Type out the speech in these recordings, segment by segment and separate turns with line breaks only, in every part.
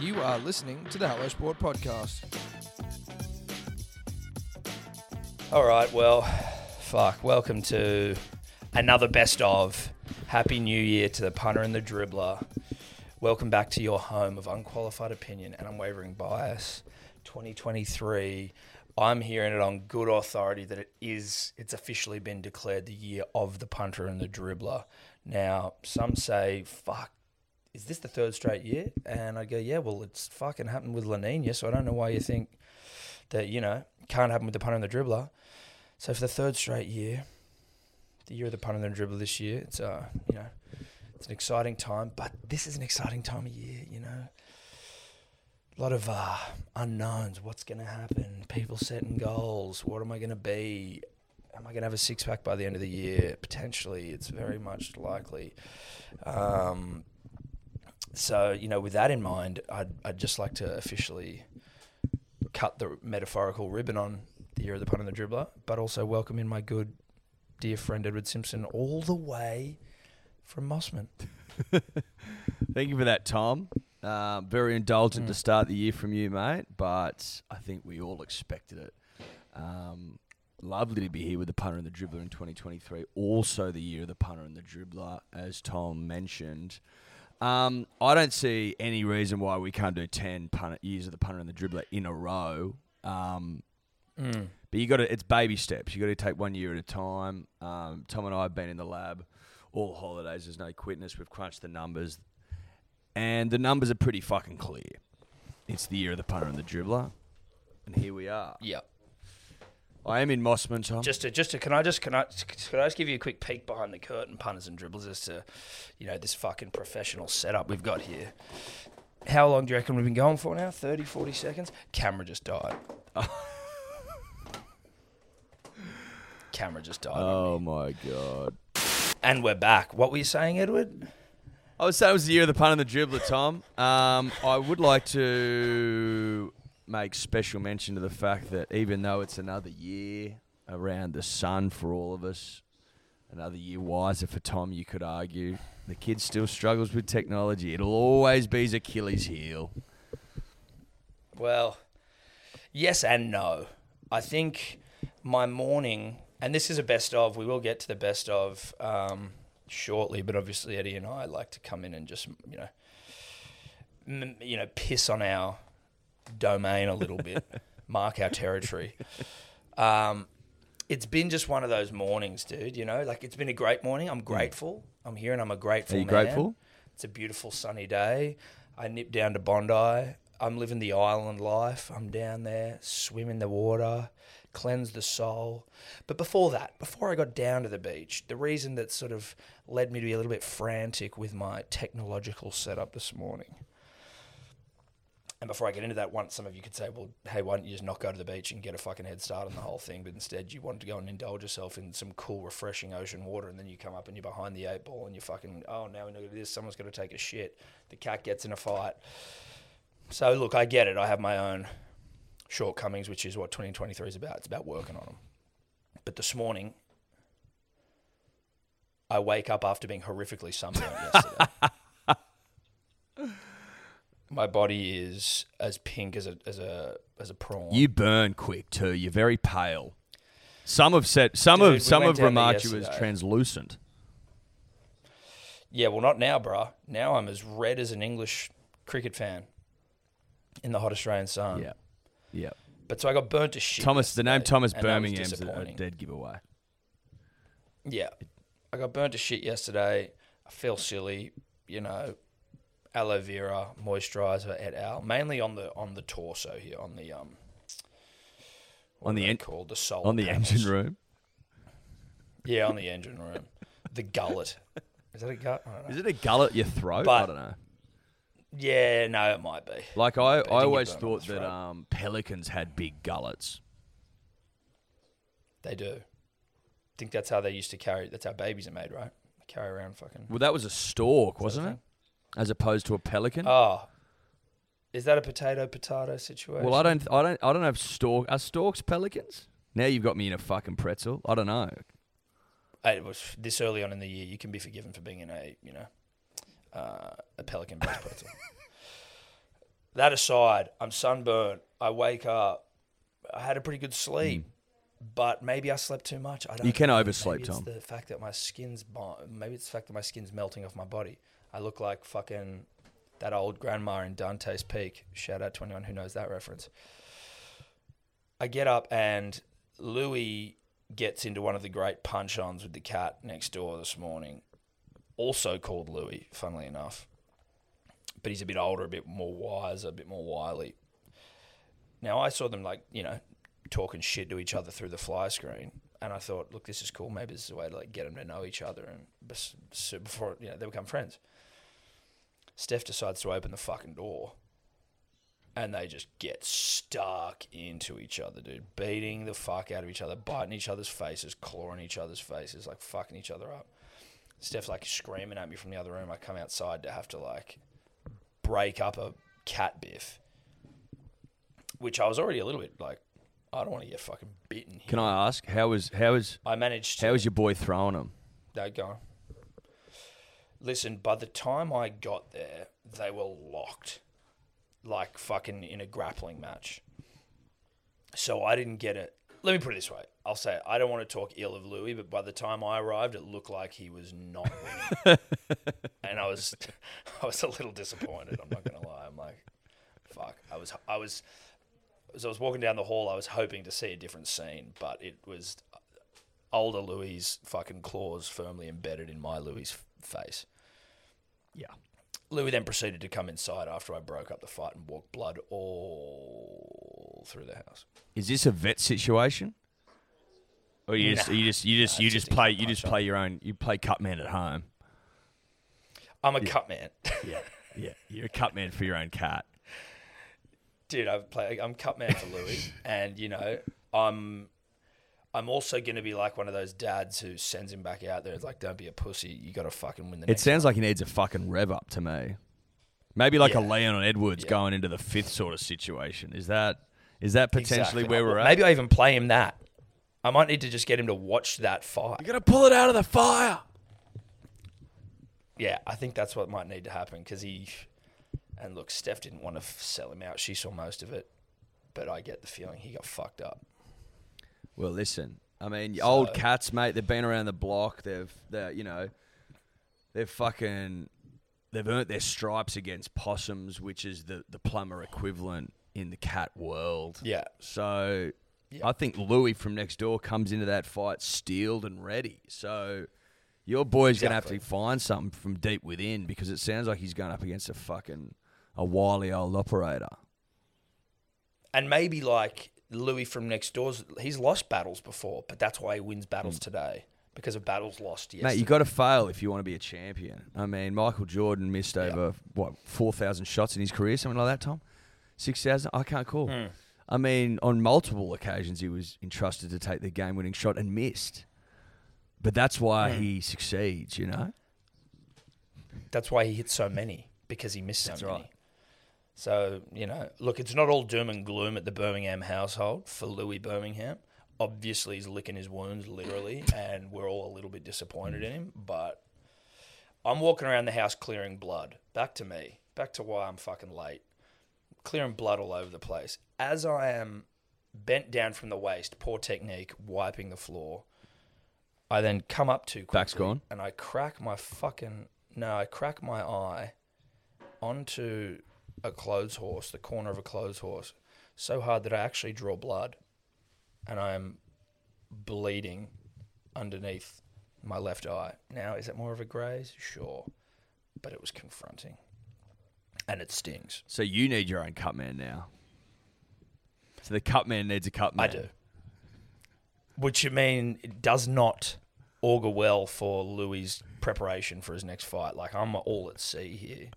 You are listening to the Hello Sport podcast.
All right, well, fuck. Welcome to another best of. Happy New Year to the punter and the dribbler. Welcome back to your home of unqualified opinion and unwavering bias. 2023. I'm hearing it on good authority that it is it's officially been declared the year of the punter and the dribbler. Now, some say, fuck, is this the third straight year? And I go, yeah, well, it's fucking happened with La Nina, so I don't know why you think that, you know, can't happen with the punter and the dribbler. So for the third straight year, the year of the punter and the dribbler this year, it's, uh, you know, it's an exciting time, but this is an exciting time of year, you know. A lot of uh, unknowns. What's going to happen? People setting goals. What am I going to be? Am I going to have a six pack by the end of the year? Potentially, it's very much likely. Um, so, you know, with that in mind, I'd, I'd just like to officially cut the metaphorical ribbon on the year of the pun and the dribbler, but also welcome in my good dear friend Edward Simpson all the way from Mossman.
Thank you for that, Tom. Uh, very indulgent to start the year from you, mate, but I think we all expected it. Um, lovely to be here with the punter and the dribbler in 2023. Also, the year of the punter and the dribbler, as Tom mentioned. Um, I don't see any reason why we can't do 10 punter, years of the punter and the dribbler in a row. Um, but you got to, it's baby steps. You got to take one year at a time. Um, Tom and I have been in the lab all holidays. There's no quitness. We've crunched the numbers, and the numbers are pretty fucking clear. It's the year of the punter and the dribbler, and here we are.
Yeah.
I am in Mossman, Tom.
Just to, just to, can I just, can I, can I just give you a quick peek behind the curtain, punters and dribblers, as to, you know, this fucking professional setup we've got here. How long do you reckon we've been going for now? 30, 40 seconds? Camera just died. Camera just died.
oh my god!
And we're back. What were you saying, Edward?
I would say it was the year of the punter and the dribbler, Tom. Um, I would like to make special mention to the fact that even though it's another year around the sun for all of us, another year wiser for Tom, you could argue, the kid still struggles with technology. It'll always be his Achilles heel.
Well, yes and no. I think my morning, and this is a best of, we will get to the best of um, shortly, but obviously Eddie and I like to come in and just, you know, m- you know, piss on our domain a little bit, mark our territory. Um, it's been just one of those mornings, dude, you know, like it's been a great morning. I'm grateful. I'm here and I'm a grateful
Mm. Are you
man.
grateful?
It's a beautiful sunny day. I nipped down to Bondi. I'm living the island life. I'm down there, swim in the water, cleanse the soul. But before that, before I got down to the beach, the reason that sort of led me to be a little bit frantic with my technological setup this morning. And before I get into that, once some of you could say, well, hey, why don't you just not go to the beach and get a fucking head start on the whole thing? But instead, you wanted to go and indulge yourself in some cool, refreshing ocean water. And then you come up and you're behind the eight ball and you're fucking, oh, now we're not going to do this. Someone's going to take a shit. The cat gets in a fight. So, look, I get it. I have my own shortcomings, which is what 2023 is about. It's about working on them. But this morning, I wake up after being horrifically sunburned yesterday. My body is as pink as a as a as a prawn.
You burn quick too. You're very pale. Some have said some
Dude, we
have some
went
have
down there
remarked you as
yesterday.
translucent.
yeah, well, not now, bruh. Now I'm as red as an English cricket fan in the hot Australian sun.
Yeah, yeah.
But so I got burnt to shit.
Thomas, the name
yesterday,
Thomas
and that Uh-huh. was
Birmingham's a- a
disappointing.
dead giveaway.
Yeah. I got burnt to shit yesterday. I feel silly, you know. Aloe vera, moisturizer et al. Mainly on the on the torso here, on the um what
On
are
the
they
en-
called the solar
on the
panels.
engine room.
Yeah, on the engine room. the gullet. Is that a gut? I don't know.
Is it a gullet your throat? I
But-
don't know.
Yeah, no, it might be.
Like I,
didn't
I
get
always
burnt on
thought
the
that
throat.
um, pelicans had big gullets.
They do. think that's how they used to carry that's how babies are made, right? They carry around fucking
Well, that was a stork, wasn't it? As opposed to a pelican.
Oh. Is that a potato potato situation?
well, I don't, I don't, I don't know. If stork are storks pelicans? Now you've got me in a fucking pretzel. I don't know.
Uh, it was this early on in the year, you can be forgiven for being in a you know uh, a pelican based pretzel. That aside, I'm sunburnt. I wake up. I had a pretty good sleep, but maybe I slept too much. I don't
You can
know.
oversleep,
maybe it's
Tom.
The fact that my skin's bo- maybe it's the fact that my skin's melting off my body. I look like fucking that old grandma in Dante's Peak. Shout out to anyone who knows that reference. I get up and Louis gets into one of the great punch-ons with the cat next door this morning, also called Louis, funnily enough. But he's a bit older, a bit more wise, a bit more wily. Now I saw them like you know talking shit to each other through the fly screen, and I thought, look, this is cool. Maybe this is a way to like get them to know each other, and bes- so before you know they become friends. Steph decides to open the fucking door, and they just get stuck into each other, dude, beating the fuck out of each other, biting each other's faces, clawing each other's faces, like fucking each other up. Steph's like screaming at me from the other room. I come outside to have to like break up a cat biff which I was already a little bit like, I don't want to get fucking bitten here.
Can I ask how was how was
I managed to
how was your boy throwing them?
they go. Listen, by the time I got there, they were locked, like fucking in a grappling match. So I didn't get it. Let me put it this way: I'll say it. I don't want to talk ill of Louis, but by the time I arrived, it looked like he was not winning, and I was, I was a little disappointed. I'm not gonna lie. I'm like, fuck. I was, I was, as I was walking down the hall, I was hoping to see a different scene, but it was older Louis' fucking claws firmly embedded in my Louis' f- face.
Yeah.
Louis then proceeded to come inside after I broke up the fight and walked blood all through the house.
Is this a vet situation? Or you just
Nah.
you just you just
Nah,
you
it's
just
just a
play
cut
you just
punch-up.
play your own you play cut man at home.
I'm a cut man,
Yeah. Yeah. You're a cut man for your own cat.
dude. I've played. I'm cut man for Louis, and you know, I'm. I'm also going to be like one of those dads who sends him back out there. It's like, don't be a pussy. You got to fucking win the
It
next.
sounds like he needs a fucking rev up to me. Maybe like a
Yeah.
Leon Edwards
Yeah.
going into the fifth sort of situation. Is that is that potentially
Exactly.
where we're at?
Maybe I even play him that. I might need to just get him to watch that fight.
You're gonna pull it out of the fire.
yeah, I think that's what might need to happen because he and look, Steph didn't want to f- sell him out. She saw most of it, but I get the feeling he got fucked up.
Well, listen. I mean, old cats, mate. They've been around the block. They've, they're, you know, they've fucking, they've earned their stripes against possums, which is the the plumber equivalent in the cat world.
Yeah,
So,
Yeah.
I think Louis from next door comes into that fight steeled and ready. So, your boy's gonna have
Exactly.
to find something from deep within because it sounds like he's going up against a fucking a wily old operator.
and maybe like Louis from next door's, he's lost battles before, but that's why he wins battles today because of battles lost. Yes,
Hmm. Mate, you got to fail if you want to be a champion. I mean, Michael Jordan missed
Yeah.
over what four thousand shots in his career, something like that. Tom, six thousand. I can't call.
Hmm.
I mean, on multiple occasions, he was entrusted to take the game-winning shot and missed. But that's why
Hmm.
he succeeds, you know.
that's why he hit so many because he missed so
That's
many.
right.
So you know, look, it's not all doom and gloom at the Birmingham household for Louis Birmingham. Obviously, he's licking his wounds literally, and we're all a little bit disappointed in him. But I'm walking around the house clearing blood. Back to me. Back to why I'm fucking late. Clearing blood all over the place as I am bent down from the waist. Poor technique, wiping the floor. I then come up too quickly
Back's gone.
and I crack my fucking no, I crack my eye onto a clothes horse, the corner of a clothes horse, so hard that I actually draw blood, and I am bleeding underneath my left eye. Now, is it more of a graze? Sure, but it was confronting, and it stings.
So you need your own cut man now. So the cut man needs a cut man.
I do. Which I mean it does not augur well for Louis' preparation for his next fight. Like I'm all at sea here.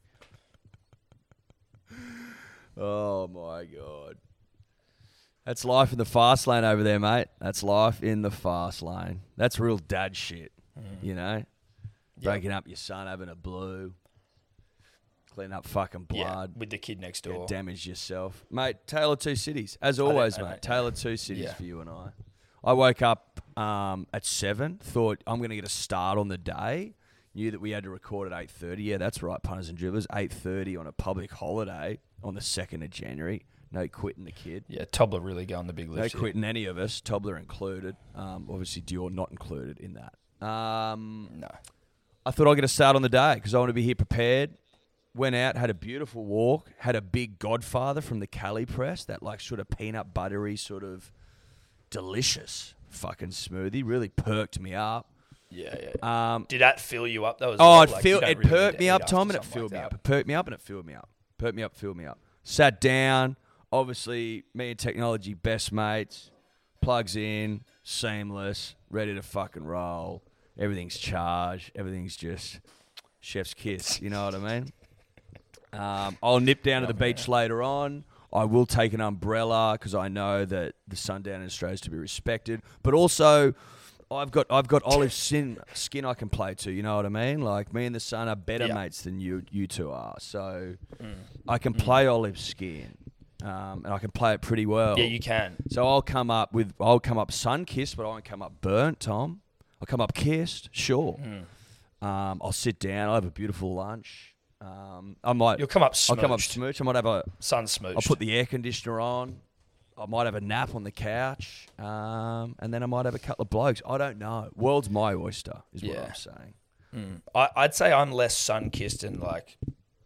Oh my god. That's life in the fast lane over there, mate. That's life in the fast lane. That's real dad shit.
Mm-hmm.
You know? Breaking up your son, having a blue, clean up fucking blood,
Yeah, with the kid next
yeah,
door.
damage yourself. Mate, Taylor Two Cities. As always,
I
mate.
don't-
Taylor Two Cities
Yeah.
for you and I. I woke up um, at seven, thought I'm gonna get a start on the day. Knew that we had to record at eight thirty. Yeah, that's right, punters and dribblers. Eight thirty on a public holiday on the second of January. No quitting the kid.
Yeah, Tobler really going the big
No
lift. here.
quitting any of us, Tobler included. Um, obviously, Dior not included in that. Um,
No.
I thought I'd get a start on the day because I want to be here prepared. Went out, had a beautiful walk, had a big Godfather from the Cali Press, that like sort of peanut buttery, sort of delicious fucking smoothie. Really perked me up.
Yeah, yeah.
Um,
Did that fill you up? That was
oh,
like,
it
you
filled,
don't
it
really need
perked
to
me
eat
up,
after
Tom, and it
something
filled
like
me up.
that.
It perked me up, and it filled me up. Perked me up, filled me up. Sat down. Obviously, me and technology best mates. Plugs in, seamless, ready to fucking roll. Everything's charged. Everything's just chef's kiss. You know what I mean? Um, I'll nip down to the beach later on. I will take an umbrella because I know that the sundown in Australia is to be respected. But also, I've got I've got olive skin skin I can play to. You know what I mean? Like me and the sun are better
Yeah. Mm.
mates than you you two are. So I can play olive skin, um, and I can play it pretty well.
Yeah, you can.
So I'll come up with I'll come up sun kissed, but I won't come up burnt, Tom. I'll come up kissed, sure.
Mm.
Um, I'll sit down. I'll have a beautiful lunch. Um, I might.
You'll come up
I'll come up
smooched.
smooched. I might have a.
Sun smooched.
I'll put the air conditioner on. I might have a nap on the couch, um, and then I might have a couple of blokes. I don't know. World's my oyster, is what
Yeah.
I'm saying.
Mm. I, I'd say I'm less sun kissed and like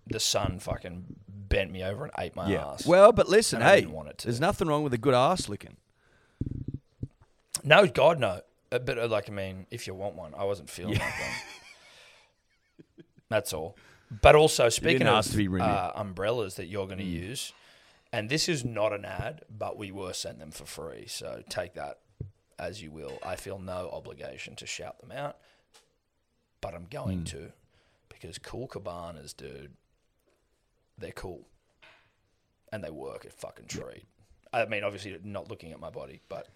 the sun fucking bent me over and ate my ass.
Well, but listen,
And I
hey,
didn't want it to.
there's nothing wrong with a good ass licking.
no, God, no. Uh, But uh, like, I mean, if you want one, I wasn't feeling like one. That's all. But also, speaking
ask
of
to be Mm. renewed.
uh, umbrellas that you're going to use, and this is not an ad, but we were sent them for free. So take that as you will. I feel no obligation to shout them out, but I'm going
Mm.
to because cool cabanas, dude, they're cool and they work a fucking treat. I mean, obviously, not looking at my body, but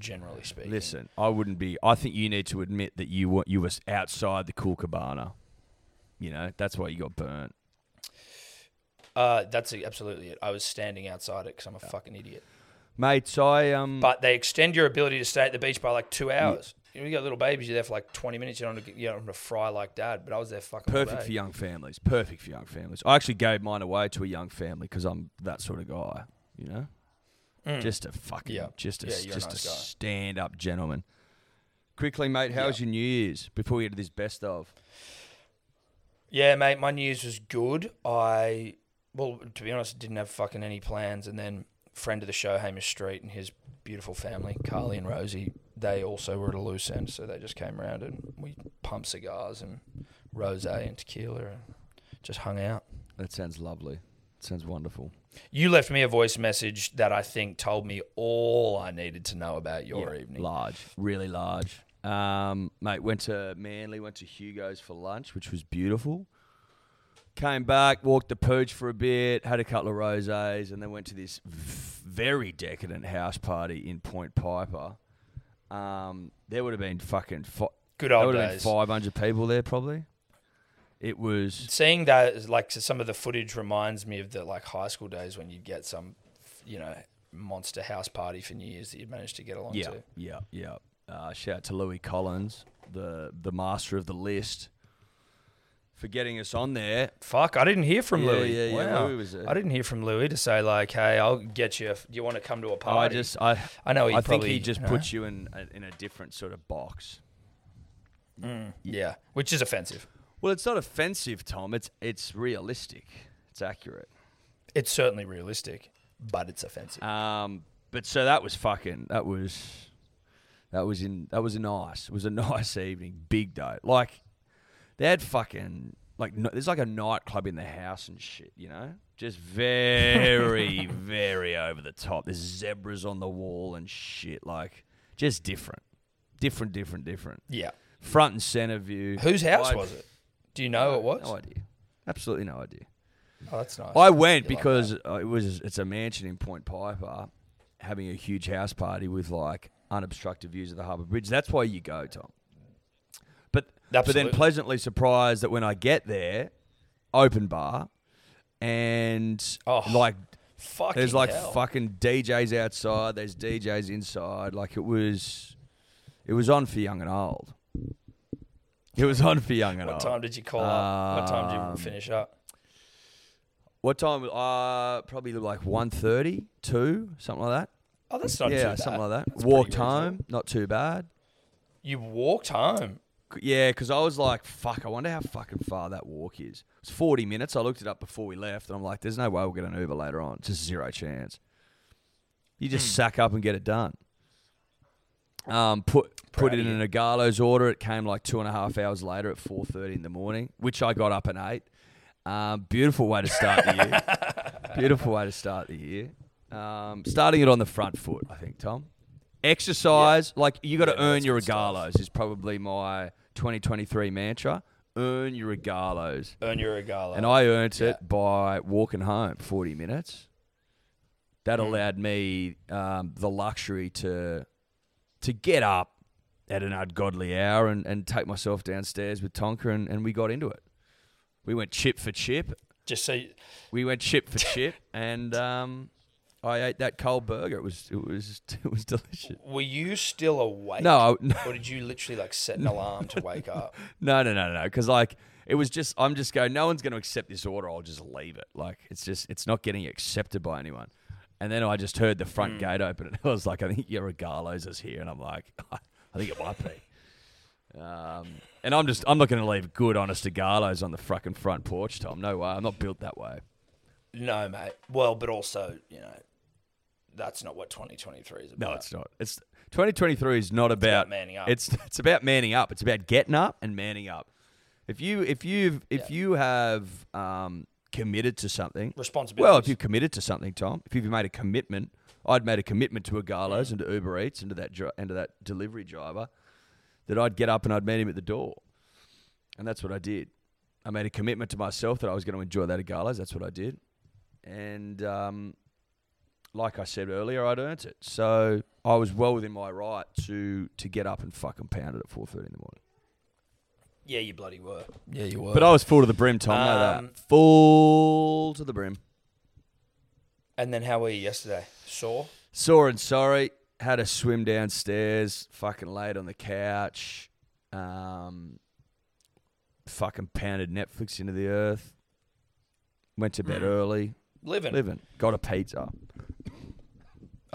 generally speaking.
Listen, I wouldn't be. I think you need to admit that you were you was outside the cool cabana. You know that's why you got burnt.
Uh, that's absolutely it. I was standing outside it because I'm a fucking idiot.
Mates, I um
but they extend your ability to stay at the beach by like two hours. You, know, you got little babies, you're there for like 20 minutes. You don't want to, you don't want to fry like dad, but I was there fucking all
perfect
day.
for young families. Perfect for young families. I actually gave mine away to a young family because I'm that sort of guy. You know,
Mm.
just a fucking,
Hmm. Yeah.
just a
Yeah, you're a
just
nice
a
guy.
stand up gentleman. Quickly, mate, how was your New Year's before we get to this best of?
Yeah, mate, my news was good. I, well, to be honest, didn't have fucking any plans. And then friend of the show, Hamish Street, and his beautiful family, Carly and Rosie, they also were at a loose end. So they just came round and we pumped cigars and rose and tequila and just hung out.
That sounds lovely. sounds wonderful.
You left me a voice message that I think told me all I needed to know about your
Yeah,
evening.
Large, really large. Um, mate, went to Manly, went to Hugo's for lunch, which was beautiful. Came back, walked the pooch for a bit, had a couple of rosés, and then went to this v- very decadent house party in Point Piper. Um, there would have been fucking fi-
Good
there
old
would have been
days.
five hundred people there probably. It was
Seeing that, is like some of the footage reminds me of the like high school days when you'd get some, you know, monster house party for New Year's that you'd managed to get along
yeah,
to.
yeah, yeah. Uh, shout out to Louis Collins, the the master of the list, for getting us on there.
Fuck, I didn't hear from
Yeah,
Louis.
yeah, yeah,
Wow.
Louis was a-
I didn't hear from Louis to say like, hey, I'll get you. If you want to come to a
Oh, I
party?
just I
I know he
I think
probably-
he just
you know.
puts you in a, in a different sort of box.
Mm, yeah, which is offensive.
Well, it's not offensive, Tom. It's it's realistic. It's accurate.
It's certainly realistic, but it's offensive.
Um, but so that was fucking. That was that was in that was a nice. It was a nice evening. Big day. Like they had fucking like no, there's like a nightclub in the house and shit. You know, just very very over the top. There's zebras on the wall and shit. Like just different, different, different, different.
yeah.
front and center view.
Whose house
I-
was it? Do you know it was?
No idea. Absolutely no idea.
oh, that's nice.
I went
You like
because uh, it was it's a mansion in Point Piper, having a huge house party with like unobstructed views of the harbour bridge. That's why you go, Tom. But but then
Absolutely.
pleasantly surprised that when I get there, open bar, and
Oh,
like
Fucking
there's like
hell.
fucking DJs outside, there's DJs inside. Like it was, it was on for young and old. It was on for young and
What
old.
time did you call up? What time
Um,
did you finish up?
What time? Uh, probably like 1.30, 2, something like that.
Oh, that's not too
yeah,
bad.
something like that.
That's
Walked
pretty reasonable.
home, not too bad.
You walked home.
C- Yeah, because I was like, fuck, I wonder how fucking far that walk is. It's 40 minutes. I looked it up before we left, and I'm like, there's no way we'll get an Uber later on. It's just zero chance. You just
Hmm.
sack up and get it done. Um, put put
Proud
it
of
in an Agalo's order. It came like two and a half hours later at 4.30 in the morning, which I got up at 8. Um, beautiful way to start the year. beautiful way to start the year. Um, starting it on the front foot, I think, Tom. Exercise, like you got to
Yeah, no,
earn
that's
your
good stuff.
regalos is probably my 2023 mantra. Earn your regalos,
Earn your regalo.
and I earned
Oh, yeah.
it by walking home 40 minutes. That
Mm.
allowed me um, the luxury to to get up at an ungodly hour and, and take myself downstairs with Tonka, and, and we got into it. We went chip for chip.
just so you,
We went chip for chip, and um, I ate that cold burger. It was it was it was delicious.
were you still awake?
No, I,
Or did you literally like set an alarm to wake up?
No, no, no, no, no. Because like it was just, I'm just going. No one's going to accept this order. I'll just leave it. Like it's just, it's not getting accepted by anyone. And then I just heard the front gate open, and I was like, I think your regalos is here. And I'm like, I think it might be. Um, and I'm just, I'm not going to leave good, honest regalos on the fucking front porch, Tom. No way. I'm not built that way.
No, mate. Well, but also, you know, that's not what 2023 is about.
No, it's not. It's 2023 is not
about
about,
manning up.
It's it's about manning up. It's about getting up and manning up. If you if you if you have um, committed to something,
responsibility.
well, if you've committed to something, Tom, if you've made a commitment, I'd made a commitment to Agalos and to Uber Eats and to that dri- and to that delivery driver that I'd get up and I'd meet him at the door, and that's what I did. I made a commitment to myself that I was going to enjoy that Agalos. That's what I did, and um, like I said earlier, I'd earned it, so I was well within my right to to get up and fucking pound it at four thirty in the morning.
yeah, you bloody were. Yeah, you were.
But I was full to the brim, Tom. know
Um,
that full to the brim.
and then how were you yesterday? Sore?
Sore and sorry. Had a swim downstairs. Fucking laid on the couch. Um, fucking pounded Netflix into the earth. Went to bed
Mm.
early.
Living.
Living. Got a pizza.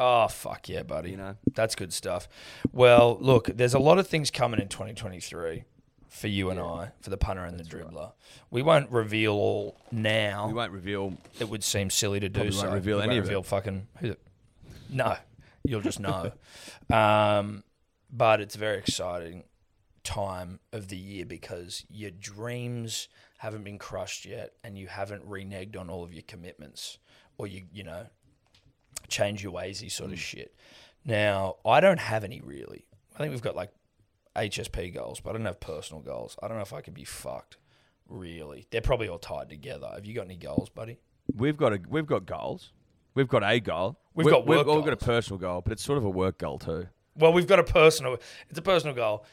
Oh, fuck yeah, buddy.
You know.
That's good stuff. Well, look, there's a lot of things coming in 2023 for you and I, for the punter and the dribbler. We won't reveal all now.
We won't reveal.
It would seem silly to do
Probably
so.
won't reveal
We
any of it.
reveal fucking who the- No, you'll just know. um, but it's a very exciting time of the year because your dreams haven't been crushed yet, and you haven't reneged on all of your commitments, or you you know change your ways, these
Hmm.
sort of shit. Now, I don't have any really. I think we've got like HSP goals, but I don't have personal goals. I don't know if I can be fucked. Really, they're probably all tied together. Have you got any goals, buddy?
We've got a. We've got goals. We've got a goal.
We've
We-
got work
we've got a
goals.
personal goal, but it's sort of a work goal too.
Well, we've got a personal. It's a personal goal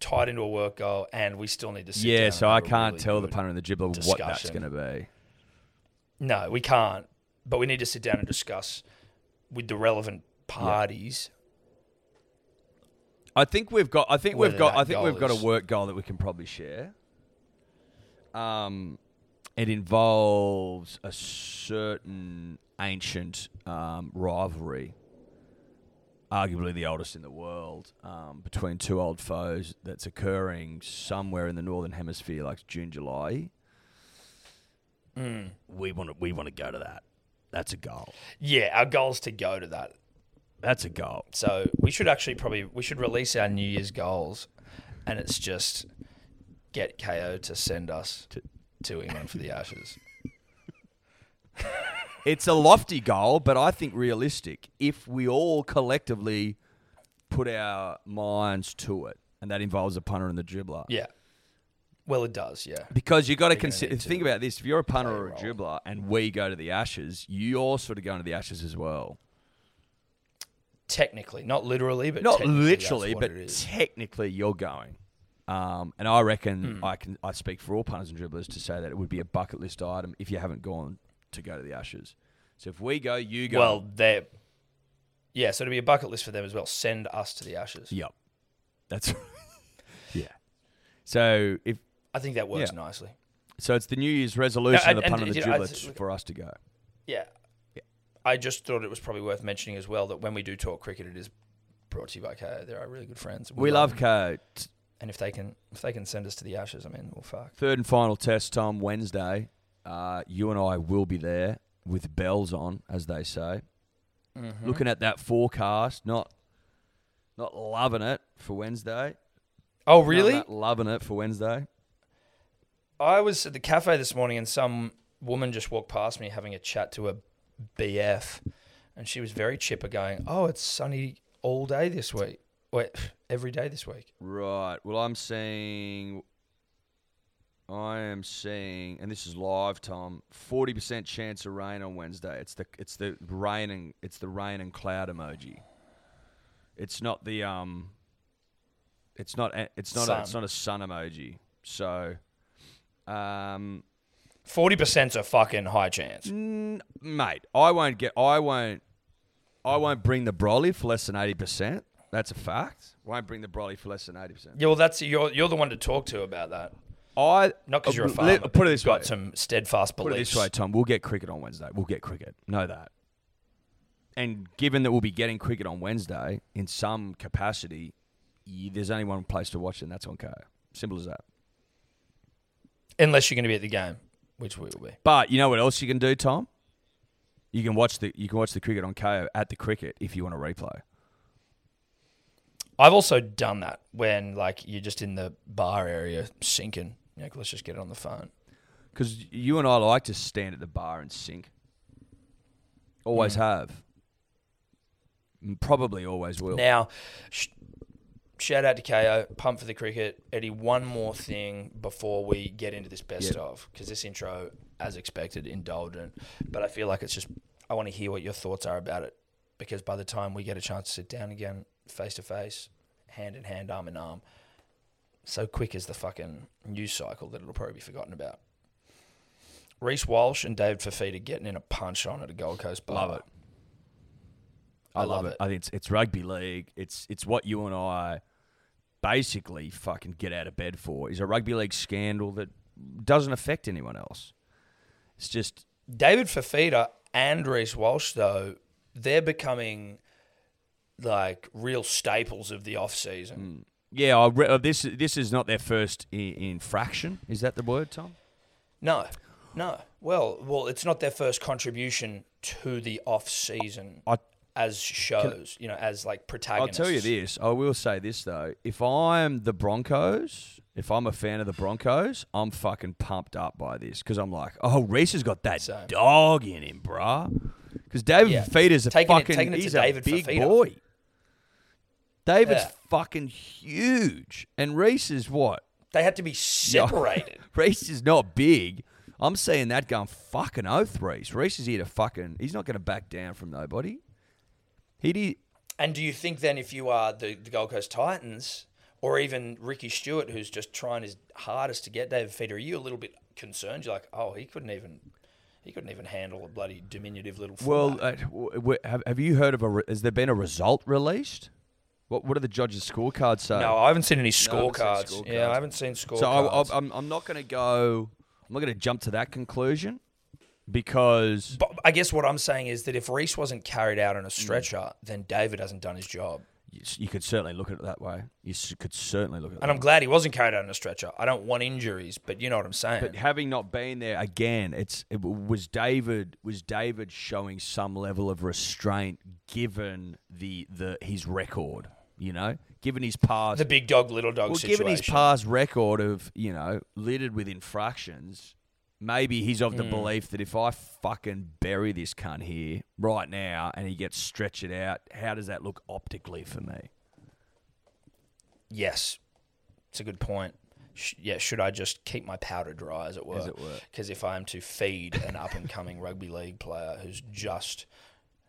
tied into a work goal, and we still need to. Sit down
yeah,
and
so
have
I
a
can't
really
tell the
good-
punter and the dribbler what that's
discussion.
going to be.
No, we can't. But we need to sit down and discuss with the relevant parties.
I think we've got. I think
Whether
we've got.
that
I think
goal
we've got a
is-
work goal that we can probably share. Um, it involves a certain ancient um, rivalry, arguably the oldest in the world, um, between two old foes that's occurring somewhere in the northern hemisphere, like June, July. We want to. We want to go to that. That's a goal.
Yeah, our goal is to go to that.
That's a goal.
So we should actually probably we should release our New Year's goals, and it's just get KO to send us to, England for the Ashes.
It's a lofty goal, but I think realistic if we all collectively put our minds to it, and that involves a punter and the dribbler.
Yeah. Well, it does. Yeah.
Because you got to
gonna
consider.
need to
Think about this: if you're a punter or a
play a
dribbler, and we go to the Ashes, you're sort of going to the Ashes as well.
Technically, not literally, but
Not
technically that's
literally,
what
but
it is.
technically, you're going. Um, and I reckon
Hmm.
I can. I speak for all punters and dribblers to say that it would be a bucket list item if you haven't gone to go to the Ashes. So if we go, you go.
Well, they're yeah. So it'd be a bucket list for them as well. Send us to the ashes.
Yep. That's yeah. So if
I think that works
Yeah.
nicely.
so, it's the New Year's resolution
and-
of the punter
and
and the
did I-
dribbler t- for us to go.
Yeah. I just thought it was probably worth mentioning as well that when we do talk cricket, it is brought to you by KO. They're our really good friends.
We love
them.
Co. T-
and if they can, if they can send us to the Ashes, I mean, well, fuck.
Third and final test, Tom, Wednesday. Uh, you and I will be there with bells on, as they say. Looking at that forecast, not not loving it for Wednesday.
Oh,
None of
really?
that loving it for Wednesday.
I was at the cafe this morning and some woman just walked past me having a chat to a BF, and she was very chipper, going, "Oh, it's sunny all day this week, Wait, every day this week."
Right. Well, I'm seeing. I am seeing, and this is live, Tom. Forty percent chance of rain on Wednesday. It's the it's the rain and it's the rain and cloud emoji. It's not the um. It's not a- it's not a, it's
Sun.
not a sun emoji. So, um,
Forty percent's a fucking high chance.
n- mate, I won't get I won't I won't bring the brolly for less than eighty percent. That's a fact. Won't bring the brolly for less than eighty percent.
Yeah, well, that's you're you're the one to talk to about that.
I uh,
Not because you're a
Oh, Let-
farmer.
Put
but
it this
you've
way.
Got some steadfast
put it
beliefs.
this way, Tom. We'll get cricket on Wednesday. We'll get cricket. Know that. And given that we'll be getting cricket on Wednesday in some capacity, y there's only one place to watch it, and that's on KO. Simple as that.
Unless you're going to be at the game, which we will be.
But you know what else you can do, Tom? You can watch the you can watch the cricket on KO at the cricket if you want to replay.
I've also done that when like you're just in the bar area sinking. You know, let's just get it on the phone.
Because you and I like to stand at the bar and sink. Always
Mm.
have. And Probably always will.
Now, sh- shout out to KO, pump for the cricket. Eddie, one more thing before we get into this best
Yeah.
of, because this intro, as expected, indulgent. But I feel like it's just, I want to hear what your thoughts are about it, because by the time we get a chance to sit down again, face to face, hand in hand, arm in arm, so quick is the fucking news cycle that it'll probably be forgotten about. Reese Walsh and David Fafita getting in a punch on at a Gold Coast bar.
Love it. I, love, it. I think it's, it's rugby league. It's it's what you and I basically fucking get out of bed for is a rugby league scandal that doesn't affect anyone else. It's just
David Fafita and Reese Walsh, though, they're becoming like real staples of the off
Hmm.
season.
yeah. I re- uh, this this is not their first I- infraction. Is that the word, Tom?
No, no. Well, well, it's not their first contribution to the off season
I
as shows, you know, as like
I'll
protagonists.
tell you this. I will say this though. If I'm the Broncos, if I'm a fan of the Broncos, I'm fucking pumped up by this because I'm like, oh, Reese has got that
Same.
dog in him, bruh. Because David
Yeah.
Fafita's a
Taking it-
fucking
taking it to
he's
David
a big
Fafita.
boy. David's
Yeah.
fucking huge, and Reese is what?
They had to be separated.
Reese is not big. I'm seeing that going fucking oath, Reese. Reese is here to fucking. He's not going to back down from nobody. He did.
and do you think then, if you are the, the Gold Coast Titans or even Ricky Stewart, who's just trying his hardest to get David Fafita, are you a little bit concerned? You're like, oh, he couldn't even. He couldn't even handle a bloody diminutive little.
Well,
fullback.
uh, w- w- have, have you heard of a? Re- has there been a result released? What What do the judges' scorecards say?
No, I haven't seen any
I haven't seen
scorecards. yeah,
scorecards.
I haven't seen scorecards.
so I, I, I'm I'm not going to go. I'm not going to jump to that conclusion because
but I guess what I'm saying is that if Reese wasn't carried out
Mm.
on a stretcher, then David hasn't done his job.
you, s- you could certainly look at it that way. You s- could certainly look at it.
And
that
I'm glad he wasn't carried out on a stretcher. I don't want injuries, but you know what I'm saying.
Mm. But having not been there again, it's it w- was David was David showing some level of restraint given the the his record, you know, given his past.
the big dog, little dog
well,
situation.
given his past record of you know littered with infractions, maybe he's of the
Mm.
belief that if I fucking bury this cunt here right now and he gets stretched out, how does that look optically for me?
yes, it's a good point. Sh- yeah, should I just keep my powder dry, as it were?
it were.
Because if I am to feed an up and coming rugby league player who's just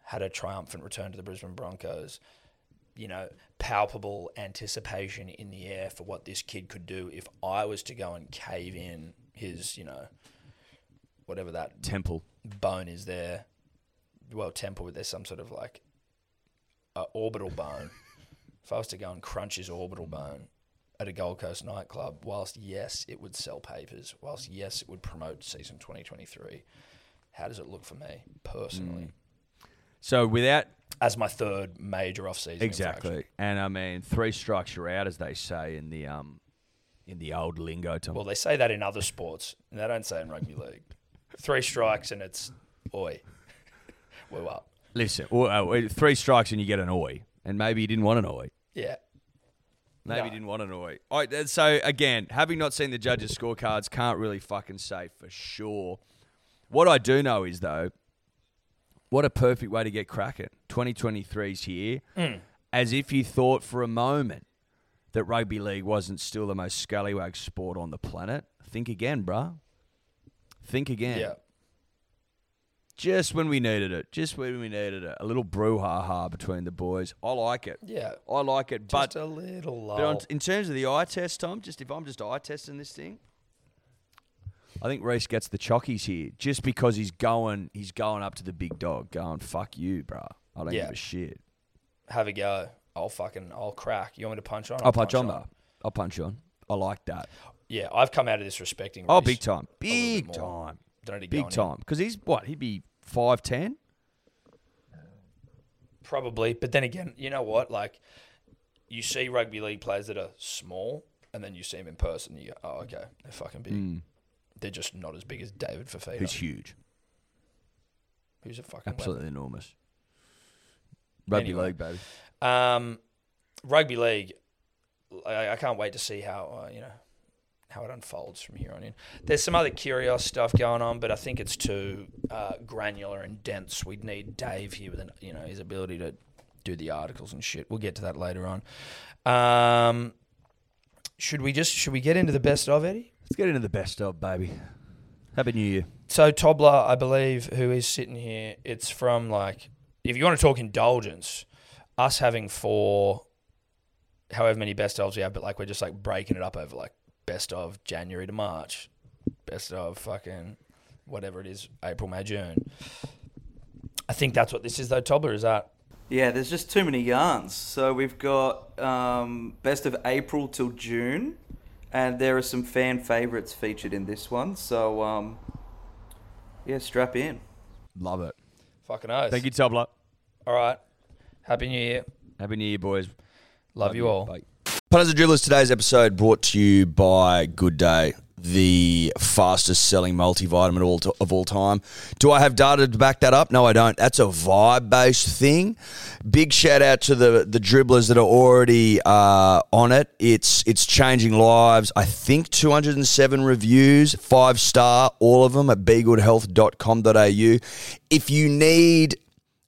had a triumphant return to the Brisbane Broncos, you know, palpable anticipation in the air for what this kid could do if I was to go and cave in his, you know, whatever that
Temple.
bone is there. Well, temple, there's some sort of like uh, orbital bone. if I was to go and crunch his orbital bone, at a Gold Coast nightclub, whilst yes, it would sell papers, whilst yes, it would promote season 2023, how does it look for me
Mm.
personally
So without
as my third major off season?
exactly, and I mean three strikes you're out, as they say in the um, in the old lingo. Tom.
Well, they say that in other sports, and they don't say in rugby league. Three strikes and it's oi, we're up.
Listen, or, uh, wait, three strikes and you get an oi, and maybe you didn't want an oi.
Yeah,
Maybe he
No.
didn't want an oi. All right, then, so again, having not seen the judges' scorecards, can't really fucking say for sure. What I do know is though, what a perfect way to get cracking. 2023's here.
Mm.
As if you thought for a moment that rugby league wasn't still the most scallywag sport on the planet. Think again, bruh. Think again.
yeah.
Just when we needed it. Just when we needed it. A little brouhaha between the boys. I like it.
Yeah.
I like it. but
Just a little lull.
but on, in terms of the eye test, Tom, just if I'm just eye testing this thing, I think Reese gets the chockies here just because he's going he's going up to the big dog, going fuck you, bruh. I don't
Yeah.
give a shit.
have a go. I'll fucking, I'll crack. You want me to punch on?
I'll punch on though. I'll punch on. I like that.
Yeah, I've come out of this respecting.
Oh,
Reece
big time,
a little
big
bit more.
time,
Don't need to go
big
on him.
time. Because he's what he'd be five ten.
Probably, but then again, you know what? Like, you see rugby league players that are small, and then you see them in person. You go, oh, okay, they're fucking big.
Mm.
They're just not as big as David Fafita,
He's
who's,
huge,
a fucking
absolutely enormous. Rugby
Anyway.
league, baby.
weapon. Um, rugby league. I, I can't wait to see how uh, you know how it unfolds from here on in. There's some other curious stuff going on, but I think it's too uh, granular and dense. We'd need Dave here with an, you know his ability to do the articles and shit. We'll get to that later on. Um, should we just should we get into the best of Eddie?
Let's get into the best of, baby. Happy New Year.
So Tobler, I believe, who is sitting here, it's from like if you want to talk indulgence, us having four however many best ofs we have, but like we're just like breaking it up over like best of January to March, best of fucking whatever it is, April, May, June. I think that's what this is though, Tobler, is that
Yeah, there's just too many yarns. So we've got um, best of April till June, and there are some fan favorites featured in this one. So um, yeah, strap in.
Love it.
fucking oath.
Thank you, Tobler.
All right. Happy New Year.
Happy New Year, boys.
Love, you all.
Punters and Dribblers, today's episode brought to you by Good Day, the fastest selling multivitamin all to, of all time. Do I have data to back that up? No, I don't. That's a vibe based thing. Big shout out to the, the dribblers that are already uh, on it. It's, it's changing lives. I think 207 reviews, five star, all of them at begoodhealth.com.au. If you need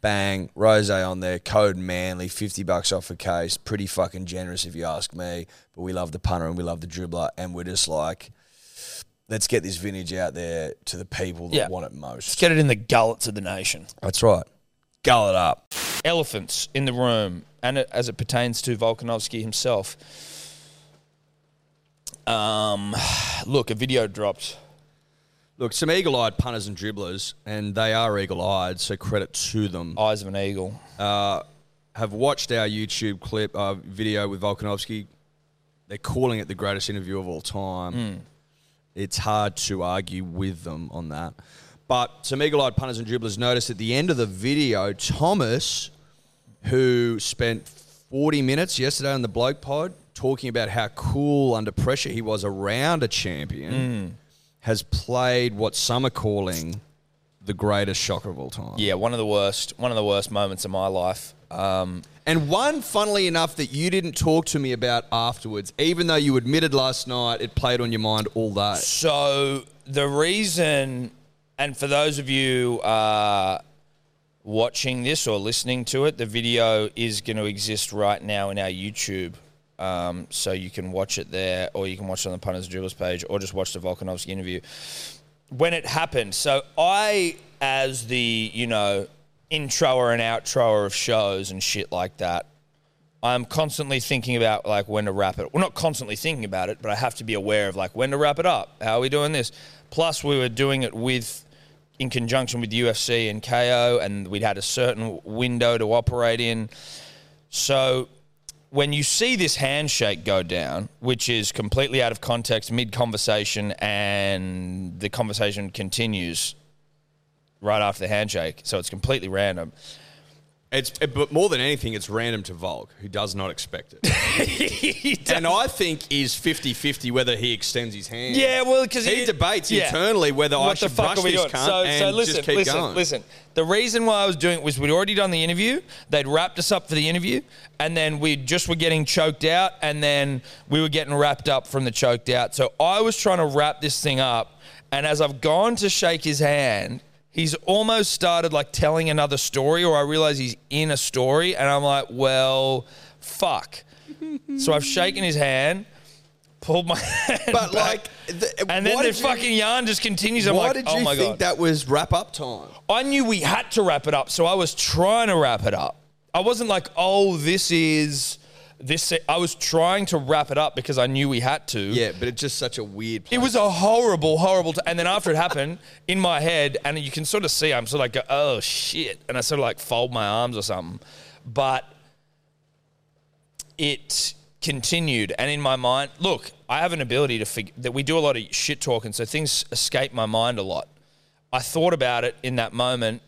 Bang, rose on there, code manly, 50 bucks off a case. Pretty fucking generous if you ask me. But we love the punter and we love the dribbler. And we're just like, let's get this vintage out there to the people that
Yeah.
want it most.
Let's get it in the gullets of the nation.
That's right. Gull it up.
Elephants in the room, and it, as it pertains to Volkanovski himself. Um, look, a video dropped.
Look, some eagle-eyed punters and dribblers, and they are eagle-eyed, so credit to them.
Eyes of an eagle.
Uh, have watched our YouTube clip uh, video with Volkanovski. They're calling it the greatest interview of all time. It's hard to argue with them on that. But some eagle-eyed punters and dribblers noticed at the end of the video, Thomas, who spent 40 minutes yesterday on the bloke pod talking about how cool under pressure he was around a champion has played what some are calling the greatest shocker of all time.
Yeah, one of the worst. One of the worst moments of my life. Um,
And one, funnily enough, that you didn't talk to me about afterwards, even though you admitted last night it played on your mind all day.
so the reason, and for those of you uh, watching this or listening to it, the video is going to exist right now in our YouTube. Um, so you can watch it there, or you can watch it on the Punters and Dribblers page, or just watch the Volkanovski interview. when it happened. So I, as the you know, introer and outroer of shows and shit like that, I'm constantly thinking about like when to wrap it. Well, not constantly thinking about it, but I have to be aware of like when to wrap it up. How are we doing this? Plus, we were doing it with in conjunction with UFC and KO, and we'd had a certain window to operate in. So when you see this handshake go down, which is completely out of context mid conversation, and the conversation continues right after the handshake, so it's completely random.
It's, but more than anything, it's random to Volk, who does not expect it. and I think is 50-50 whether he extends his hand.
Yeah, well, because
He debates internally whether I should brush this cunt
So,
and
so listen,
just keep
listen,
going.
listen. The reason why I was doing it was we'd already done the interview. They'd wrapped us up for the interview, and then we just were getting choked out, and then we were getting wrapped up from the choked out. So I was trying to wrap this thing up, and as I've gone to shake his hand. He's almost started like telling another story, or I realize he's in a story, and I'm like, well, fuck. so I've shaken his hand, pulled my hand back.
But like, the, uh,
And then
why
the
did you-
fucking yarn just continues. I'm
Why
like,
did you
oh my god!
think that was wrap up time?
I knew we had to wrap it up, so I was trying to wrap it up. I wasn't like, oh, this is this. I was trying to wrap it up because I knew we had to.
Yeah, but it's just such a weird. Place.
It was a horrible, horrible. T- and then after it happened, in my head, and you can sort of see, I'm sort of like, oh shit, and I sort of like fold my arms or something. But it continued, and in my mind, look, I have an ability to figure that we do a lot of shit talking, so things escape my mind a lot. I thought about it in that moment.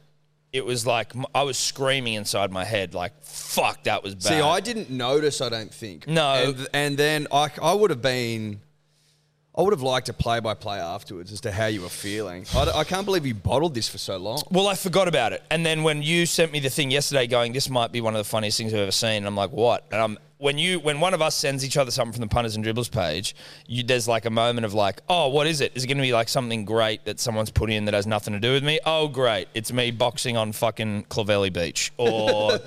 It was like m- I was screaming inside my head, like "fuck, that was bad."
See, I didn't notice. I don't think.
No.
and, and then I, I would have been, I would have liked a play-by-play afterwards as to how you were feeling. I, d- I can't believe you bottled this for so long.
Well, I forgot about it, and then when you sent me the thing yesterday, going, "This might be one of the funniest things I've ever seen," and I'm like, "What?" And I'm when you when one of us sends each other something from the punters and dribblers page, you, there's like a moment of like, "Oh, what is it? Is it going to be like something great that someone's put in that has nothing to do with me?" Oh, great! It's me boxing on fucking Clavelli Beach, or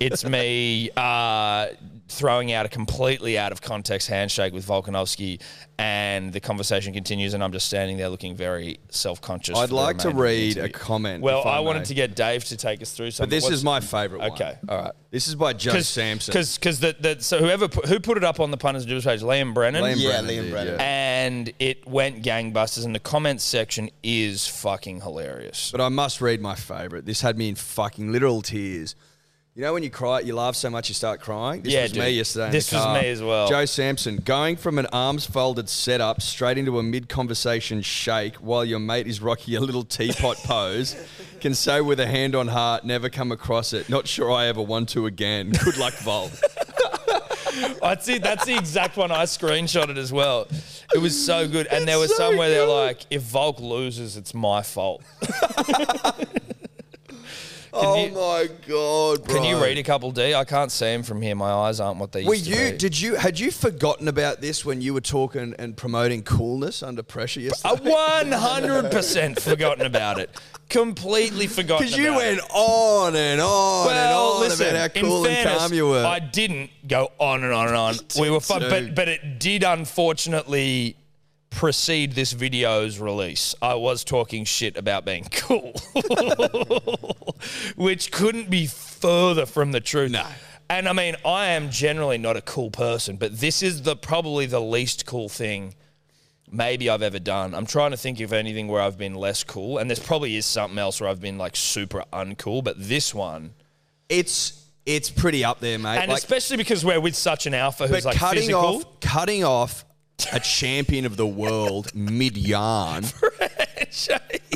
it's me uh, throwing out a completely out of context handshake with Volkanovski, and the conversation continues, and I'm just standing there looking very self conscious.
I'd like to read a comment.
Well,
if I
I wanted
may.
to get Dave to take us through something.
But this is my favorite one.
Okay, all right.
This is by Joe Sampson.
Because because the, the so whoever put, who put it up on the punters and dribblers page, Liam Brennan.
Liam
yeah.
Brennan
Liam
did,
Brennan.
yeah.
And it went gangbusters, and the comments section is fucking hilarious.
But I must read my favorite. This had me in fucking literal tears. You know when you cry, you laugh so much you start crying. This
Yeah,
was me
dude.
yesterday. in
This
the
was
car.
me as well.
Joe Sampson going from an arms folded setup straight into a mid conversation shake while your mate is rocking a little teapot pose Can say with a hand on heart, never come across it. Not sure I ever won to again. Good luck, Vol.
That's it. That's the exact one I screenshotted as well. It was so good. And there was
so
somewhere they're
good.
like, if Volk loses, it's my fault.
oh
you-
my god, bro.
Can you read a couple D? I can't see him from here. My eyes aren't what they
Were
used
you?
to be.
Did you? Had you forgotten about this when you were talking and promoting coolness under pressure
I
yesterday?
100% forgotten about it. Completely forgotten
Because you
about it.
went on and on
Well,
and on
listen,
about how
in
cool and
fairness,
calm you were.
I didn't go on and on and on. we were fun, but
Dude.
but it did unfortunately precede this video's release. I was talking shit about being cool, which couldn't be further from the truth.
No.
And I mean, I am generally not a cool person, but this is the probably the least cool thing maybe I've ever done. I'm trying to think of anything where I've been less cool, and there's probably is something else where I've been like super uncool, but this one
it's it's pretty up there, mate.
and
Like,
especially because we're with such an alpha who's
but
like
cutting
physical.
off cutting off a champion of the world mid yarn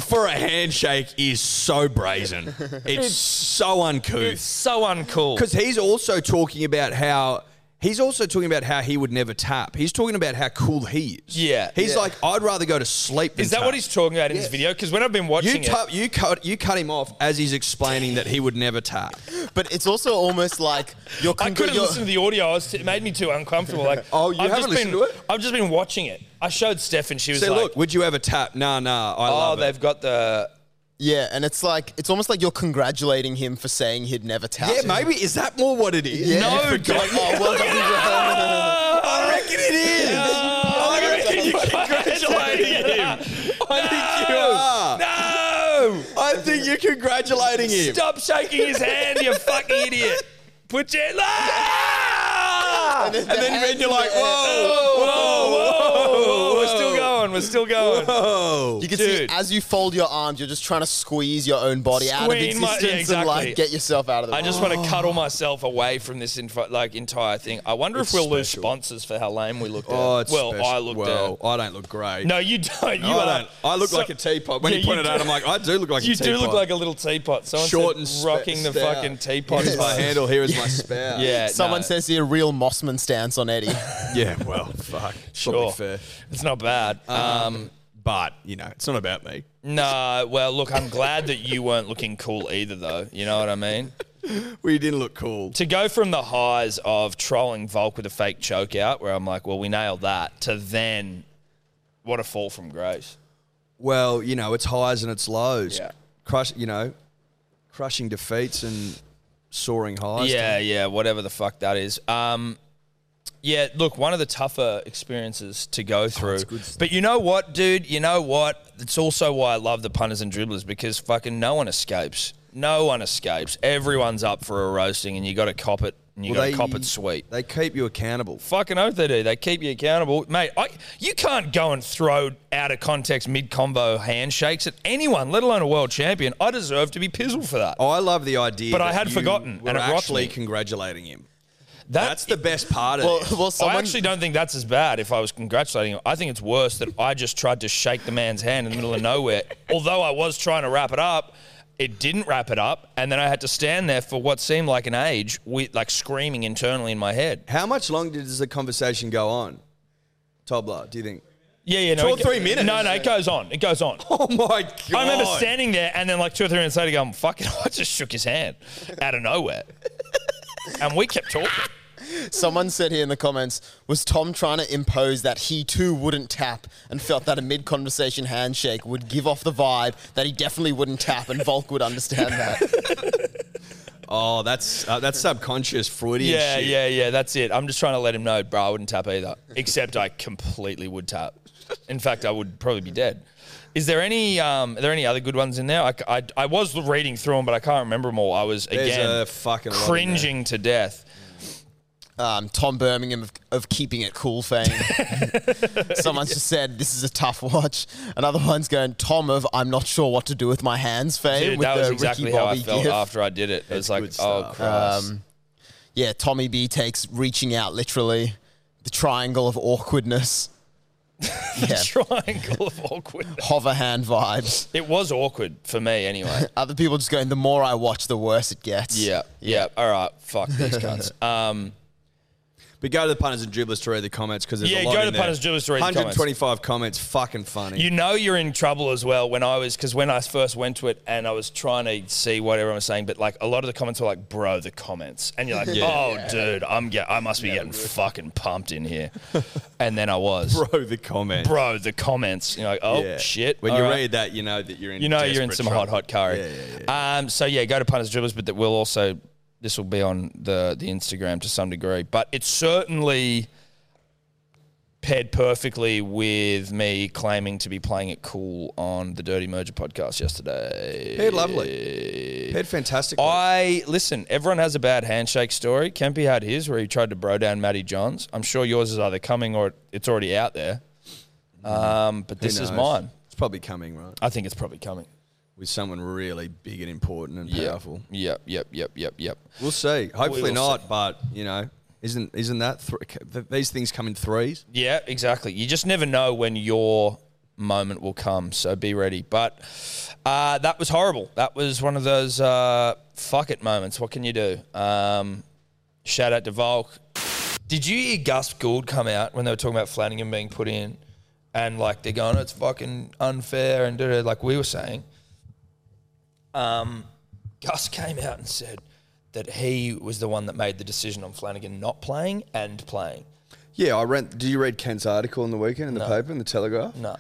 for a handshake is so brazen. It's so
it's
uncouth.
so uncool.
Because he's also talking about how he's also talking about how he would never tap. He's talking about how cool he is.
Yeah.
He's
Yeah.
like, I'd rather go to sleep. Than
Is that
tap."
what he's talking about in this video? Because when I've been watching
You, tu- you cut you cut him off as he's explaining that he would never tap.
But it's also almost like you're.
it, I
Congr-
couldn't
you're
listen to the audio. I was it made me too uncomfortable. Like,
Oh, you
I've
haven't
just been,
listened to it?
I've just been watching it. I showed Steph and she was
Say,
like,
look, would you ever tap? Nah, nah. I
"Oh,
love it.
they've got the."
yeah, and it's like it's almost like you're congratulating him for saying he'd never tap.
Yeah, maybe is that more what it is?
Yeah.
No,
You forgot.
dude.
Oh, well done, Joel.
I reckon it is.
"Oh,
I reckon you congratulating him. I
No!
think you are. I think you're congratulating him.
Stop shaking his hand, you fucking idiot! Put your ah!
And then,
And then, then you're like, whoa,
Whoa, whoa, whoa! We're still going. We're still going.
whoa.
You can
Dude.
see as you fold your arms, you're just trying to squeeze your own body out of
Squeeze
existence
my- yeah,
and
exactly.
like get yourself out of the.
I just want
Oh.
to cuddle myself away from this info, like entire thing. I wonder if we'll lose sponsors for how lame we looked.
Oh,
at.
it's
well,
special.
I looked
well,
at.
I don't look great.
No, you don't. You
I
are-
don't. I look
so-
like a teapot. When
Yeah,
he you pointed
do-
out, I'm like, I do look like
you
a
do
teapot.
look like a little teapot. Someone
Short
said
and spe-
rocking the
stout.
fucking teapot.
Here's my handle. Here is my spout.
Yeah,
Someone
no.
says here real Mossman stance on Eddie.
Yeah. Well, fuck. Sure.
Sure.
fair.
It's not bad. Um,
But you know, it's not about me.
no, well, look, I'm glad that you weren't looking cool either, though. You know what I mean?
We didn't look cool.
to go from the highs of trolling Volk with a fake choke out, where I'm like, well, we nailed that, to then what a fall from grace.
Well, you know, it's highs and it's lows.
Yeah.
Crush, you know, crushing defeats and soaring highs.
yeah, yeah, whatever the fuck that is. Um, yeah, look, one of the tougher experiences to
Oh,
go through. but you know what, dude? You know what? It's also why I love the punters and dribblers because fucking no one escapes. No one escapes. Everyone's up for a roasting, and you got to cop it, and you
Well,
got to cop it sweet.
They keep you accountable.
Fucking oath they do. They keep you accountable, mate. I, you can't go and throw out of context mid combo handshakes at anyone, let alone a world champion. I deserve to be pizzled for that.
I love the idea.
But I
that
had
you
forgotten,
were
and it rocked
actually
me.
congratulating him.
That-
That's the best part of
well,
it.
well, someone
I actually don't think that's as bad. If I was congratulating him, I think it's worse that I just tried to shake the man's hand in the middle of nowhere. Although I was trying to wrap it up, it didn't wrap it up, and then I had to stand there for what seemed like an age, with like screaming internally in my head.
How much longer does the conversation go on, Tobler? Do you think?
Yeah, yeah, no,
Two or
it go-
three minutes.
No, no, it goes on. It goes on.
Oh my god!
I remember standing there and then like two or three minutes later going, fuck it, I just shook his hand out of nowhere. and we kept talking.
someone said here in the comments was Tom trying to impose that he too wouldn't tap and felt that a mid conversation handshake would give off the vibe that he definitely wouldn't tap and Volk would understand that.
Oh, that's uh, that's subconscious Freudian
Yeah,
shit.
yeah, yeah, that's it. I'm just trying to let him know, bro, I wouldn't tap either. Except I completely would tap. In fact, I would probably be dead. Is there any um, are there any other good ones in there? I, c- I, I was reading through them, but I can't remember them all. I was
There's
again
a fucking lot in there.
cringing to death.
Um, Tom Birmingham of, of keeping it cool fame. Someone's just said this is a tough watch. Another one's going Tom of I'm not sure what to do with my hands fame.
Dude,
with
that was
the
exactly
Ricky
how I
Bobby
felt
gif.
after I did it. It was like,
good
oh
stuff.
Christ.
Um, yeah, Tommy B takes reaching out literally, the triangle of awkwardness. Yeah.
triangle of awkwardness.
Hover hand vibes.
It was awkward for me anyway.
Other people just going, the more I watch, the worse it gets.
Yeah, yeah. All right, fuck these cunts. Um,
But go to the punters and dribblers to read the comments because there's
Yeah,
a lot
go
in
to
there.
punters and dribblers to read the comments.
125 comments. Fucking funny.
you know you're in trouble as well when I was because when I first went to it and I was trying to see what everyone was saying, but like a lot of the comments were like, "Bro, the comments," and you're like, "Oh, dude, I'm get, I must be getting fucking pumped in here," and then I was, bro,
Bro, the comments.
the comments. You're like, "Oh
Yeah.
shit!"
When you
alright.
read that, you know that you're in.
you know you're in
desperate
some hot
trouble.
hot curry.
Yeah, yeah,
Um, so yeah, go to punters dribblers, but that will also this will be on the the Instagram to some degree, but it's certainly paired perfectly with me claiming to be playing it cool on the Dirty Merger podcast yesterday.
Paired lovely. Paired fantastic.
I listen. Everyone has a bad handshake story. Kempy had his where he tried to bro down Matty Johns. I'm sure yours is either coming or it's already out there. Um, but
Mm-hmm. Who
this is
knows?
mine.
It's probably coming, right?
I think it's probably coming.
With someone really big and important and
Yeah.
powerful.
Yep. Yep. Yep. Yep. Yep.
We'll see. Hopefully
will
not, but you know, isn't isn't that thr th- these things come in threes?
Yeah, exactly. You just never know when your moment will come, so be ready. But uh, that was horrible. That was one of those uh, fuck it moments. What can you do? Um, shout out to Volk. Did you hear Gus Gould come out when they were talking about Flanagan being put in? And like they're going, it's fucking unfair and da-da," like we were saying. Um, Gus came out and said that he was the one that made the decision on Flanagan not playing and playing.
Yeah, I read. Did you read Ken's article in the weekend in the paper in the Telegraph?
No.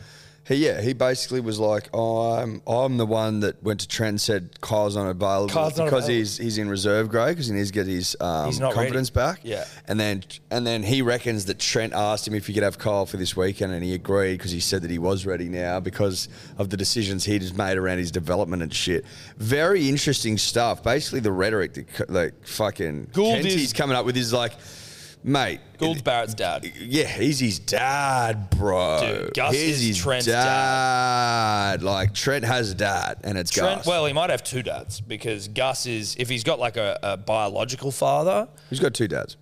He yeah, he basically was like, oh, I'm I'm the one that went to Trent and said Kyle's not available
Kyle's not
because
available.
he's he's in reserve grade because he needs to get his um,
He's not
confidence
ready.
back.
Yeah.
and then and then he reckons that Trent asked him if he could have Kyle for this weekend, and he agreed because he said that he was ready now because of the decisions he just made around his development and shit. Very interesting stuff. Basically, the rhetoric that c- like fucking
Gould
Kenti's
is-
coming up with is like, mate,
Gould Barrett's dad.
yeah, he's his dad, bro.
Dude, Gus
he's
is
his
Trent's
dad. Like Trent has a dad, and it's
Trent,
Gus.
well, he might have two dads because Gus is, if he's got like a, a biological father,
he's got two dads.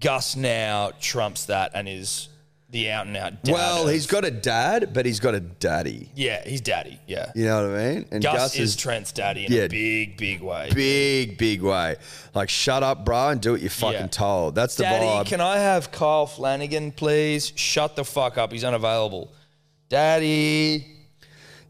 Gus now trumps that and is the out and out dad.
Well,
of-
he's got a dad, but he's got a daddy.
yeah, he's daddy. Yeah.
You know what I mean? And
Gus,
Gus,
is, Trent's daddy in
yeah.
a big, big way.
big, big way. Like, shut up, bro, and do what you're fucking
Yeah.
told. That's the
Daddy,
vibe.
can I have Kyle Flanagan, please? Shut the fuck up. He's unavailable. Daddy,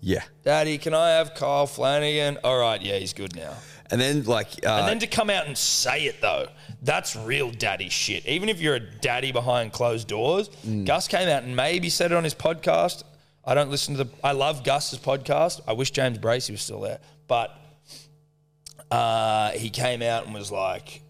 yeah.
daddy, can I have Kyle Flanagan? All right, yeah, he's good now.
And then like, uh,
And then to come out and say it though, that's real daddy shit. Even if you're a daddy behind closed doors,
Mm.
Gus came out and maybe said it on his podcast. I don't listen to the. I love Gus's podcast. I wish James Bracey was still there, but uh, he came out and was like,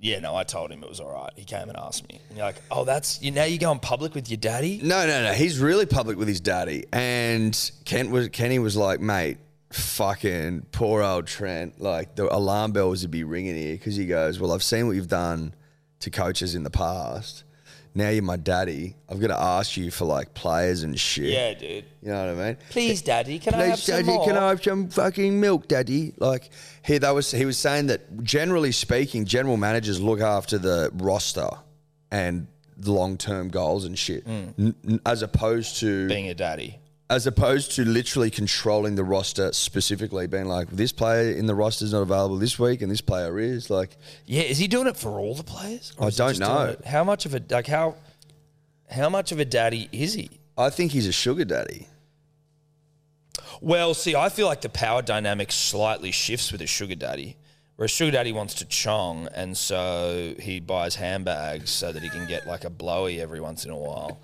"Yeah, no, I told him it was all right." He came and asked me, and you're like, "Oh, that's you now you're going public with your daddy."
no, no, no. He's really public with his daddy. And Kent was Kenny was like, mate, fucking poor old Trent. Like the alarm bells would be ringing here because he goes, well, I've seen what you've done to coaches in the past. Now you're my daddy. I've got to ask you for like players and shit.
Yeah, dude.
You know what I mean?
Please, daddy, can I have
Please,
some
Daddy,
more?
can I have some fucking milk, Daddy? Like he, that was he was saying that generally speaking, general managers look after the roster and long term goals and shit, N- n- as opposed to
Mm. Being a daddy.
as opposed to literally controlling the roster specifically, being like this player in the roster is not available this week and this player is like
Yeah, is he doing it for all the players? Or
I
is he
don't
just doing
know.
it- How much of a like how how much of a daddy is he?
I think he's a sugar daddy.
Well, see, I feel like the power dynamic slightly shifts with a sugar daddy. Where a sugar daddy wants to chong, and so he buys handbags so that he can get like a blowy every once in a while.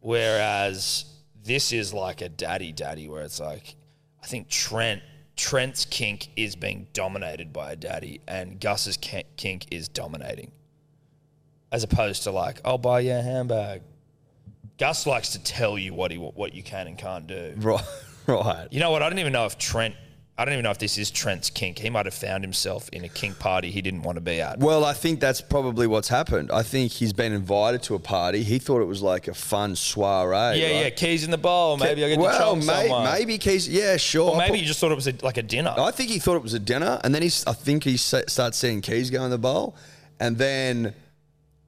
Whereas this is like a daddy daddy, where it's like, I think Trent Trent's kink is being dominated by a daddy, and Gus's ki- kink is dominating, as opposed to like, I'll buy you a handbag. Gus likes to tell you what he what you can and can't do.
Right, right.
You know what? I don't even know if Trent. I don't even know if this is Trent's kink. He might have found himself in a kink party he didn't want to be at.
Well, I think that's probably what's happened. I think he's been invited to a party. He thought it was like a fun soiree.
yeah,
right?
yeah. Keys in the bowl. Maybe I get to
well,
chunk
may-
someone.
maybe Keys. Yeah, sure.
Or
I
maybe you just thought it was a, like a dinner.
put- I think he thought it was a dinner, and then he. s- I think he sa- starts seeing Keys go in the bowl, and then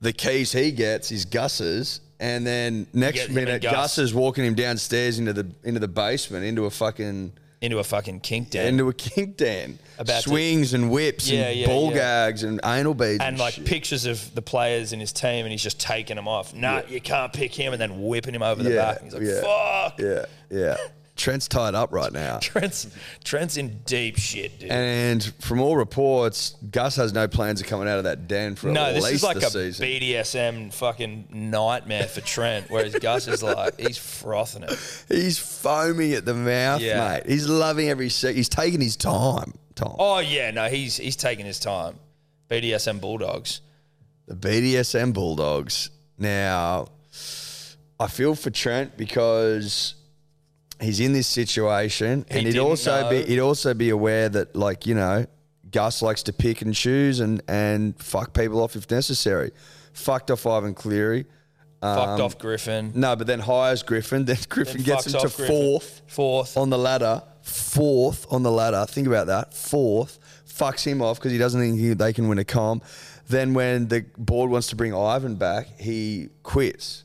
the Keys he gets is Gus's, And then next
get him and
minute,
Gus.
Gus. is walking him downstairs into the into the basement, into a fucking
into a fucking kink den
into a kink den,
About to-
swings and whips
Yeah,
and
yeah,
ball
yeah.
gags and anal beads
and like
shit.
pictures of the players in his team, and he's just taking them off. Nah, you can't pick him, and then whipping him over the
Yeah,
back. And he's like,
yeah.
"Fuck."
yeah, yeah. Trent's tied up right now.
Trent's Trent's in deep shit, dude.
And from all reports, Gus has no plans of coming out of that den for
no,
at
this
least
is like
the
a
season.
BDSM fucking nightmare for Trent, whereas Gus is like he's frothing it.
He's foaming at the mouth,
Yeah.
mate. He's loving every sec. He's taking his time. Time.
Oh yeah, no, he's he's taking his time. BDSM Bulldogs.
The BDSM Bulldogs. Now, I feel for Trent because he's in this situation, and he'd
didn't
also
know.
be he'd also be aware that, like you know, Gus likes to pick and choose and and fuck people off if necessary. Fucked off Ivan Cleary.
Fucked off Griffin.
No, but then hires Griffin. Then Griffin
Then
Um, gets
fucks
him to
off Griffin.
fourth
Fourth.
on the ladder. Fourth on the ladder. Think about that. Fourth. Fucks him off because he doesn't think he- they can win a comp. Then when the board wants to bring Ivan back, he quits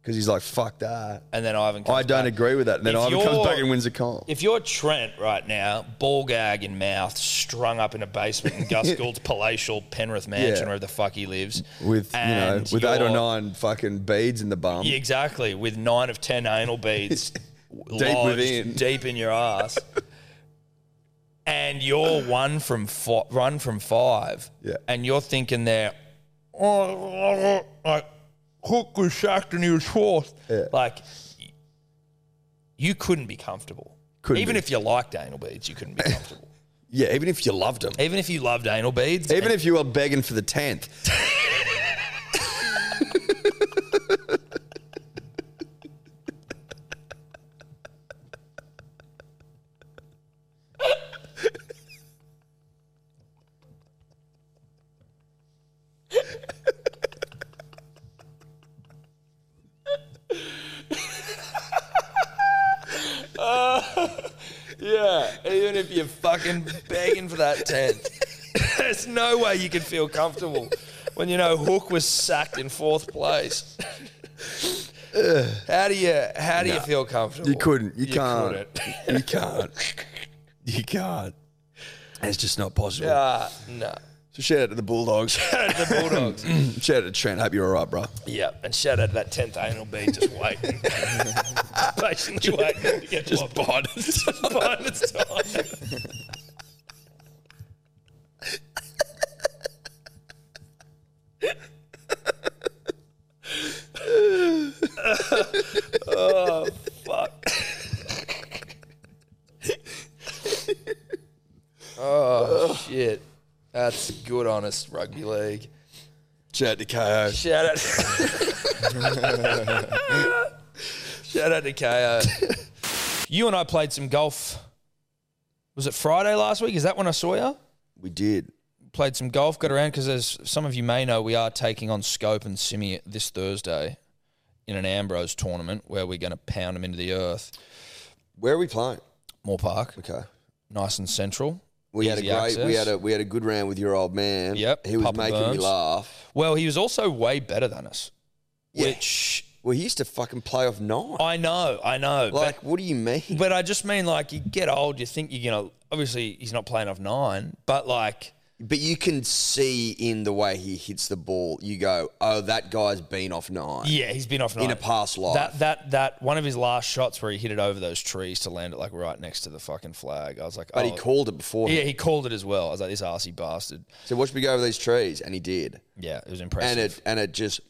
because he's like, fuck that.
And then Ivan comes
I don't
back.
agree with that. And then
If
Ivan comes
you're-
back and wins a comp.
If you're Trent right now, ball gag in mouth, strung up in a basement in Gus Gould's palatial Penrith mansion,
Yeah.
wherever the fuck he lives,
with, you know,
and
with eight or
you're-
nine fucking beads in the bum.
Yeah, exactly, with nine of ten anal beads deep
within.
deep in your ass, and you're one from fo- run from five,
Yeah.
and you're thinking there, oh, like Hook was sacked and he was fourth,
Yeah.
like you couldn't be comfortable.
Couldn't
Even
be.
if you liked anal beads, you couldn't be comfortable.
Yeah, even if you loved him.
Even if you loved anal beads,
Even if you were begging for the 10th.
yeah, even if you're fucking begging for that tenth, there's no way you can feel comfortable when you know Hook was sacked in fourth place. how do you how do you feel comfortable?
You couldn't. You, can't.
couldn't.
You can't. You can't. It's just not possible.
Ah, no.
So shout out to the Bulldogs.
The Bulldogs.
shout out to Trent. Hope you're all right, bro.
yeah, and shout out to that tenth anal bead just waiting, patiently waiting to get just biding, just biding its time. Oh, Oh, Shit, that's good, honest rugby league.
Shout out to KO.
Shout out. Shout out to KO. You and I played some golf. Was it Friday last week? Is that when I saw you?
We did.
Played some golf, got around because, as some of you may know, we are taking on Scope and Simi this Thursday in an Ambrose tournament where we're going to pound them into the earth.
Where are we playing?
Moore Park,
Okay.
nice and central.
We had a
Easy
great. We
access.
had a we had a good round with your old man.
Yep,
He was
Papa
making me
Burns.
laugh.
Well, he was also way better than us,
Yeah.
which
Well, he used to fucking play off nine.
I know, I know. but-
like, what do you mean?
But I just mean like you get old, you think you're gonna. Obviously, he's not playing off nine, but like
But you can see in the way he hits the ball. You go, oh, that guy's been off nine.
yeah, he's been off nine
a past life.
That that that one of his last shots where he hit it over those trees to land it like right next to the fucking flag. I was like,
But
oh.
he called it before.
Yeah, he called it as well. I was like, this arsey bastard.
So watch me go over these trees, and he did.
Yeah, it was
and
impressive.
it and it just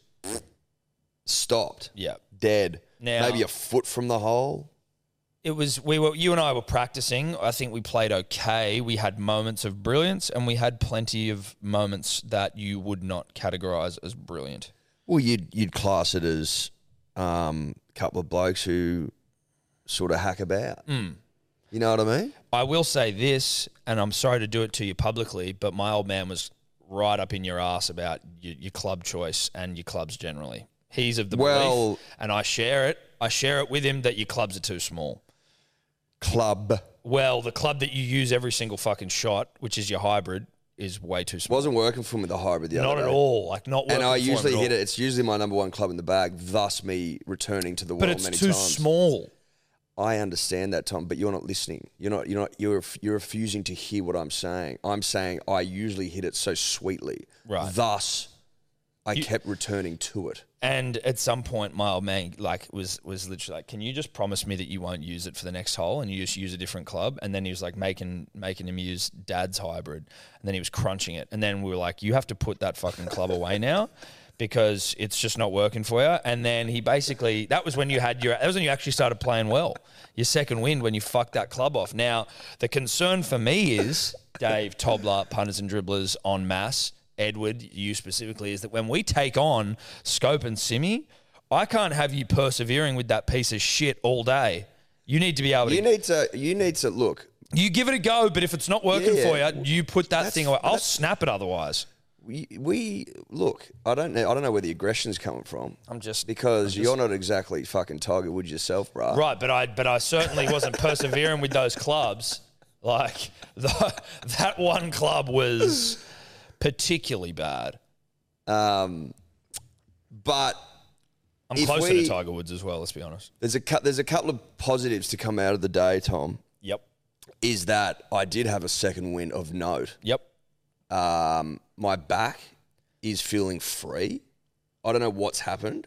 stopped
yeah,
dead.
Now-
Maybe a foot from the hole.
it was. We were you and I were practicing. I think we played okay. We had moments of brilliance, and we had plenty of moments that you would not categorize as brilliant.
Well, you'd you'd class it as um, a couple of blokes who sort of hack about.
Hmm.
You know what I mean?
I will say this, and I'm sorry to do it to you publicly, but my old man was right up in your ass about your, your club choice and your clubs generally. He's of the
Well-
belief, and I share it. I share it with him that your clubs are too small.
Club.
Well, the club that you use every single fucking shot, which is your hybrid, is way too small.
Wasn't working for me the hybrid the
Not
other
at
day.
all. Like not.
And
working
I
for him
usually
at
hit
all.
it. It's usually my number one club in the bag, thus me returning to the
but
well
it's
many
too
times.
small.
I understand that, Tom, but you're not listening. You're not. You're not. You're you're refusing to hear what I'm saying. I'm saying I usually hit it so sweetly.
Right.
Thus, I
You-
kept returning to it.
And at some point, my old man like was was literally like, "Can you just promise me that you won't use it for the next hole and you just use a different club?" And then he was like making making him use Dad's hybrid, and then he was crunching it, and then we were like, "You have to put that fucking club away now." Because it's just not working for you, and then he basically—that was when you had your—that was when you actually started playing well. Your second wind when you fucked that club off. Now the concern for me is Dave Tobler, punters and dribblers on mass, Edward, you specifically, is that when we take on Scope and Simi, I can't have you persevering with that piece of shit all day. You need to be able to.
You
You,
need to. You need to look.
give it a go, but if it's not working
Yeah, yeah.
for you, you put that
That's-
thing away. I'll
that's-
snap it otherwise.
We, we look. I don't know. I don't know where the aggression's coming from.
I'm just-
because you're not exactly fucking Tiger Woods yourself, bruh.
Right, but I but I certainly wasn't persevering with those clubs. Like the, that one club was particularly bad.
Um, but
I'm
If
closer
we-
to Tiger Woods as well. Let's be honest.
there's a cou- there's a couple of positives to come out of the day, Tom.
Yep.
Is that I did have a second win of note.
Yep.
Um, my back is feeling free. I don't know what's happened,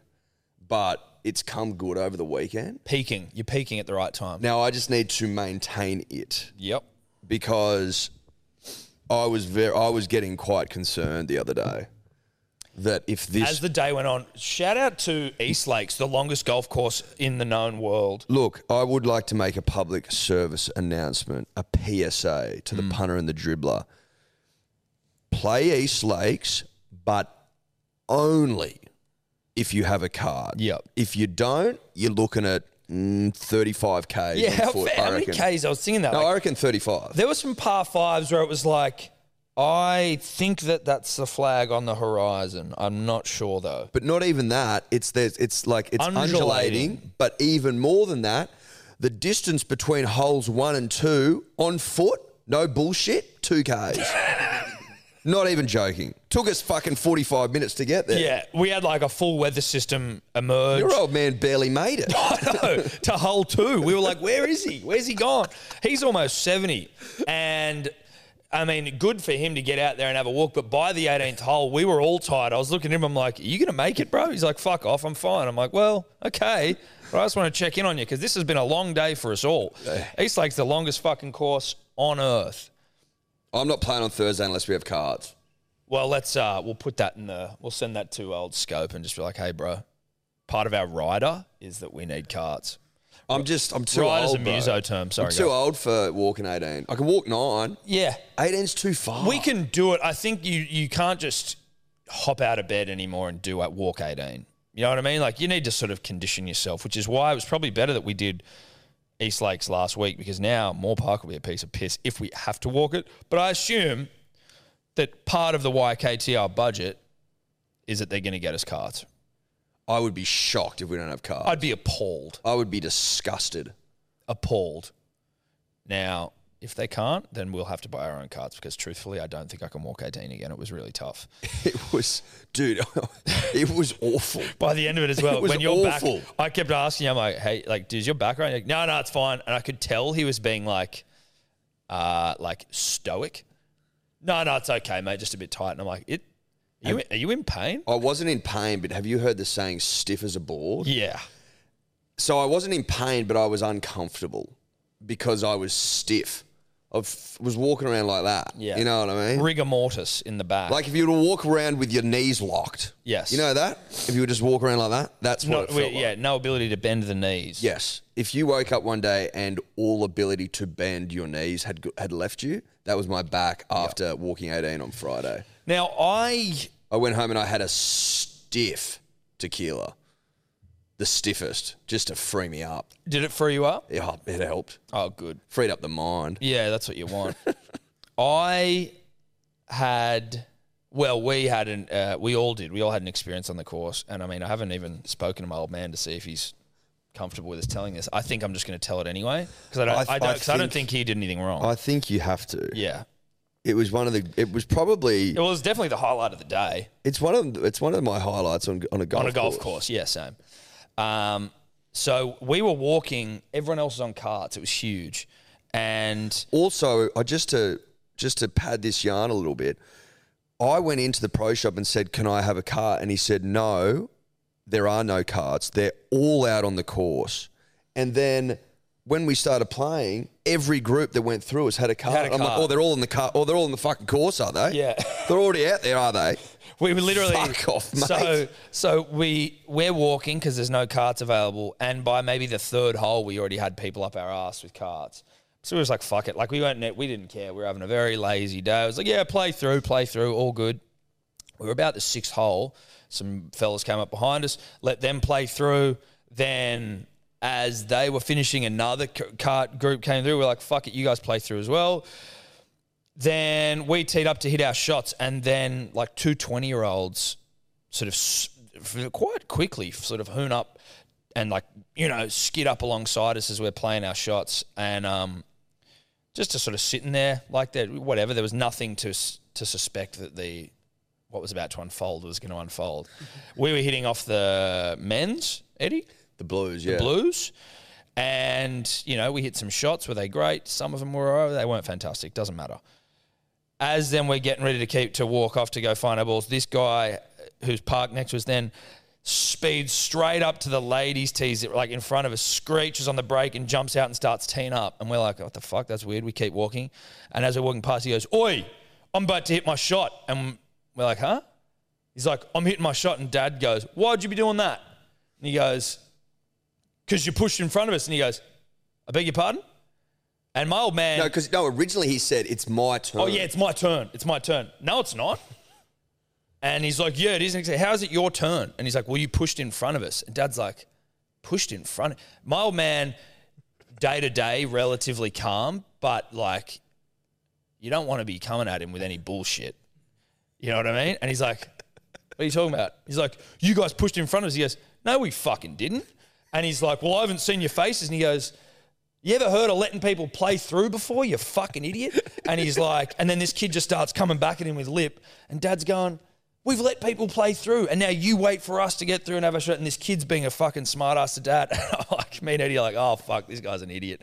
but it's come good over the weekend.
Peaking. You're peaking at the right time.
Now I just need to maintain it
yep.
because I was very I was getting quite concerned the other day that if this
as the day went on. Shout out to East Lakes, the longest golf course in the known world.
Look, I would like to make a public service announcement, a PSA
Hmm.
to the punter and the dribbler. Play East Lakes, but only if you have a card.
Yep.
If you don't, you're looking at mm, 35K.
Yeah, how,
on foot,
fa- how
I
many
reckon.
Ks? I was thinking that.
No,
like,
I reckon 35.
there were some par fives where it was like, I think that that's the flag on the horizon. I'm not sure though.
But not even that. It's there's it's like it's
Undulating.
undulating. But even more than that, the distance between holes one and two on foot, no bullshit, two Ks. not even joking. Took us fucking forty five minutes to get there.
Yeah, we had like a full weather system emerge.
Your old man barely made it.
I know, to hole two. We were like, where is he? Where's he gone? He's almost 70. And I mean, good for him to get out there and have a walk. But by the 18th hole, we were all tired. I was looking at him. I'm like, are you going to make it, bro? He's like, fuck off. I'm fine. I'm like, well, okay. But I just want to check in on you because this has been a long day for us all. East Lake's the longest fucking course on earth.
I'm not playing on Thursday unless we have cards.
Well, let's uh we'll put that in the we'll send that to old scope and just be like, hey bro, part of our rider is that we need carts.
I'm just I'm too
Rider's
old.
a
bro.
muso term, sorry.
I'm too
guys.
old for walking eighteen. I can walk nine.
Yeah.
18's too far.
We can do it. I think you you can't just hop out of bed anymore and do at walk 18. You know what I mean? Like you need to sort of condition yourself, which is why it was probably better that we did East Lakes last week because now Moore Park will be a piece of piss if we have to walk it. But I assume that part of the YKTR budget is that they're going to get us carts.
I would be shocked if we don't have cards.
I'd be appalled.
I would be disgusted.
Appalled. Now, if they can't, then we'll have to buy our own carts because truthfully, I don't think I can walk 18 again. It was really tough.
It was, dude, it was awful.
by the end of it as well.
It was
when you're
awful.
back, I kept asking him, like, hey, like, does your back right? Like, no, no, it's fine. And I could tell he was being like, uh, like stoic. No, no, it's okay, mate. Just a bit tight. And I'm like, it. Are you, are you in pain?
I wasn't in pain, but have you heard the saying stiff as a board?
Yeah.
So I wasn't in pain, but I was uncomfortable because I was stiff. I f- was walking around like that.
Yeah.
You know what I mean?
Rigor mortis in the back.
Like if you were to walk around with your knees locked.
Yes.
You know that? If you would just walk around like that, that's what
No-
it felt like.
yeah, no ability to bend the knees.
Yes. If you woke up one day and all ability to bend your knees had, g- had left you, that was my back after walking 18 on Friday.
Now I
I went home and I had a stiff tequila, the stiffest, just to free me up.
did it free you up.
Yeah, it helped,
Oh, good.
freed up the mind.
Yeah, that's what you want. I had, well, we had an, uh, we all did. We all had an experience on the course, and I mean, I haven't even spoken to my old man to see if he's comfortable with us telling this. I think I'm just going to tell it anyway because I don't, I,
I- I
don't, 'cause I don't
think-
think he did anything wrong.
think you have to.
yeah,
It was one of the. It was probably.
It was definitely the highlight of the day
It's one of. It's one of my highlights on on a golf
on a golf course. Yeah, same. Um, so we were walking. Everyone else was on carts. It was huge, and
Also, I just to just to pad this yarn a little bit, I went into the pro shop and said, "Can I have a cart?" And he said, "No, there are no carts. They're all out on the course." And then when we started playing, every group that went through us had a cart.
Had a
I'm like,
cart.
"Oh, they're all in the cart. Oh, they're all in the fucking course, are they?
Yeah.
they're already out there, are they?"
we were literally
Fuck off, mate.
So so we we're walking because there's no carts available, and by maybe the third hole, we already had people up our ass with carts. So we was like, fuck it. Like we weren't we didn't care. We were having a very lazy day. I was like, yeah, play through, play through, all good. We were about the sixth hole. Some fellas came up behind us, let them play through. Then, as they were finishing, another c- cart group came through. We're like, fuck it, you guys play through as well. Then we teed up to hit our shots, and then like two 20 year olds sort of s- f- quite quickly sort of hoon up and like, you know, skid up alongside us as we're playing our shots. And, um, just to sort of sitting there like that, whatever. There was nothing to s- to suspect that the what was about to unfold was going to unfold. we were hitting off the men's, Eddie,
The Blues, yeah.
the blues. And, you know, we hit some shots. Were they great? Some of them were over. They weren't fantastic. Doesn't matter. As then we're getting ready to keep to walk off to go find our balls, this guy uh, who's parked next to us then speeds straight up to the ladies' tees, that were, like in front of us, screeches on the brake and jumps out and starts teeing up. And we're like, what the fuck? That's weird. We keep walking. And as we're walking past, he goes, Oi, I'm about to hit my shot. And we're like, huh? He's like, I'm hitting my shot. And dad goes, Why'd you be doing that? And he goes, because you pushed in front of us. And he goes, I beg your pardon? And my old man,
No, because no. Originally, he said it's my turn.
oh, yeah, it's my turn. It's my turn. No, it's not. And he's like, yeah, it is. And he said, how is it your turn? And he's like, well, you pushed in front of us. And dad's like, pushed in front. My old man, day to day, relatively calm, but like, you don't want to be coming at him with any bullshit. You know what I mean? And he's like, what are you talking about? He's like, you guys pushed in front of us. He goes, no, we fucking didn't. And he's like, well, I haven't seen your faces. And he goes, you ever heard of letting people play through before? You fucking idiot. And he's like, and then this kid just starts coming back at him with lip. And dad's going, we've let people play through. And now you wait for us to get through and have a shot. And this kid's being a fucking smart ass to dad. And I'm like, me and Eddie are like, oh, fuck, this guy's an idiot.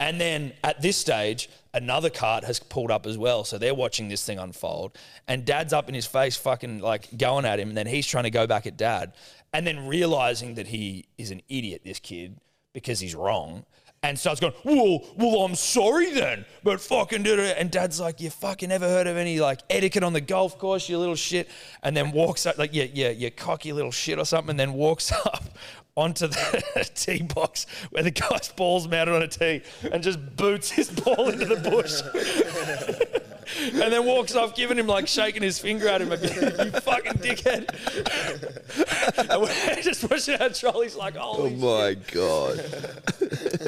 And then at this stage, another cart has pulled up as well. So they're watching this thing unfold. And dad's up in his face, fucking like going at him. And then he's trying to go back at dad. And then realizing that he is an idiot, this kid, because he's wrong. And starts going, well, well, I'm sorry then, but fucking did it. And dad's like, you fucking ever heard of any like etiquette on the golf course, you little shit? And then walks up, like, yeah, yeah, you cocky little shit or something, and then walks up onto the tee box where the guy's ball's mounted on a tee and just boots his ball into the bush. and then walks off, giving him like shaking his finger at him, like, you fucking dickhead. and we're just pushing our trolleys, like,
Oh
holy
my god!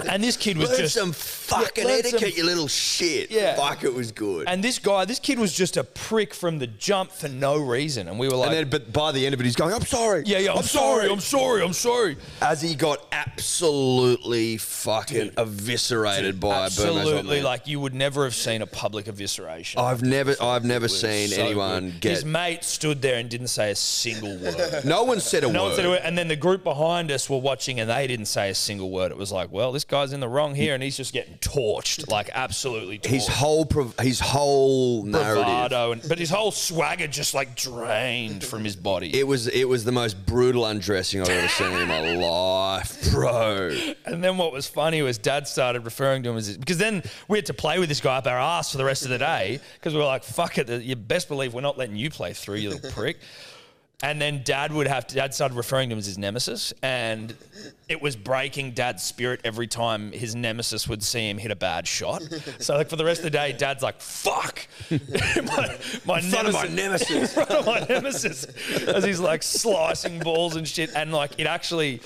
and this kid was
Learn
just
some fucking
learn some-
etiquette, you little shit.
Yeah.
Fuck, it was good.
and this guy, this kid was just a prick from the jump for no reason. And we were like,
And then, but by the end of it, he's going, "I'm sorry."
yeah, yeah, I'm, sorry, I'm sorry, I'm sorry.
As he got absolutely fucking eviscerated by a Burma's
Absolutely,
man.
like you would never have seen a public evisceration.
I've never, I've never seen
So
anyone
good.
get.
His mate stood there and didn't say a single word.
no one said a
No
word.
one said a word. And then the group behind us were watching and they didn't say a single word. It was like, well, this guy's in the wrong here and he's just getting torched, like absolutely torched.
His whole, prov- his whole narrative.
bravado, and, but his whole swagger just like drained from his body.
It was, it was the most brutal undressing I've ever seen in my life, bro.
And then what was funny was dad started referring to him as because then we had to play with this guy up our ass for the rest of the day because we were like, fuck it, you best believe we're not letting you play through, you little prick. And then dad would have to, dad started referring to him as his nemesis. And it was breaking dad's spirit every time his nemesis would see him hit a bad shot. So, like, for the rest of the day, dad's like, fuck. my, my
front of my
in front of my nemesis as he's like slicing balls and shit. And like it actually,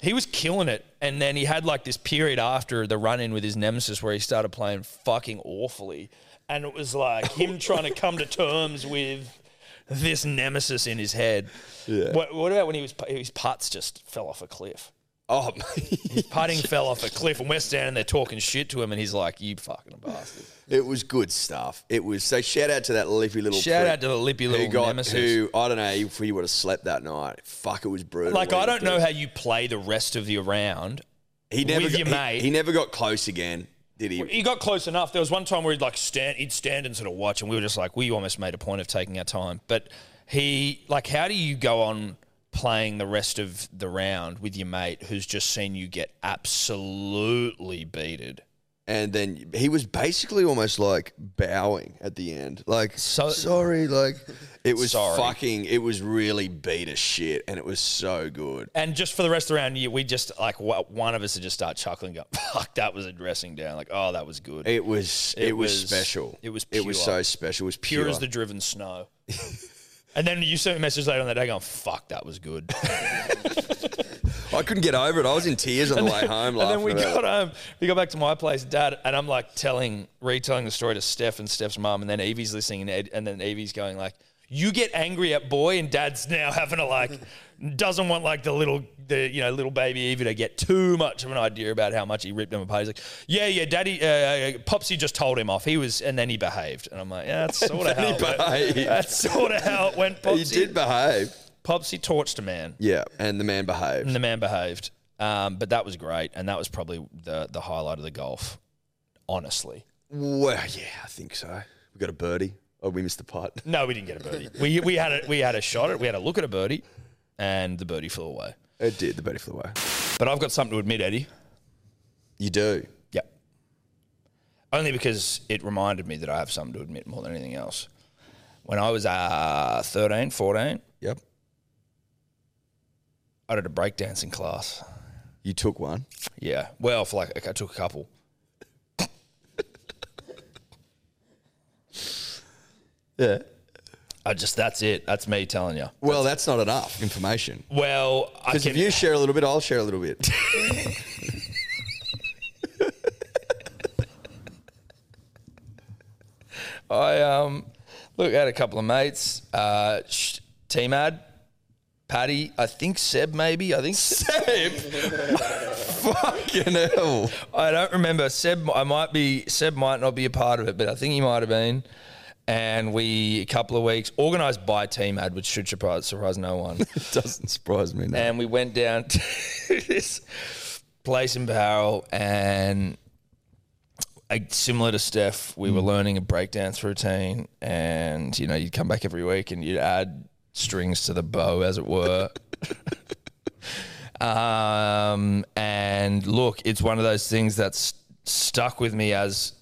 he was killing it. And then he had like this period after the run in with his nemesis where he started playing fucking awfully. And it was like him trying to come to terms with this nemesis in his head. What, what about when he was he- his putts just fell off a cliff?
Oh,
His putting fell off a cliff, and we're standing there talking shit to him, and he's like, "You fucking bastard!"
it was good stuff. It was so. Shout out to that leafy little.
Shout
prick
out to the lippy little
who got
nemesis.
who I don't know if he would have slept that night. Fuck, it was brutal.
like,
what
I
he
don't
did.
know how you play the rest of the round.
he never
with
got,
your
he-
mate.
He, never got close again, did he?
He got close enough. There was one time where he'd like stand, he'd stand and sort of watch, and we were just like, we almost made a point of taking our time. But he, like, how do you go on playing the rest of the round with your mate who's just seen you get absolutely beated?
And then he was basically almost like bowing at the end, like
So-
sorry, like it was
Sorry.
fucking. It was really beat as shit, and it was so good.
And just for the rest of the round, you- we just like wa- one of us would just start chuckling, go, "Fuck, that was a dressing down." Like, oh, that was good.
It was
It
it, was,
was-
special.
it was
it was
pure.
so special. It was
pure
pure,
as the driven snow. and then you sent me a message later on that day going, "Fuck, that was good."
I couldn't get over it. I was in tears on the way home.
and then
laughing
we
about it.
got home. We got back to my place, Dad, and I'm like telling, retelling the story to Steph and Steph's mum, and then Evie's listening, and, Ed, and then Evie's going like, "You get angry at boy," and Dad's now having to like, doesn't want like the little, the you know, little baby Evie to get too much of an idea about how much he ripped him apart. He's like, "Yeah, yeah, Daddy, uh, Popsy just told him off. He was, and then he behaved." And I'm like, "Yeah, that's sort of how
Then he
it went.
behaved.
that's sort of how it went."
He
Popsy,
did behave.
Popsy torched a man.
Yeah, and the man behaved.
And the man behaved. Um, but that was great, and that was probably the the highlight of the golf. Honestly,
Well, yeah, I think so. We got a birdie. Oh, we missed the putt.
no, we didn't get a birdie. we we had a we had a shot at we had a look at a birdie, and the birdie flew away.
It did. The birdie flew away.
But I've got something to admit, Eddie.
You do.
Yep. Only because it reminded me that I have something to admit more than anything else. When I was uh, 13, 14,
Yep.
I did a breakdancing class.
You took one.
Yeah. Well, for like, I took a couple.
Yeah.
I just, that's it. That's me telling you.
Well, that's not enough information.
Well, I
Because
can.
if you share a little bit, I'll share a little bit.
I um look I had a couple of mates. Uh, sh- T-Mad, Paddy. I think Seb. Maybe I think Seb.
Fucking hell.
I don't remember. Seb. I might be. Seb might not be a part of it, but I think he might have been. And we a couple of weeks organised by T-Mad, which should surprise surprise no one.
Doesn't surprise me now.
and we went down to this place in Barrel and like, similar to Steph, we were learning a breakdance routine and you know, you'd come back every week and you'd add strings to the bow as it were. um and look, it's one of those things that's stuck with me as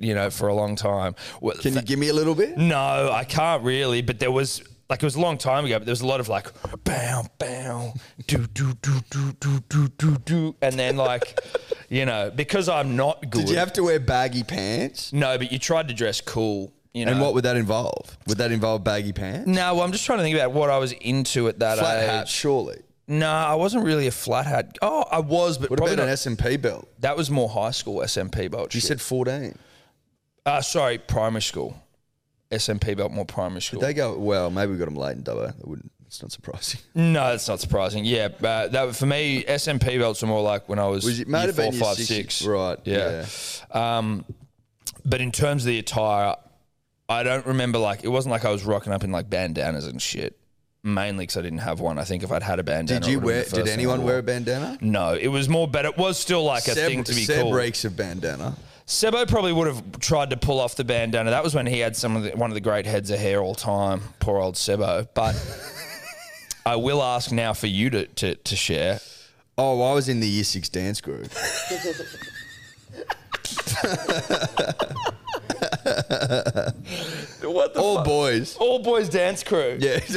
you know, for a long time. Well,
Can you give me a little bit?
no, I can't really. But there was like it was a long time ago. But there was a lot of like, bow, bow, do, do, do, do, do, do, do, do, and then like, you know, because I'm not good.
Did you have to wear baggy pants?
no, but you tried to dress cool. You know.
And what would that involve? Would that involve baggy pants?
no, well, I'm just trying to think about what I was into at that
Flat
age.
hat, surely.
No, I wasn't really a flat hat. Oh, I was, but
What
probably
about an
not-
S&P belt?
that was more high school SMP belt.
You
shit.
said 14.
uh, sorry, primary school. SMP belt more primary school.
They go, well, maybe we got them late in Dubbo. That wouldn't, it's not surprising.
No, that's not surprising. Yeah, but that for me, SMP belts are more like when I was,
Was it- might
year
have
four,
been year
five,
six,
six.
right,
Yeah. Um, but in terms of the attire, I don't remember like it wasn't like I was rocking up in like bandanas and shit. Mainly because I didn't have one. I think if I'd had a bandana,
Did you
it would've been
wear,
the first
did
thing I
anyone
wore.
wear a bandana?
No, it was more, but it was still like a
Seb-
thing to be
Seb
cool.
reeks of bandana.
Sebo probably would have tried to pull off the bandana. That was when he had some of the, one of the great heads of hair all time. Poor old Sebo. But I will ask now for you to, to, to share.
Oh, I was in the year six dance group.
What the
All boys.
All boys dance crew.
Yeah.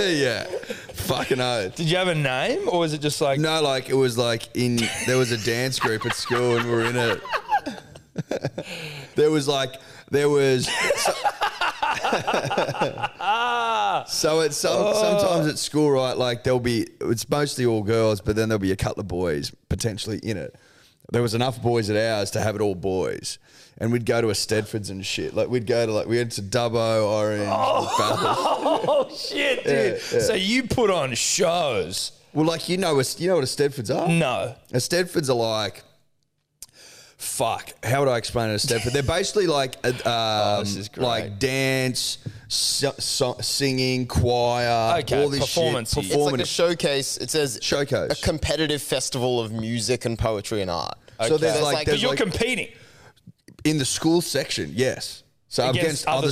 yeah. Fucking oath.
Did you have a name, or was it just like
No, like it was like in there was a dance group at school and we were in it. there was like there was So it's some, sometimes at school, right? Like there'll be it's mostly all girls, but then there'll be a couple of boys potentially in it. There was enough boys at ours to have it all boys. And we'd go to a Stedfords and shit. Like we'd go to like we went to Dubbo, Orange, the Bathurst.
Oh shit, dude!
yeah.
So you put on shows?
Well, like you know, a, you know what a Stedfords are.
No.
a Stedfords are like, fuck. How would I explain it? A Stedford? They're basically like, uh, um,
Oh, this is great.
like dance, so, so, singing, choir,
Okay,
all this
performance.
shit.
It's
It's like a showcase. It says
Showcase.
a competitive festival of music and poetry and art.
So there's like-
Because
there's
you're
like-
competing.
in the school section, yes. So against,
Against
other,
other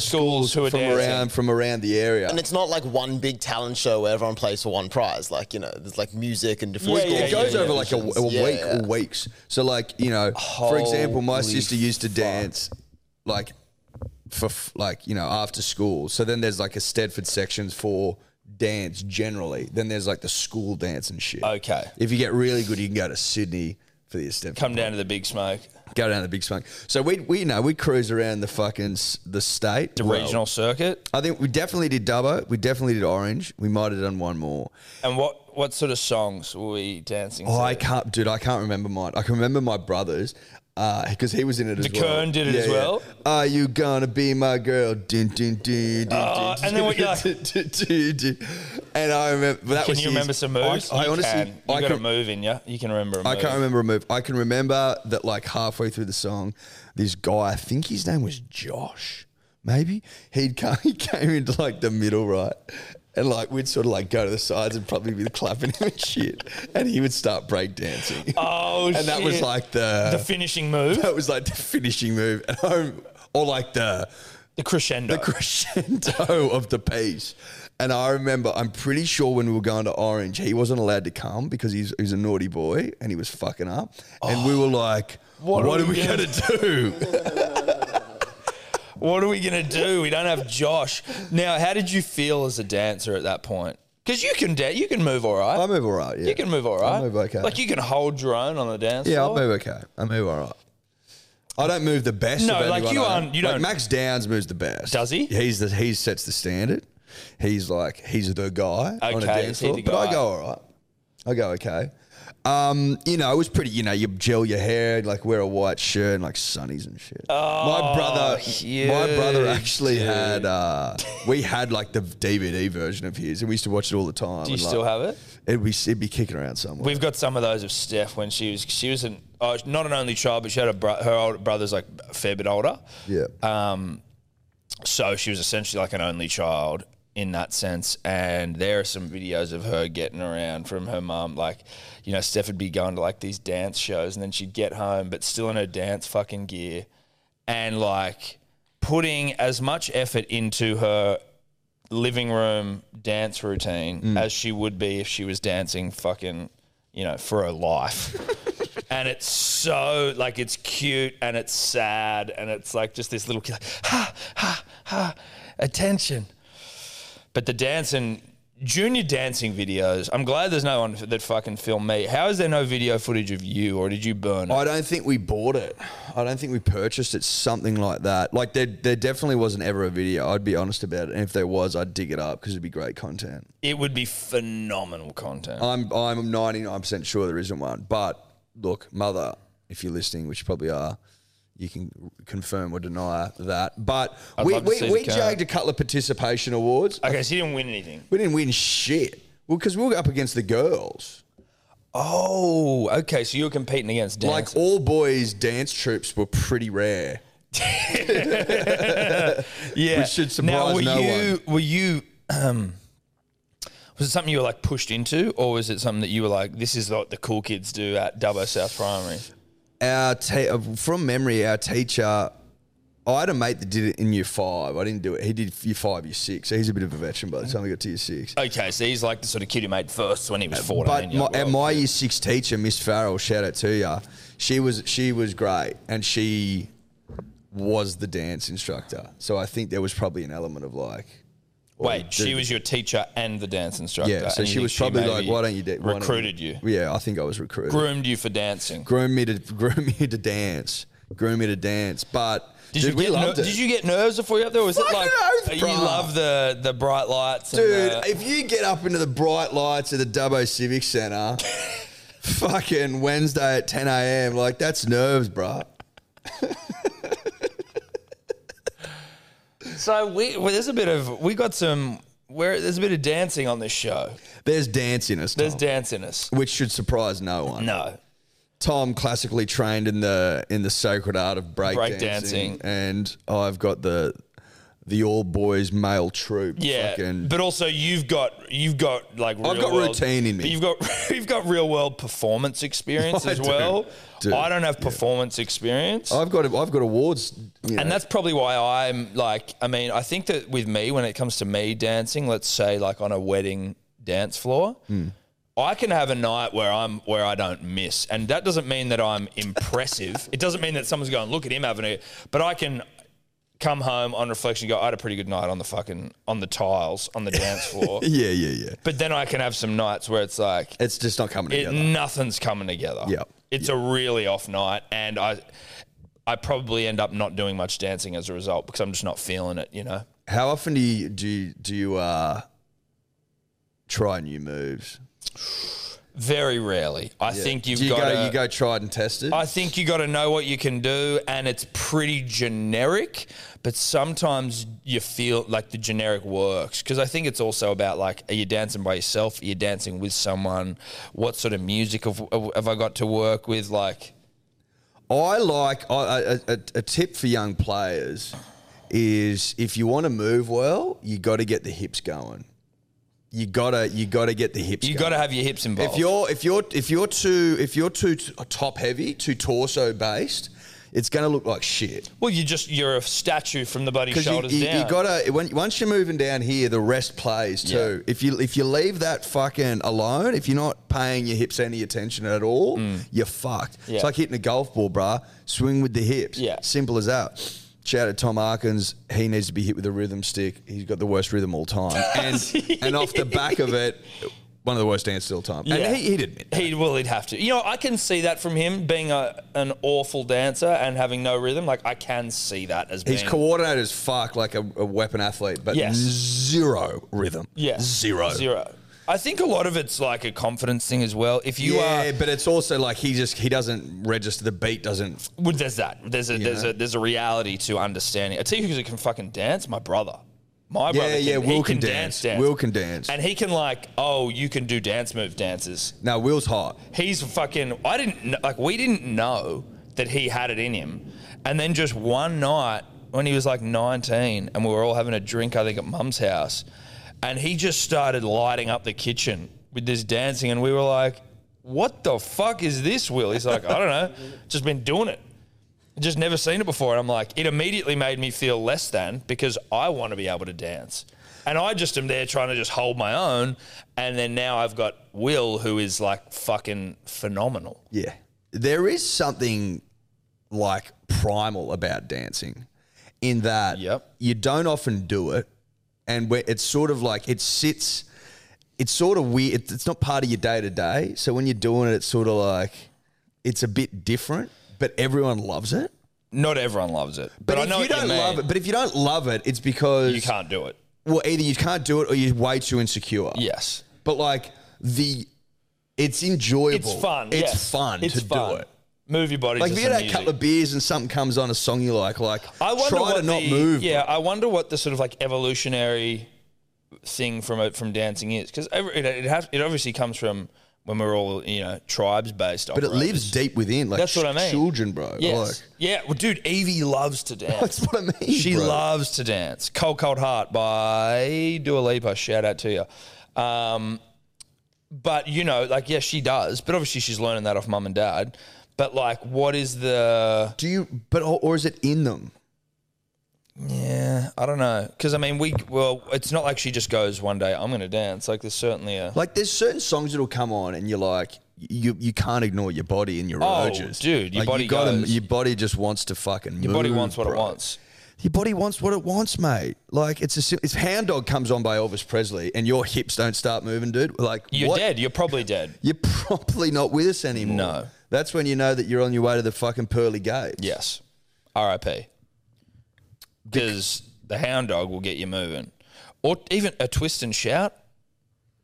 schools
schools,
who are
from
dancing.
around from around the area.
and it's not like one big talent show where everyone plays for one prize. Like you know, there's like music and different.
Yeah,
school
yeah,
it goes
yeah,
over like a, w- a
Yeah,
week
yeah.
or weeks. So like you know, for example, my sister used to dance like for f- like you know after school. So then there's like a Stedford sections for dance generally. Then there's like the school dance and shit.
Okay.
If you get really good, you can go to Sydney for the Stedford.
Come down to the big smoke,
go down to the big smoke. So we we you know we cruise around the fucking s- the state,
the
Well,
regional circuit.
I think we definitely did Dubbo. We definitely did Orange. We might have done one more.
And what what sort of songs were we dancing?
Oh,
to?
I can't, dude. I can't remember mine. I can remember my brother's because he was in it as well.
Kern did it as well?
Are you gonna be my girl? Dun, dun, dun, dun,
Oh,
dun,
and then what you're like-
dun, dun, dun, dun. And I remember that
Can
was.
you
his-
remember some moves?
I, I
You
honestly,
can. you
I
got
can,
a move in you. You can remember. A move.
I can't remember a move. I can remember that like halfway through the song, this guy, I think his name was Josh, maybe he'd come, he came into like the middle right, and like we'd sort of like go to the sides and probably be clapping him and shit, and he would start breakdancing.
Oh,
and that was
shit.
like uh,
the
the,
finishing move,
that was like the finishing move, and I or like the
the crescendo.
crescendo of the piece. And I remember, I'm pretty sure when we were going to Orange, he wasn't allowed to come because he's, he's a naughty boy and he was fucking up. And we were like, what,
are
are
we
we going to do?
what are we gonna do? We don't have Josh now. How did you feel as a dancer at that point? Because you can dance, you can move all right.
I move all right. Yeah.
You can move all right.
I move okay.
Like you can hold your own on the dance
yeah, I
floor.
move okay. I move all right. I don't move the best.
No,
of
like,
anyone
you
I know.
aren't- you
Like,
don't-
Max Downs moves the best.
Does he?
He's the he sets the standard. He's like he's the guy on a
Okay,
dance
is he
floor.
the
But I
guy?
go all right. I go okay. Um, you know, it was pretty. You know, you gel your hair, like wear a white shirt, and like sunnies and shit.
Oh,
my brother, my brother actually had. Uh, we had like the DVD version of his, and we used to watch it all the time.
Do you
and, like,
still have it?
It'd be it'd be kicking around somewhere.
We've got some of those of Steph when she was she was an oh, not an only child, but she had a bro- her older brother's like a fair bit older.
yeah.
Um, so she was essentially like an only child in that sense. And there are some videos of her getting around from her mum. Like, you know, Steph would be going to like these dance shows and then she'd get home, but still in her dance fucking gear and like putting as much effort into her living room dance routine as she would be if she was dancing fucking, you know, for her life. and it's so like it's cute and it's sad and it's like just this little kid like, ha ha ha attention. But the dancing junior dancing videos, I'm glad there's no one that fucking filmed me. How is there no video footage of you or did you burn it?
I don't think we bought it. I don't think we purchased it. Something like that. Like there, there definitely wasn't ever a video. I'd be honest about it. And if there was, I'd dig it up because it'd be great content.
It would be phenomenal content.
I'm, I'm 99% sure there isn't one. But look, mother, if you're listening, which you probably are, you can confirm or deny that. But we,
love to
we,
see the
we
cat.
jagged a couple of participation awards.
okay, so you didn't win anything.
We didn't win shit. Well, because we were up against the girls.
Oh, okay. So you were competing against dancers.
Like all boys dance troops were pretty rare.
yeah.
which should
now,
surprise
were
no
you, Were you? Um, was it something you were like pushed into, or was it something that you were like, "This is what the cool kids do at Dubbo South Primary"?
our te- uh, from memory, our teacher. I had a mate that did it in year five. I didn't do it. He did year five, year six. So he's a bit of a veteran by the time we got to year six.
Okay, so he's like the sort of kid who made first when he was
Uh, But
fourteen.
my, and my year six teacher, Miss Farrell, shout out to you. She was she was great, and she was the dance instructor. So I think there was probably an element of like,
Wait, she
dude.
was your teacher and the dance instructor.
yeah. So
and you
she
think
was probably like,
uh, maybe
why don't you do? why don't
recruited you,
Yeah, I think I was recruited.
groomed you for dancing?
groomed me to groom me to dance, groom me to dance. But
Did
dude,
you
we
get
loved
ner-
it.
Did you get nerves before you up there? Was it
Fucking
like
oath,
you
bruh.
love the the bright lights? and uh,
Dude,
the-
if you get up into the bright lights of the Dubbo Civic Centre fucking Wednesday at 10 a.m. Like, that's nerves, bruh.
So we well, there's a bit of we got some where there's a bit of dancing on this show.
There's dance in us, Tom,
There's dance in us.
which should surprise Oh. no one.
No,
Tom classically trained in the in the sacred art of breakdancing,
Breakdancing.
and I've got the the all boys male troop.
yeah,
fucking-
but also you've got you've got like real
I've got
world-
routine in me.
But you've got you've got real world performance experience
I
as
do.
well.
Do.
I don't have performance experience.
I've got I've got awards. You know,
and that's probably why I'm like, I mean, I think that with me, when it comes to me dancing, let's say like on a wedding dance floor, I can have a night where I'm where I don't miss, and that doesn't mean that I'm impressive. it doesn't mean that someone's going look at him having a, but I can come home on reflection, and go, I had a pretty good night on the fucking on the tiles on the dance floor.
yeah, yeah, yeah.
But then I can have some nights where it's like
It's just not coming
it,
together.
nothing's coming together.
Yeah.
It's a really off night and I I probably end up not doing much dancing as a result because I'm just not feeling it, you know.
How often do you do you, do you uh, try new moves?
Very rarely. I think you've
do you
got
go you go tried and tested.
I think you got to know what you can do, and it's pretty generic. But sometimes you feel like the generic works because I think it's also about like, are you dancing by yourself? Are you dancing with someone? What sort of music have, have I got to work with? Like,
I like I- a, a, a tip for young players is if you want to move well, you got to get the hips going. You gotta you gotta get the hips.
you
going.
got to have your hips involved.
If you're if you're if you're too if you're too t- top heavy, too torso based, it's going to look like shit.
Well, you just you're a statue from the bloody
Because you,
shoulders
you,
down.
you gotta when once you're moving down here, the rest plays too. If you if you leave that fucking alone, if you're not paying your hips any attention at all, you're fucked.
Mm. Yeah.
It's like hitting a golf ball, bruh. Swing with the hips.
Yeah.
simple as that. Shout out to Tom Arkins. He needs to be hit with a rhythm stick. He's got the worst rhythm all time, and and off the back of it, one of the worst dances all time.
Yeah.
And he, he'd admit.
He well, he'd have to. You know, I can see that from him being a an awful dancer and having no rhythm. Like I can see that as
He's
being
coordinated as fuck, like a, a weapon athlete, but
Yes.
zero rhythm.
Yeah.
Zero.
Zero. I think a lot of it's like a confidence thing as well. If you
yeah,
are,
but it's also like he just he doesn't register the beat doesn't.
well, there's that. There's a there's
know?
a there's a reality to understanding. I tell you who can fucking dance, my brother. My brother.
yeah,
can,
yeah.
he
Will
can
can dance. Will can dance.
and he can like, oh, you can do dance move dances.
now Will's hot.
he's fucking i didn't kn- like we didn't know that he had it in him and then just one night when he was like 19 and we were all having a drink i think at mum's house and he just started lighting up the kitchen with this dancing and we were like what the fuck is this will he's like i don't know just been doing it just never seen it before and i'm like it immediately made me feel less than because i want to be able to dance and i just am there trying to just hold my own and then now i've got will who is like fucking phenomenal
Yeah, there is something like primal about dancing, in that
Yep.
you don't often do it, and where it's sort of like it sits. It's sort of weird. It's- It's not part of your day to day. So when you're doing it, it's sort of like it's a bit different, but everyone loves it.
not everyone loves it but,
But,
i
if
know
you
what
don't
you mean.
love it, but if you don't love it, it's because
you can't do it
Well, either you can't do it or you're way too insecure.
yes
But like the, it's enjoyable.
it's fun
It's
yes.
fun
It's
to
fun.
do it.
move your body
Like
to
if you
some
had a
music.
couple of beers and something comes on a song you like, like
I wonder
try
what
to not
the-
move.
Yeah, I wonder what the sort of like evolutionary thing from it from dancing is because it it, has, it obviously comes from when we're all you know tribes based.
but it lives deep within. Like
That's what I mean.
Children, bro.
Yes.
Like
yeah. Well, dude, Evie loves to
that's
dance.
what I mean.
she
bro.
loves to dance. Cold Cold Heart by Dua Lipa. Shout out to you. Um, but you know, like, yeah, she does. But obviously, she's learning that off mum and dad. But like, what is the?
Do you? But or, or is it in them?
Yeah, I don't know. Because, I mean, we, well, it's not like she just goes one day, I'm going to dance. Like, there's certainly a.
Like there's certain songs that'll come on and you're like you you can't ignore your body and your
Oh,
urges.
dude, your
Like,
body
you gotta-
goes.
your body just wants to fucking
Your body
move,
wants what it
bro.
wants.
Your body wants what it wants, mate. Like it's a sim- it's Hound Dog comes on by Elvis Presley and your hips don't start moving, dude. Like
You're
what?
dead. You're probably dead.
You're probably not with us anymore.
No.
That's when you know that you're on your way to the fucking pearly gates.
Yes. RIP. Because the hound dog will get you moving. Or even a twist and shout.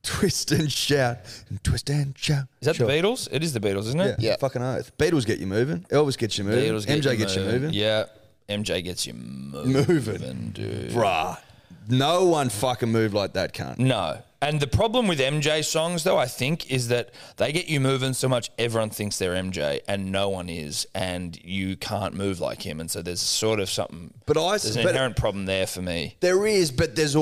Twist and shout, and twist and shout.
Is that
Shout.
the Beatles? It is the Beatles, isn't
Yeah,
it?
Yeah.
fucking oath. Beatles get you moving. Elvis gets you moving.
Beatles
MJ gets you moving.
Yeah. MJ gets you moving,
Moving.
dude.
Bruh. No one fucking moved like that cunt.
No. And the problem with MJ songs, though, I think, is that they get you moving so much, everyone thinks they're MJ and no one is, and you can't move like him. And so there's sort of something.
But I-
There's an
but-
inherent problem there for me.
There is, but there's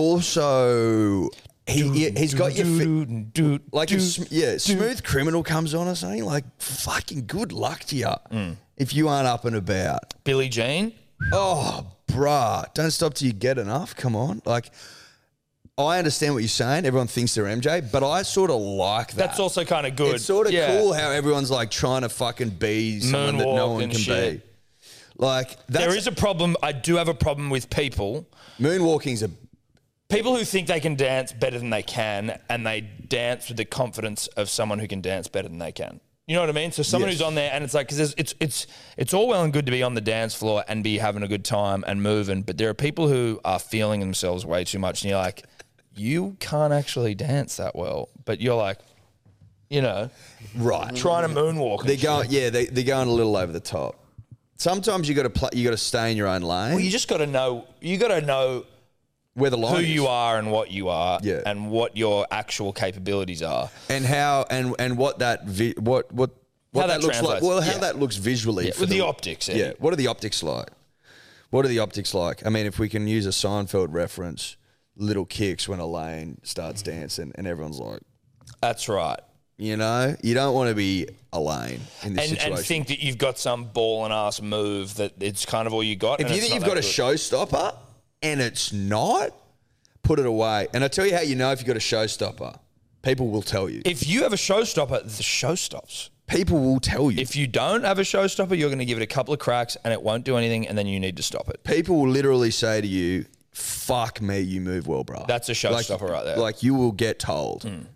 also he, he he's got your fi-
Dude,
like if, sm- yeah, smooth criminal comes on or something like fucking good luck to you
Hmm.
if you aren't up and about.
Billie Jean.
Oh, bruh, don't stop till you get enough. Come on, like. I understand what you're saying. Everyone thinks they're MJ, but I sort of like that.
That's also kind of good.
It's sort of
Yeah.
cool how everyone's like trying to fucking be someone that no
Moonwalk
one
and
can
shit.
be. Like that's,
There is a problem. I do have a problem with people
moonwalking's a
people who think they can dance better than they can and they dance with the confidence of someone who can dance better than they can you know what I mean? So someone
Yes.
who's on there, and it's like because it's it's it's all well and good to be on the dance floor and be having a good time and moving, but there are people who are feeling themselves way too much, and you're like, you can't actually dance that well, but you're like, you know,
right.
trying to moonwalk. and
They're
shit.
going, yeah, they, they're going a little over the top. Sometimes you got to play, you got to stay in your own lane.
You just got to know. You got to know
where the line
who
is.
you are and what you are,
Yeah.
and what your actual capabilities are.
and how and and what that vi- what what what
How that
that, looks like.
translates.
Well, how
Yeah.
that looks visually
Yeah,
for
with the optics, eh?
Yeah, what are the optics like? What are the optics like? I mean, if we can use a Seinfeld reference, little kicks when Elaine starts
Mm-hmm.
dancing, and everyone's like,
That's right.
you know, you don't want to be Elaine in
and,
this situation.
and think that you've got some ball and ass move that it's kind of all you got.
If you think you've got a showstopper and it's not, put it away. And I tell you how you know if you've got a showstopper. People will tell you.
if you have a showstopper, the show stops.
People will tell you.
If you don't have a showstopper, you're going to give it a couple of cracks and it won't do anything, and then you need to stop it.
People will literally say to you, "Fuck me, you move well, bro."
That's a showstopper
like,
right there. Hmm.
Like you will get told. And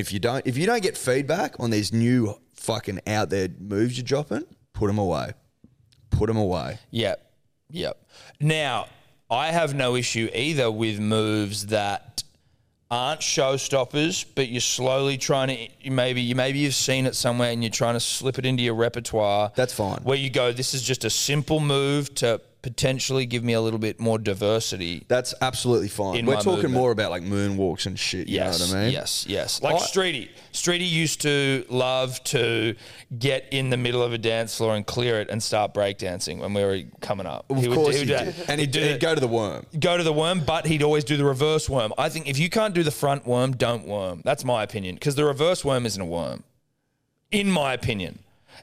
if you don't, if you don't get feedback on these new fucking out there moves you're dropping, put them away. Put them away.
Yep. Yep. Now, I have no issue either with moves that aren't showstoppers, but you're slowly trying to you maybe you maybe you've seen it somewhere and you're trying to slip it into your repertoire.
That's fine.
Where you go, this is just a simple move to potentially give me a little bit more diversity.
That's absolutely fine.
In
We're
my
talking
movement.
more about like moonwalks and shit. You
Yes,
know what I mean?
yes, yes. Like
I-
Streety. Streety used to love to get in the middle of a dance floor and clear it and start breakdancing when we were coming up.
Of course he
do that.
did. And he'd,
do
he'd
that.
go to the worm.
go to the worm, but he'd always do the reverse worm. I think if you can't do the front worm, don't worm. That's my opinion because the reverse worm isn't a worm, in my opinion.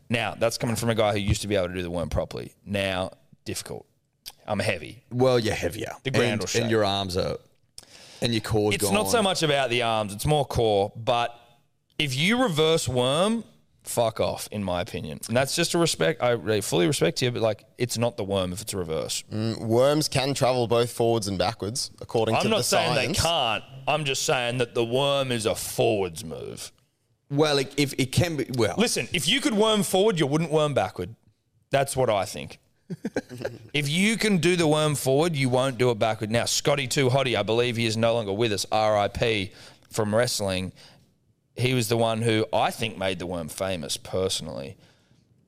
Now that's coming from a guy who used to be able to do the worm properly. Now difficult. I'm heavy.
Well, you're heavier.
The ground
and,
will shake.
and your arms are, and your core's
It's
gone.
not so much about the arms; it's more core. But if you reverse worm, fuck off, in my opinion. And that's just a respect. I really fully respect you, but like, it's not the worm if it's a reverse.
Mm. Worms can travel both forwards and backwards, according to
I'm
the
not saying
science.
they can't. I'm just saying that the worm is a forwards move.
Well, it, if it can be. Well,
Listen, if you could worm forward, you wouldn't worm backward. That's what I think. if you can do the worm forward, you won't do it backward. Now, Scotty Too Hottie, I believe he is no longer with us, RIP from wrestling. He was the one who I think made the worm famous personally.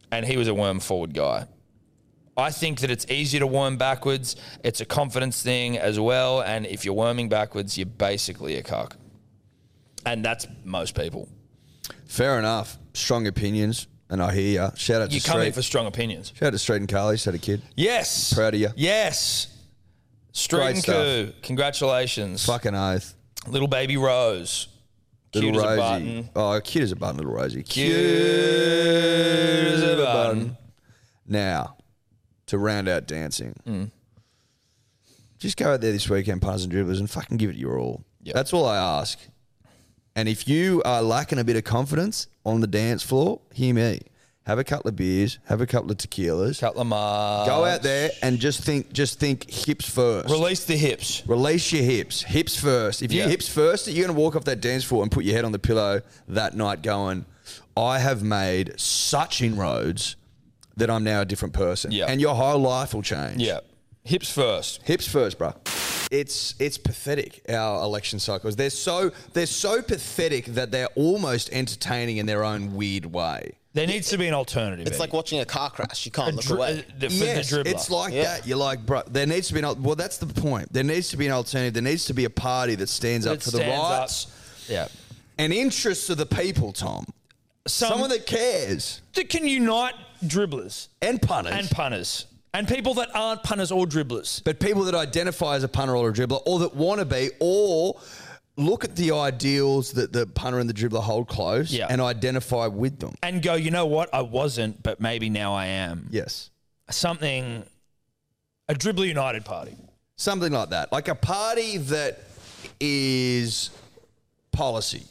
And he was a worm forward guy. I think that it's easier to worm backwards. It's a confidence thing as well. And if you're worming backwards, you're basically a cock. And that's most people.
fair enough. Strong opinions, and I hear you. Shout out
You
to
come in
Street.
for strong opinions.
Shout out to Street and Carly. Just had a kid.
Yes.
Proud of you.
Yes.
Great
Street and
stuff.
Coo. Congratulations.
Fucking oath.
Little baby Rose.
Little
Cute as
Rosie.
a button.
Oh, cute as a button, little Rosie. Cute,
Cute as a button.
Now, to round out dancing,
Hmm.
just go out there this weekend, punters and dribblers, and fucking give it your all.
Yep.
That's all I ask. And if you are lacking a bit of confidence on the dance floor, hear me. Have a couple of beers, have a couple of tequilas,
Cut Lamar.
go out there and just think, just think hips first.
Release the hips.
Release your hips, hips first. If you
Yeah.
hips first, you're going to walk off that dance floor and put your head on the pillow that night, going, "I have made such inroads that I'm now a different person."
Yeah.
and your whole life will change.
Yeah. Hips first.
hips first, bro. it's it's pathetic our election cycles. They're so they're so pathetic that they're almost entertaining in their own weird way.
There needs to be an alternative.
It's
Eddie.
like watching a car crash. You
A
can't look
dri- uh,
away.
the- for
yes,
the dribbler.
it's like
Yeah.
that. You're like, bro, there needs to be an al- well. That's the point. There needs to be an alternative. There needs to be a party that stands up
It
for the
stands up.
rights
Yeah.
and interests of the people, Tom.
Some-
Someone that cares
that can unite dribblers
and punters,
and punters and people that aren't punters or dribblers.
but people that identify as a punter or a dribbler, or that want to be, or look at the ideals that the punter and the dribbler hold close
Yeah.
and identify with them.
and go, you know what? I wasn't, but maybe now I am.
Yes.
Something, a Dribbler United party.
Something like that. Like a party that is policy.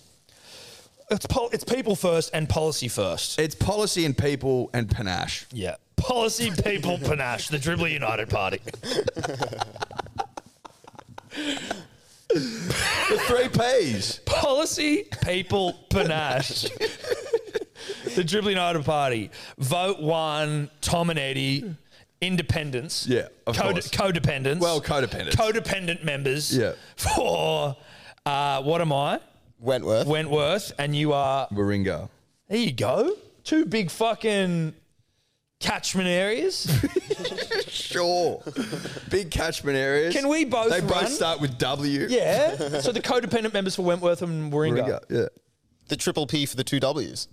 It's, pol- it's people first and policy first.
It's policy and people and panache.
Yeah. Policy, people, panache, the Dribbler United party.
The three P's.
Policy, people, panache. the Dribbler United party. Vote one, Tom and Eddie. Independence.
Yeah, of course.
Codependence.
Well, codependent.
Codependent members.
Yeah.
For uh, what am I?
Wentworth.
Wentworth, and you are
Warringah.
There you go. Two big fucking catchment areas.
Sure. Big catchment areas.
Can we both
They both
run?
start with W.
yeah. So the codependent members for Wentworth and Warringah.
Warringah, Yeah.
the triple P for the two W's.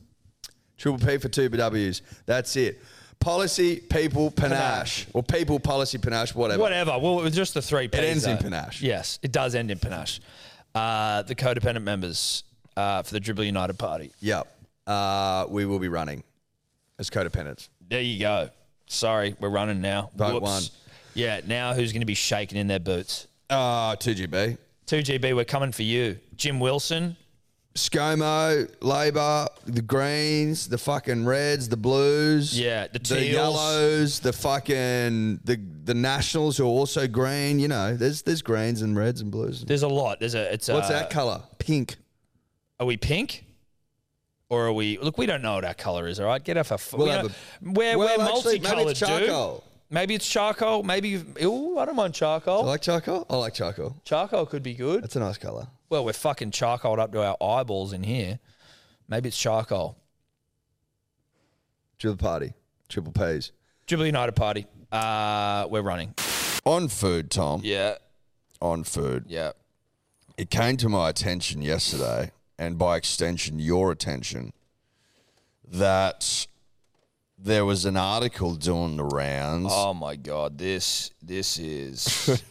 Triple P for two W's. That's it. Policy, people, panache. Or people, policy, panache, whatever.
Whatever. Well, it was just the three P's.
ends in
though.
panache.
Yes, it does end in panache. Uh, the codependent members uh, for the Dribble United Party.
Yep. Uh, we will be running as codependents.
There you go. Sorry, we're running now.
Vote
Whoops.
one.
Yeah, now who's going to be shaking in their boots?
Uh, 2GB.
2GB, we're coming for you. Jim Wilson,
ScoMo, Labour, the Greens, the fucking Reds, the Blues.
Yeah, the
the
Teals.
Yellows, the fucking the the Nationals who are also green. You know, there's there's Greens and Reds and Blues.
there's a lot. There's a. It's
What's
a,
that colour? Pink.
Are we pink? Or are we? Look, we don't know what our color is. All right, get off our. F-
We'll
we
have
don't-
a-
we're
Well,
we're
actually, maybe it's
multicolored,
charcoal.
dude. Maybe it's charcoal. Maybe ooh, I don't mind
I
charcoal.
like charcoal. I like charcoal.
charcoal could be good.
That's a nice colour.
Well, we're fucking charcoaled up to our eyeballs in here. Maybe it's charcoal.
Drill party. Triple P's.
Dribble United party. Uh, we're running.
On food, Tom.
Yeah,
On food.
yeah.
it came to my attention yesterday, and by extension, your attention, that there was an article doing the rounds.
Oh my god, this this is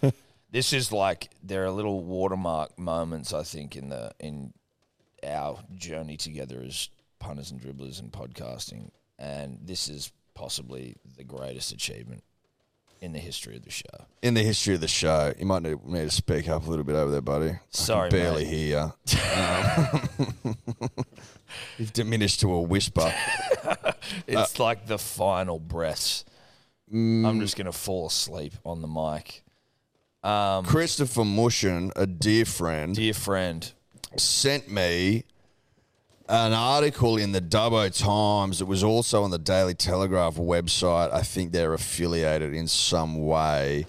this is like there are little watermark moments I think in the in our journey together as punters and dribblers and podcasting, and this is possibly the greatest achievement in the history of the show.
In the history of the show, you might need, need to speak up a little bit over there, buddy. I can
Sorry,
barely hear. you. Um, you've diminished to a whisper.
It's like the final breaths. I'm just gonna fall asleep on the mic, Um,
Christopher Mushin, a dear friend,
dear friend.
sent me an article in the Dubbo Times. It was also on the Daily Telegraph website. I think they're affiliated in some way.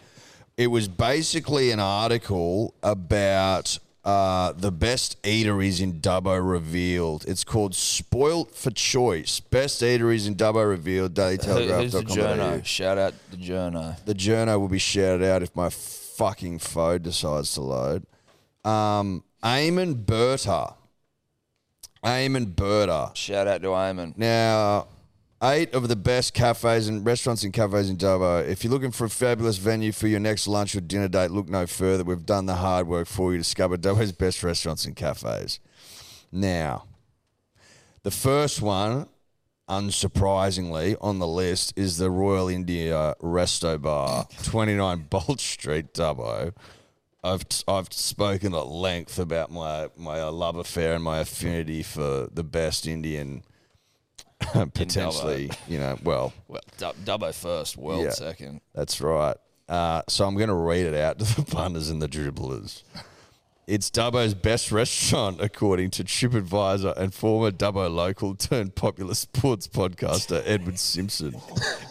It was basically an article about uh, the best eateries in Dubbo revealed. It's called Spoilt for Choice. Best eateries in Dubbo revealed.
Who- Who's the
DailyTelegraph.com.au.
journo? Shout out the journo.
The journo will be shouted out if my fucking phone decides to load. Um, Eamon Berta. Eamon Berta.
Shout out to Eamon.
Now, eight of the best cafes and restaurants and cafes in Dubbo. If you're looking for a fabulous venue for your next lunch or dinner date, look no further. We've done the hard work for you. Discover Dubbo's best restaurants and cafes. Now, the first one, unsurprisingly, on the list is the Royal India Resto Bar, 29 Bolt Street, Dubbo. I've, I've spoken at length about my, my uh, love affair and my affinity for the best Indian potentially, you know, well,
Well, Dub- Dubbo first, World
Yeah.
second.
that's right. Uh, so I'm going to read it out to the punters and the dribblers. It's Dubbo's best restaurant, according to TripAdvisor and former Dubbo local turned popular sports podcaster Edward Simpson.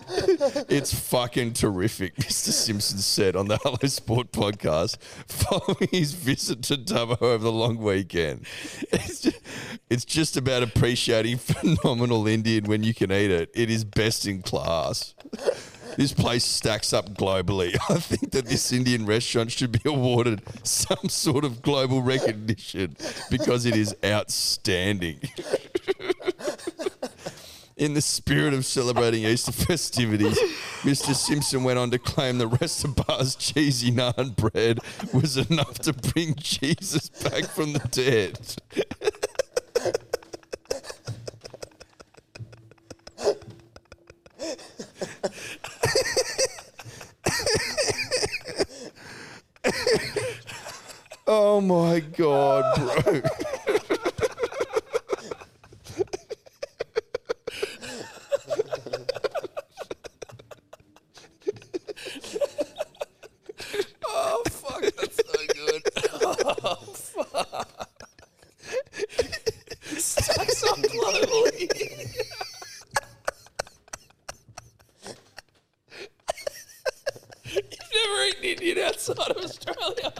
it's fucking terrific, Mr. Simpson said on the Hello Sport podcast following his visit to Dubbo over the long weekend. It's just, it's just about appreciating phenomenal Indian when you can eat it. It is best in class. This place stacks up globally. I think that this Indian restaurant should be awarded some sort of global recognition because it is outstanding. In the spirit of celebrating Easter festivities, Mr. Simpson went on to claim the rest of Bar's cheesy naan bread was enough to bring Jesus back from the dead. Oh my god, bro.
Never eaten Indian outside of Australia.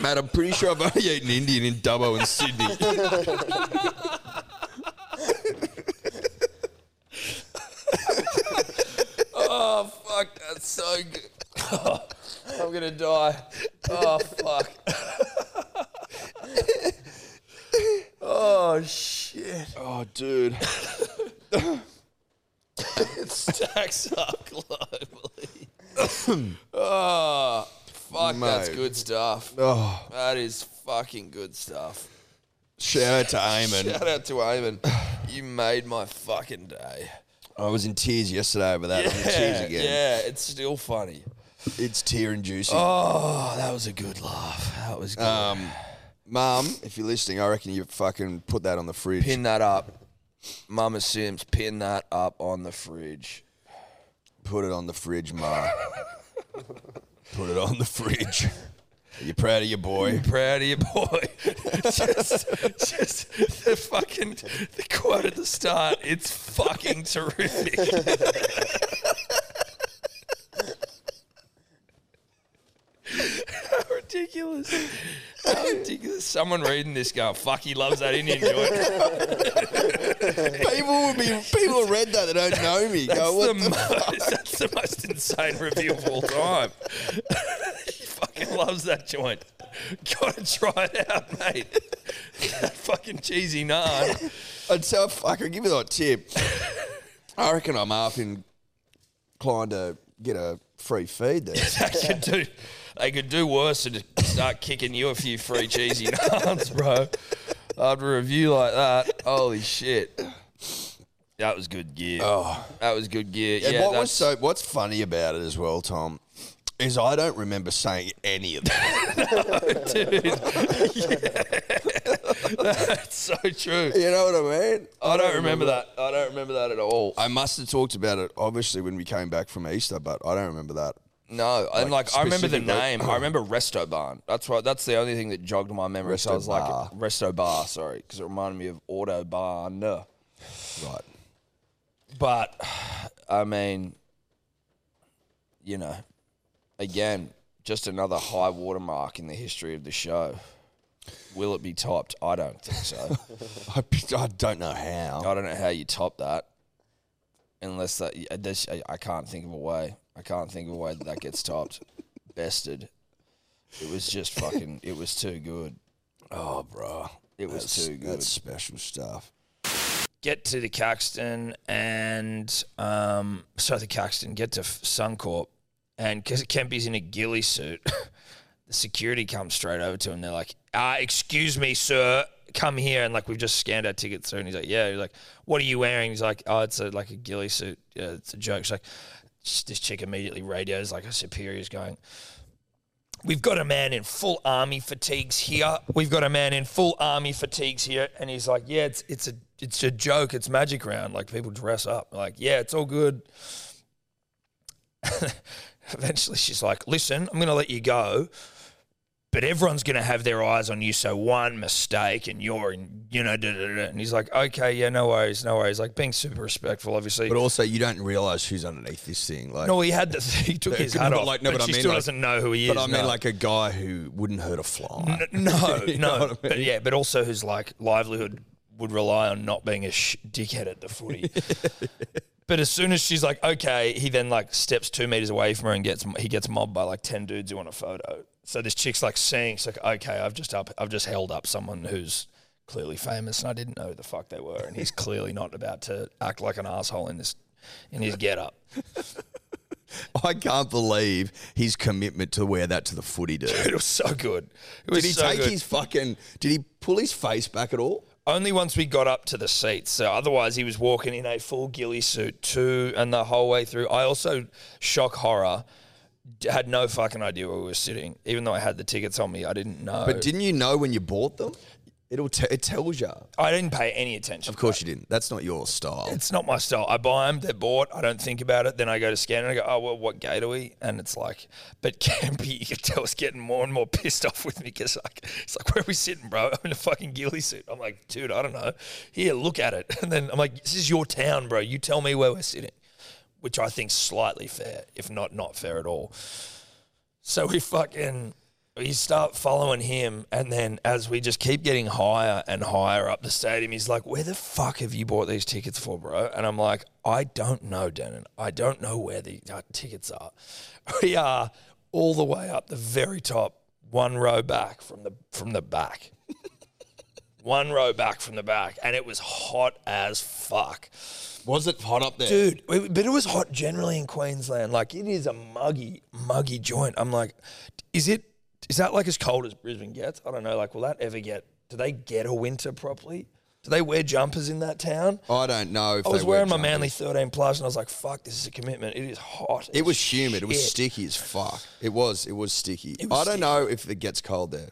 Mate, I'm pretty sure I've only eaten Indian in Dubbo and Sydney.
Oh fuck, that's so good. I'm gonna die. Oh fuck. oh shit.
Oh, dude.
It stacks up globally. oh fuck, that's
Mate.
good stuff.
Oh,
That is fucking good stuff.
shout out to Eamon.
Shout out to Eamon. You made my fucking day.
I was in tears yesterday over that. I'm in tears
Yeah,
again.
yeah, it's still funny.
It's tear inducing.
Oh, that was a good laugh. That was good.
Um, Mum, if you're listening, I reckon you fucking put that on the fridge.
pin that up. Mama Sims, pin that up on the fridge.
Put it on the fridge, Ma. put it on the fridge. Are you proud of your boy?
Proud of you, boy. just, just the fucking the quote at the start. It's fucking terrific. How ridiculous! How ridiculous! Someone reading this going, "Fuck, he loves that Indian joint."
people would be people read that that don't know me.
That's,
Go, what
the, most, that's the most insane review of all time. he fucking loves that joint. Gotta try it out, mate. that fucking cheesy naan.
I'd say, fuck, I'll give you that tip. I reckon I'm half inclined to get a free feed there.
They could do, they could do worse and just start kicking you a few free cheesy naans, bro. After a review like that, holy shit. That was good gear. Oh, that was good gear. Yeah,
And what was
that's-
so? What's funny about it as well, Tom, is I don't remember saying any of that.
that's so true.
you know what I mean?
I don't remember that. I don't remember that at all.
I must have talked about it, obviously, when we came back from Easter, but I don't remember that.
No, and like, I remember the
specifically-
name. I remember Resto Barn. That's right. That's the only thing that jogged my memory. so I
Resto
was like
Bar.
Resto Bar, sorry, because it reminded me of Auto Barn.
Right.
But I mean, you know, again, just another high watermark in the history of the show. Will it be topped? I don't think so.
I, p- I don't know how.
I don't know how you top that, unless that I- this- I- I can't think of a way. I can't think of a way that that gets topped, bested. It was just fucking. It was too good.
Oh, bro.
It was
That's,
too good.
that's special stuff.
Get to the Caxton and um, sorry, the Caxton. Get to F- Suncorp, and because Kempy's in a ghillie suit, the security comes straight over to him. They're like, "Ah, excuse me, sir." Come here and like we've just scanned our tickets through, and he's like, "Yeah." He's like, "What are you wearing?" He's like, "Oh, it's a, like a ghillie suit. Yeah, it's a joke." She's like, this chick immediately radios like a superior's going, We've got a man in full army fatigues here. We've got a man in full army fatigues here. And he's like, Yeah, it's it's a it's a joke. It's magic round. Like people dress up. Like yeah, it's all good. Eventually, she's like, "Listen, I'm going to let you go, but everyone's going to have their eyes on you. So one mistake, and you're in, you know." Da, da, da. And he's like, "Okay, yeah, no worries, no worries." Like being super respectful, obviously.
But also, you don't realize who's underneath this thing. Like,
no, he had the he took
Yeah,
his
but-
hat
but
off,
like- no,
but,
but I
she
mean,
still
like-
doesn't know who he is.
but I mean,
no.
like a guy who wouldn't hurt a fly.
N- No, no,
know what I
but
mean?
yeah, but also whose like livelihood would rely on not being a sh- dickhead at the footy. but as soon as she's like, okay, he then like steps two meters away from her and gets he gets mobbed by like ten dudes who want a photo. So this chick's like seeing, she's like, okay, I've just up, I've just held up someone who's clearly famous, and I didn't know who the fuck they were, and he's clearly not about to act like an asshole in this in his get up.
I can't believe his commitment to wear that to the footy, dude.
It was so good. It was
Did he
so
take
good.
his fucking? Did he pull his face back at all?
only once we got up to the seats. So otherwise, he was walking in a full ghillie suit too, and the whole way through. I also shock horror d- had no fucking idea where we were sitting, even though I had the tickets on me. I didn't know.
But didn't you know when you bought them? It'll t- it tells you.
I didn't pay any attention.
Of course you didn't. That's not your style.
It's not my style. I buy them, they're bought. I don't think about it. Then I go to scan and I go, oh, well, what gate are we? And it's like, but Campy, you can tell, is getting more and more pissed off with me because like, it's like, where are we sitting, bro? I'm in a fucking ghillie suit. I'm like, dude, I don't know. Here, look at it. And then I'm like, this is your town, bro. You tell me where we're sitting, which I think slightly fair, if not not fair at all. So we fucking we start following him, and then as we just keep getting higher and higher up the stadium, he's like, "Where the fuck have you bought these tickets for, bro?" And I'm like, "I don't know, Denon. I don't know where the uh, tickets are. We are all the way up the very top, one row back from the from the back." One row back from the back, and it was hot as fuck.
Was it hot up there?
Dude, it- but it was hot generally in Queensland. Like it is a muggy, muggy joint. I'm like, is it? Is that like as cold as Brisbane gets? I don't know. Like, will that ever get? Do they get a winter properly? Do they wear jumpers in that town?
I don't know. If
I
they
was
wear
wearing my
jumpers.
Manly 13 plus, and I was like, "Fuck, this is a commitment. It is hot.
It
as
was humid. It was
shit."
sticky as fuck. It was. It was sticky.
was
I don't know if it gets cold there.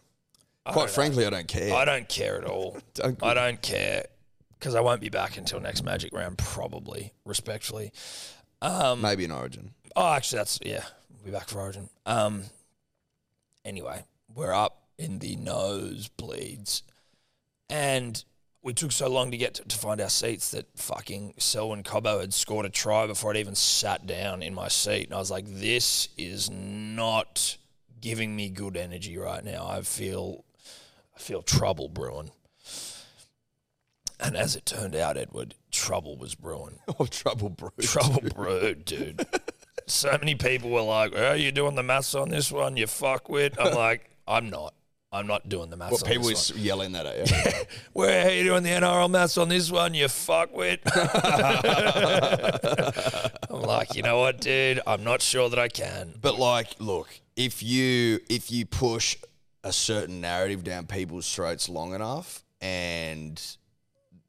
Quite frankly, I don't care.
I don't care at all.
Don't-
I don't care because I won't be back until next Magic round, probably. Respectfully.
Maybe in Origin.
Oh, actually, that's yeah. We'll be back for Origin. Um. Anyway, we're up in the nosebleeds, and we took so long to get to, to find our seats that fucking Selwyn Cobbo had scored a try before I'd even sat down in my seat, and I was like, "This is not giving me good energy right now. I feel, I feel trouble brewing." And as it turned out, Edward, trouble was brewing
Oh, trouble brew.
trouble brewed, dude. so many people were like, "Are you doing the maths on this one? You fuckwit." I'm like, "I'm not. I'm not doing the maths
What
on
people
this
were yelling that at you.
one. Where are you doing the NRL maths on this one? You fuckwit." I'm like, you know what, dude? I'm not sure that I can.
but like, look, if you if you push a certain narrative down people's throats long enough, and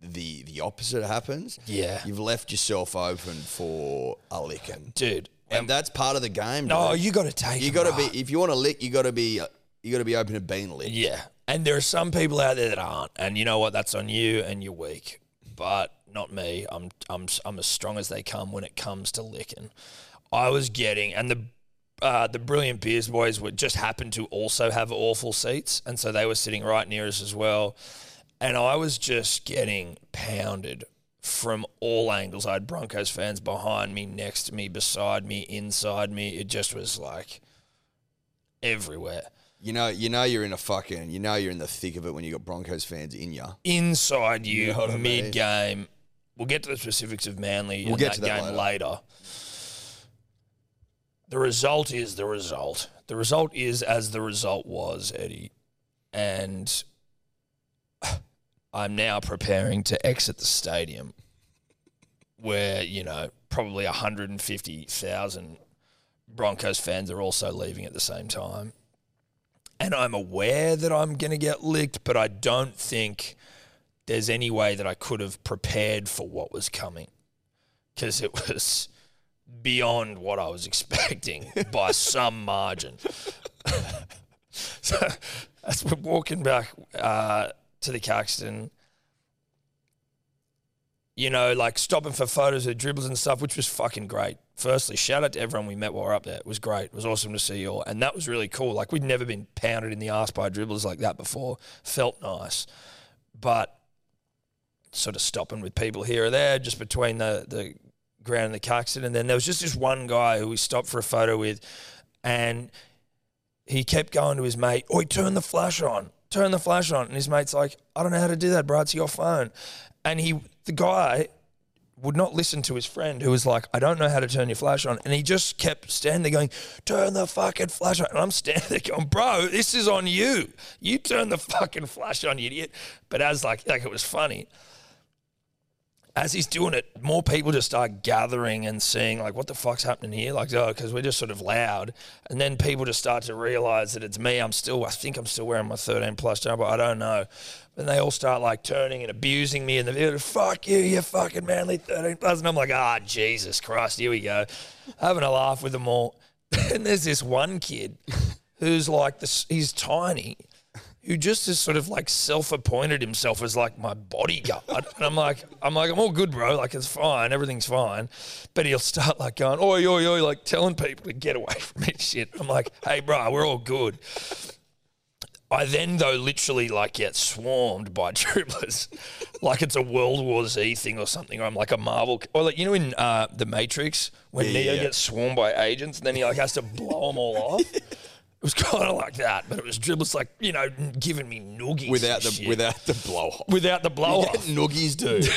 the the opposite happens,
Yeah.
you've left yourself open for a licking,
Dude,
and that's part of the game.
no,
dude.
you got to take.
You
it,
got to
bro.
be if you want to lick, you got to be uh, you got to be open to being licked.
Yeah. And there are some people out there that aren't. And you know what? That's on you and you're weak. But not me. I'm I'm I'm as strong as they come when it comes to licking. I was getting and the uh, the brilliant beers boys would just happened to also have awful seats and so they were sitting right near us as well. And I was just getting pounded from all angles. I had Broncos fans behind me, next to me, beside me, inside me. It just was like everywhere.
You know, you know you're in a fucking, you know you're in the thick of it when you got Broncos fans in ya.
inside you,
know what I mean?
mid game. We'll get to the specifics of Manly
We'll
in
get
that,
to that
game later. The result is the result. The result is as the result was, Eddie. And I'm now preparing to exit the stadium where, you know, probably 150,000 Broncos fans are also leaving at the same time. And I'm aware that I'm going to get licked, but I don't think there's any way that I could have prepared for what was coming because it was beyond what I was expecting by some margin. so as we're walking back uh, to the Caxton, you know, like stopping for photos of dribbles and stuff, which was fucking great. Firstly, shout out to everyone we met while we were up there. It was great. It was awesome to see you all. And that was really cool. Like, we'd never been pounded in the ass by dribblers like that before. Felt nice. But sort of stopping with people here or there, just between the, the ground and the Caxton. And then there was just this one guy who we stopped for a photo with. And he kept going to his mate, Oi, turn the flash on. Turn the flash on. And his mate's like, I don't know how to do that, bro. It's your phone. And he the guy would not listen to his friend who was like, I don't know how to turn your flash on. And he just kept standing there going, Turn the fucking flash on. And I'm standing there going, Bro, this is on you. You turn the fucking flash on, you idiot. But as like like it was funny as he's doing it, more people just start gathering and seeing like what the fuck's happening here, like oh, because we're just sort of loud, and then people just start to realize that it's me. I'm still, I think I'm still wearing my 13 plus jumper. I don't know. And they all start like turning and abusing me in the video. Fuck you, you fucking manly 13 plus. And I'm like, ah, Jesus Christ, here we go, having a laugh with them all. and there's this one kid who's like this. He's tiny who just has sort of like self-appointed himself as like my bodyguard. and I'm like, I'm like, I'm all good, bro. Like it's fine, everything's fine. But he'll start like going, oi, oi, oi, like telling people to get away from me. Shit. I'm like, hey, bro, we're all good. I then though literally like get swarmed by dribblers, like it's a World War Z thing or something. Or I'm like a Marvel, or like you know in uh, the Matrix when Neo gets swarmed by agents and then he like has to blow them all off. It was kind of like that, but it was dribblers like you know giving me noogies
without the
and shit.
without the blow off.
without the blow
We get
off.
noogies, dude.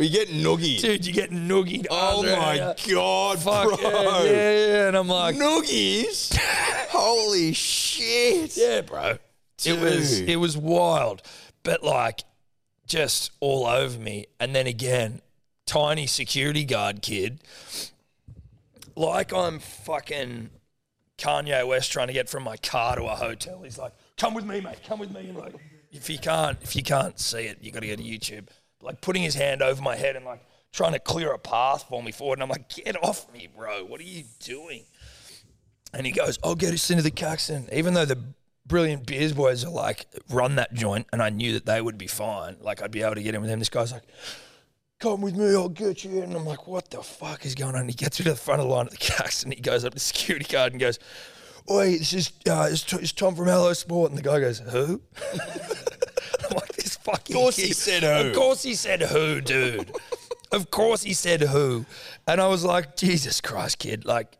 we get noogie.
Dude, you get noogied.
oh
under
my
it.
god,
Fuck
bro!
yeah, yeah, yeah. And I'm like,
Noogies. Holy shit!
yeah, bro. It was
Dude.
it was wild, but like just all over me. And then again, tiny security guard kid, like I'm fucking Kanye West trying to get from my car to a hotel. He's like, "Come with me, mate. Come with me." And like, if you can't if you can't see it, you got to go to YouTube. Like putting his hand over my head and like trying to clear a path for me forward. And I'm like, "Get off me, bro. What are you doing?" And he goes, I'll get us into the Caxton. Even though the brilliant Beers boys are like, run that joint. And I knew that they would be fine. Like, I'd be able to get in with them. This guy's like, come with me, I'll get you. in." And I'm like, what the fuck is going on? And he gets me to the front of the line at the Caxton. He goes up to the security guard and goes, Oi, this is uh, it's, it's Tom from Hello Sport. And the guy goes, Who? I'm like, this fucking Of
course he said who.
Of course he said who, dude. of course he said who. And I was like, Jesus Christ, kid. Like,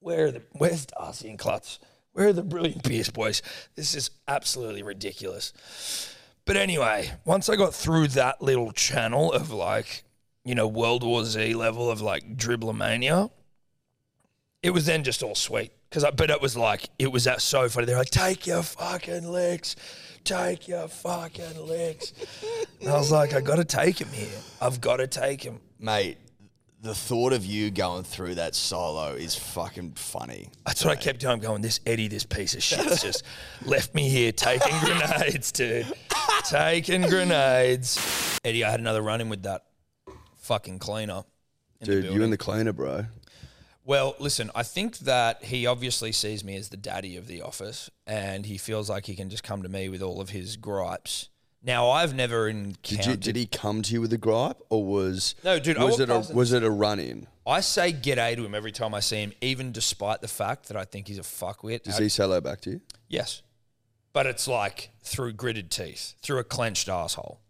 where are the where's Darcy and Klutz? Where are the brilliant Pierce boys? This is absolutely ridiculous. But anyway, once I got through that little channel of like, you know, World War Z level of like dribblomania, it was then just all sweet. Cause I but it was like it was that so funny. They're like, take your fucking licks, take your fucking licks. and I was like, I gotta take him here. I've gotta take him.
mate. The thought of you going through that solo is fucking funny.
That's what I kept doing. I'm going, this Eddie, this piece of shit's just left me here taking grenades, dude. Taking grenades. Eddie, I had another run in with that fucking cleaner. in the
Dude, you
building.
and the cleaner, bro.
Well, listen, I think that he obviously sees me as the daddy of the office and he feels like he can just come to me with all of his gripes. Now, I've never
Did,
encountered.
you, did he come to you with a gripe, or was
No, dude, I
Was
walked
it a
past and-
was it a run in?
I say g'day to him every time I see him, even despite the fact that I think he's a fuckwit.
Does
How-
he say hello back to you?
Yes. But it's like through gritted teeth, through a clenched asshole.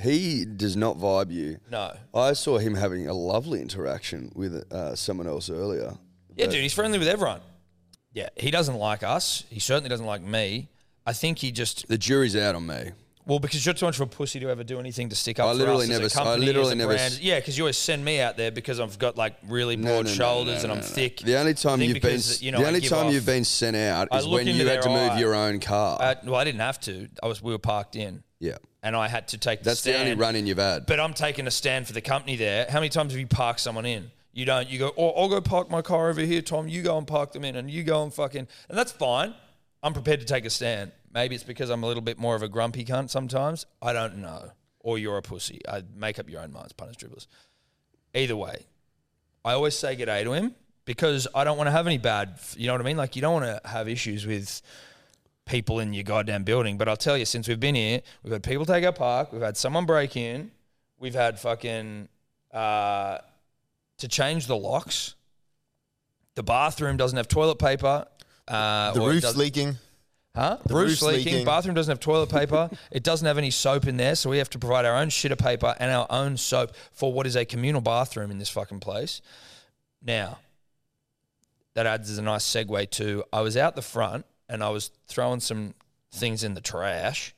He does not vibe you.
No.
I saw him having a lovely interaction with uh, someone else earlier.
Yeah,
But-
dude, he's friendly with everyone. Yeah, he doesn't like us. He certainly doesn't like me. I think he just
The jury's out on me.
well because you're too much of a pussy to ever do anything to stick up.
I
for
literally
us
never
As
s-
a
I
company,
literally
as a
never s-
Brand. Yeah, because you always send me out there because I've got like really
No,
broad
no, no,
shoulders
no,
and
no,
I'm
no, no.
thick.
The only time
I think
you've been
because, you know,
the
I
only
give
time
off-
you've been sent out
I
is
look
when
into
you had
their
to move
eye.
your own car.
Uh, well, I didn't have to. I was we were parked in,
yeah,
and I had to take. The
that's the only
stand.
run in you've had.
But I'm taking a stand for the company there. How many times have you parked someone in? You don't. You go, oh, I'll go park my car over here, Tom. You go and park them in, and you go and fucking. And that's fine. I'm prepared to take a stand. Maybe it's because I'm a little bit more of a grumpy cunt sometimes. I don't know. Or you're a pussy. I make up your own minds, punters, dribblers. Either way, I always say g'day to him because I don't want to have any bad. You know what I mean? Like you don't want to have issues with people in your goddamn building. But I'll tell you, since we've been here, we've had people take our park, we've had someone break in, We've had fucking uh, to change the locks. The bathroom doesn't have toilet paper. Uh,
The
or it
roof's
does-
leaking.
Huh?
The
roof's,
roof's
leaking.
leaking.
Bathroom doesn't have toilet paper. it doesn't have any soap in there, so we have to provide our own shit of paper and our own soap for what is a communal bathroom in this fucking place. Now, that adds as a nice segue to I was out the front and I was throwing some things in the trash,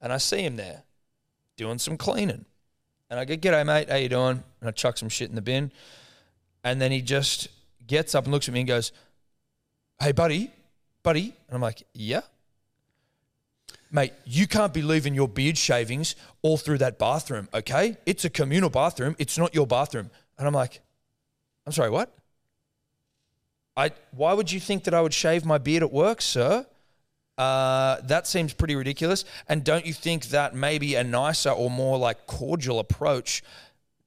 and I see him there doing some cleaning, and I go, "G'day, mate. How you doing?" And I chuck some shit in the bin, and then he just gets up and looks at me and goes, "Hey, buddy." Buddy, and I'm like, yeah mate, you can't be leaving your beard shavings all through that bathroom, okay? It's a communal bathroom. It's not your bathroom. And I'm like, I'm sorry, what? I why would you think that I would shave my beard at work, sir? Uh, that seems pretty ridiculous. And don't you think that maybe a nicer or more like cordial approach,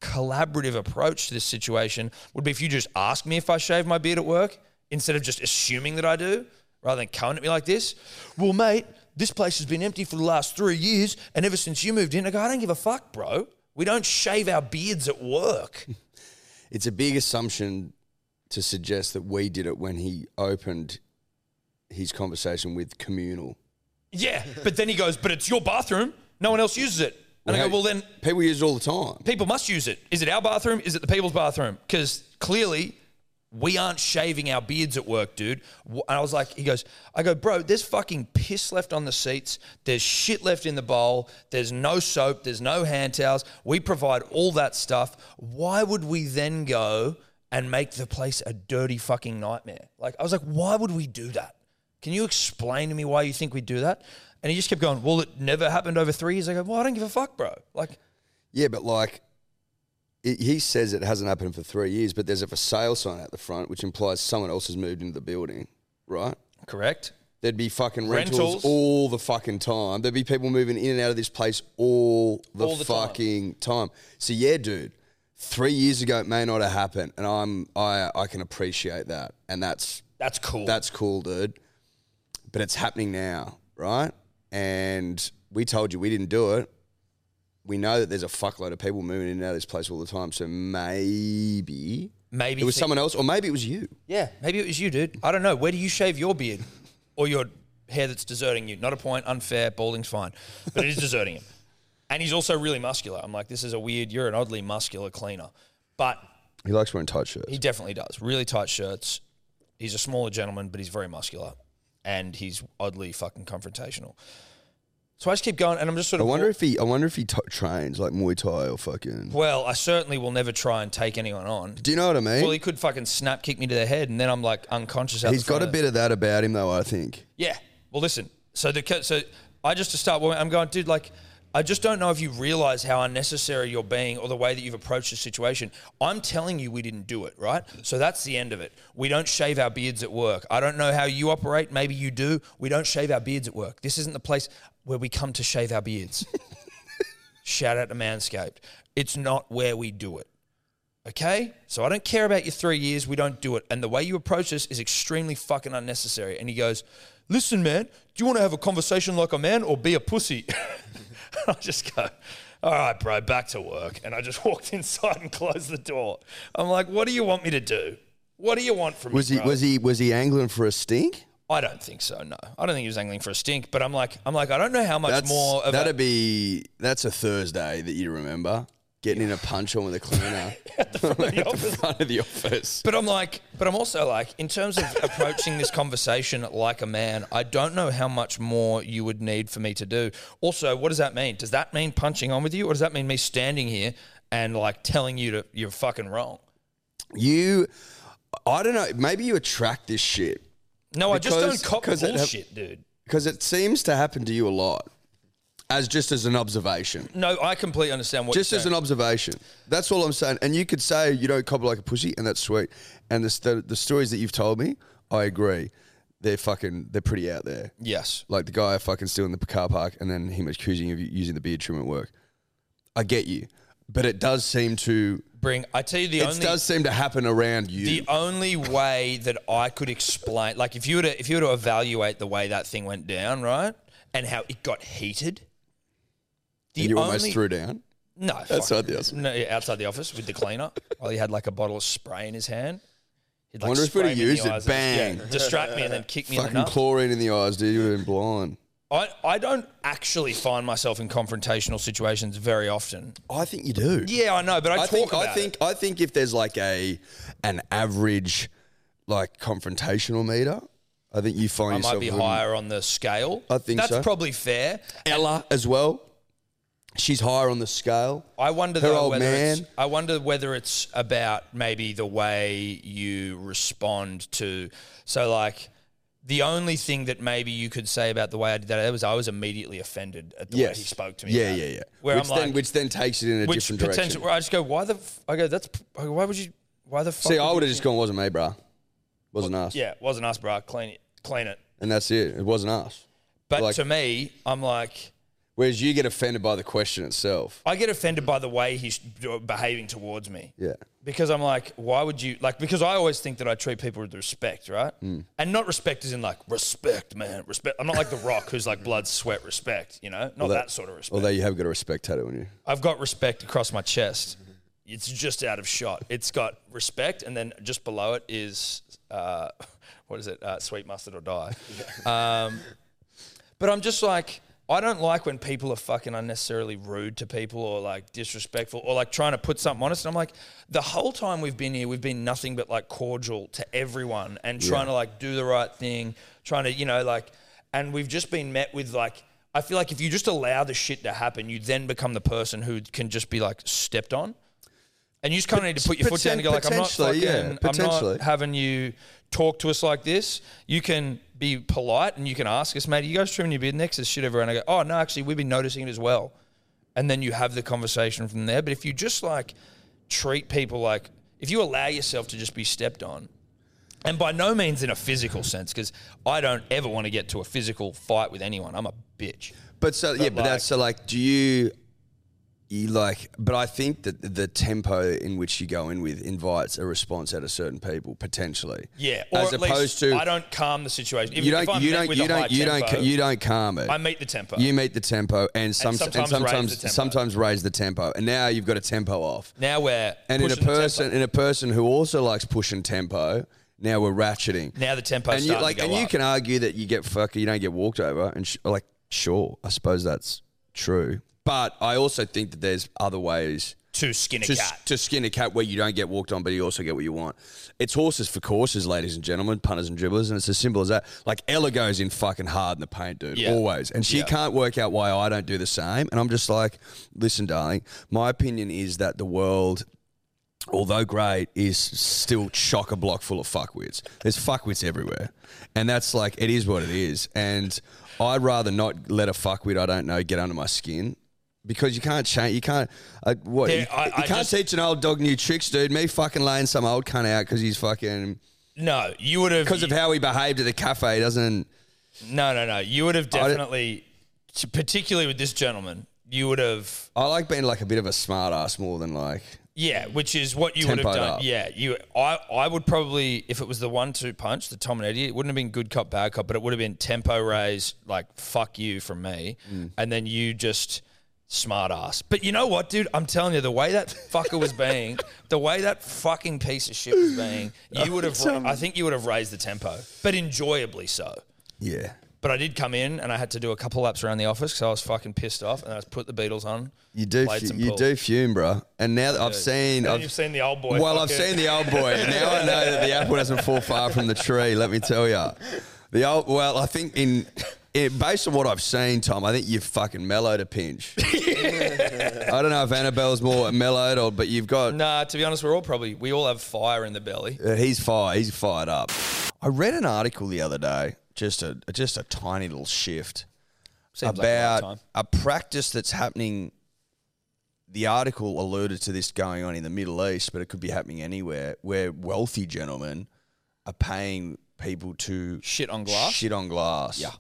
collaborative approach to this situation would be if you just ask me if I shave my beard at work instead of just assuming that I do, rather than coming at me like this? Well, mate, this place has been empty for the last three years, and ever since you moved in, I go, I don't give a fuck, bro. We don't shave our beards at work.
It's a big assumption to suggest that we did it when he opened his conversation with communal.
yeah, but then he goes, but it's your bathroom. No one else uses it. And I
Well,
go, well then
People use it all the time.
people must use it. Is it our bathroom? Is it the people's bathroom? Because clearly we aren't shaving our beards at work, dude. Wh- And I was like, he goes, I go, bro, there's fucking piss left on the seats. There's shit left in the bowl. There's no soap. There's no hand towels. We provide all that stuff. Why would we then go and make the place a dirty fucking nightmare? Like, I was like, why would we do that? Can you explain to me why you think we do that? And he just kept going, well, it never happened over three years. I go, well, I don't give a fuck, bro. Like,
Yeah, but like it, he says it hasn't happened for three years, but there's a for sale sign out the front, which implies someone else has moved into the building, right?
correct?
There'd be fucking rentals,
Rentals.
all the fucking time. There'd be people moving in and out of this place all the,
All the time.
fucking time. So yeah, dude, three years ago it may not have happened, and I'm I I can appreciate that, and that's
That's cool.
that's cool, dude. But it's happening now, right? And we told you we didn't do it. We know that there's a fuckload of people moving in and out of this place all the time. So maybe
maybe
it was
think-
someone else, or maybe it was you.
Yeah, maybe it was you, dude. I don't know. Where do you shave your beard or your hair that's deserting you? Not a point. Unfair. Balding's fine, but it is deserting him. And he's also really muscular. I'm like, this is a weird. You're an oddly muscular cleaner, but
He likes wearing tight shirts.
he definitely does. Really tight shirts. He's a smaller gentleman, but he's very muscular, and he's oddly fucking confrontational. So I just keep going, and I'm just sort
I
of.
wonder if he. I wonder if he t- trains like Muay Thai or fucking.
well, I certainly will never try and take anyone on.
Do you know what I mean?
Well, he could fucking snap kick me to the head, and then I'm like unconscious. out
He's
the
got
front
a
of the-
bit of that about him, though. I think.
Yeah. Well, listen. So the co- so I just to start. Well, I'm going, dude. Like, I just don't know if you realize how unnecessary you're being or the way that you've approached the situation. I'm telling you, we didn't do it right. So that's the end of it. We don't shave our beards at work. I don't know how you operate. Maybe you do. We don't shave our beards at work. This isn't the place where we come to shave our beards. Shout out to Manscaped. It's not where we do it. Okay? So I don't care about your three years. We don't do it. And the way you approach this is extremely fucking unnecessary. And he goes, Listen, man, do you want to have a conversation like a man or be a pussy? I just go, All right, bro, back to work. And I just walked inside and closed the door. I'm like, What do you want me to do? What do you want from
Was
me?
he?
bro?"
Was he? Was he angling for a stink?
I don't think so. No, I don't think he was angling for a stink. But I'm like, I'm like, I don't know how much
That's
more. Of a,
that'd be. That's a Thursday that you remember getting in a punch on with a cleaner at the front,
of the office.
of the office.
But I'm like, but I'm also like, in terms of approaching this conversation like a man, I don't know how much more you would need for me to do. Also, what does that mean? Does that mean punching on with you, or does that mean me standing here and like telling you to you're fucking wrong?
You. I don't know. Maybe you attract this shit
No, I
Because-
just don't cop
'cause it hap-
bullshit, dude.
because it seems to happen to you a lot, as just as an observation.
No, I completely understand what.
Just
you're
as an observation. That's all I'm saying. And you could say you don't cop like a pussy, and that's sweet. And the, st- the stories that you've told me, I agree. They're fucking. They're pretty out there.
yes.
Like the guy fucking stealing the car park, and then him accusing you of using the beard trim at work. I get you, but it does seem to.
Bring. I tell you the
It
only.
does seem to happen around you.
The only way that I could explain, like if you were to if you were to evaluate the way that thing went down, right, and how it got heated, the
and you almost threw down.
No,
Outside the office.
No, yeah, outside the office with the cleaner while he had like a bottle of spray in his hand. He'd,
Wonder if we'd
spray
have
me in the
used it.
eyes and just- yeah,
Bang.
distract me and then kick me in the
Fucking
nuts.
chlorine in the eyes, dude. You'd have been blind.
I, I don't actually find myself in confrontational situations very often.
I think you do.
Yeah, I know, but I,
I
talk
think
about
I think I think if there's like a an average like confrontational meter, I think you
it.
find
I
yourself
might be
with-
higher on the scale.
I think
that's
so.
probably fair.
Ella as well. She's higher on the scale.
I wonder
Her
though
old
whether it's,
man.
I wonder whether it's about maybe the way you respond to so like the only thing that maybe you could say about the way I did that was I was immediately offended at the way he spoke to me.
Yeah,
about
yeah,
it.
yeah.
Where
which
I'm
then
like,
which then takes it in a
which
different
potential?
direction.
Where I just go, why the? F-? I go, that's I go, why would you? Why the fuck?
See,
would
I
you
would have
do
just gone, wasn't me, bruh. Wasn't us.
that?" Yeah, it wasn't us, bro. Clean it, clean it.
And that's it. It wasn't us.
But
Like-
to me, I'm like,
Whereas you get offended by the question itself.
I get offended by the way he's behaving towards me.
Yeah.
Because I'm like, why would you like? Because I always think that I treat people with respect, right? And not respect is in like respect, man, respect. I'm not like the Rock, who's like blood, sweat, respect. You know, not that, sort of respect.
Although you have got a respect tattoo on you.
I've got respect across my chest. It's just out of shot. It's got respect, and then just below it is uh, what is it? Uh, sweet mustard or die. Um, but I'm just like, I don't like when people are fucking unnecessarily rude to people or like disrespectful or like trying to put something on us. And I'm like, the whole time we've been here, we've been nothing but like cordial to everyone and trying to like do the right thing, trying to, you know, like, and we've just been met with like, I feel like if you just allow the shit to happen, you then become the person who can just be like stepped on. And you just kind of need to put your foot down and go like, I'm not
Potentially,
fucking,
yeah,
I'm
potentially.
not having you talk to us like this. You can be polite and you can ask us, mate, are you guys trimming your beard next? This shit everywhere. And I go, oh, no, actually, we've been noticing it as well. And then you have the conversation from there. But if you just like treat people like, if you allow yourself to just be stepped on, and by no means in a physical sense, because I don't ever want to get to a physical fight with anyone. I'm a bitch.
But so yeah, but
like-
that's so like, do you, you like? But I think that the tempo in which you go in with invites a response out of certain people potentially.
Yeah. Or
as
at least
opposed to
I don't calm the situation. If,
you
if
don't
I'm
you
met
don't
with
you
a high
don't you don't
tempo,
ca- you don't calm it.
I meet the tempo.
You meet the tempo and, some, and sometimes
sometimes raise the
sometimes
tempo.
raise the tempo, and now you've got a tempo off.
Now we're
And in a
pushing the tempo.
person in a person who also likes pushing tempo, now we're ratcheting.
Now the tempo's
and you
starting to
like
go
and you
up.
can argue that you get fuck you don't get walked over and sh- like sure I suppose that's true, but I also think that there's other ways
to skin a
to,
cat.
to skin a cat where you don't get walked on, but you also get what you want. It's horses for courses, ladies and gentlemen, punters and dribblers, and it's as simple as that. Like Ella goes in fucking hard in the paint, dude,
Yeah.
always, and she
Yeah.
can't work out why I don't do the same. And I'm just like, listen, darling, my opinion is that the world. Although great, is still chock a block full of fuckwits. There's fuckwits everywhere, and that's like it is what it is. And I'd rather not let a fuckwit I don't know get under my skin because you can't change. You can't. Uh, what?
Yeah,
you,
I-
you
I
can't
just-
teach an old dog new tricks, dude. Me fucking laying some old cunt out because he's fucking
no, you would have
because of how he behaved at the cafe doesn't.
No, no, no. You would have
don't-
definitely, t- particularly with this gentleman, you would have
I like being like a bit of a smart ass more than like.
yeah, which is what you would
Tempoed
have done.
up.
Yeah, you. I, I would probably if it was the one-two punch, the Tom and Eddie, it wouldn't have been good cop bad cop, but it would have been tempo raise like fuck you from me,
Mm.
and then you just. Smart ass. But you know what, dude? I'm telling you, the way that fucker was being, the way that fucking piece of shit was being,
Oh,
you would have,
um,
I think you would have raised the tempo, but enjoyably so.
Yeah,
But I did come in and I had to do a couple laps around the office because I was fucking pissed off, and I just put the Beatles on.
you do.
played
fu-
some
you
pool.
do fume, bro. And now that I've seen,
And
I've,
you've seen the old boy.
well, I've
fucking-
seen the old boy. and now I know that the apple doesn't fall far from the tree. Let me tell you, the old. Well, I think in. in based on what I've seen, Tom, I think you've fucking mellowed a pinch. I don't know if Annabelle's more mellowed or, but you've got
Nah, to be honest, we're all probably we all have fire in the belly.
Uh, He's fired. He's fired up. I read an article the other day, just a just a tiny little shift
Seems like a
about
long time.
a practice that's happening. The article alluded to this going on in the Middle East, but it could be happening anywhere, where wealthy gentlemen are paying people to
Shit on glass?
Shit on glass. Yeah.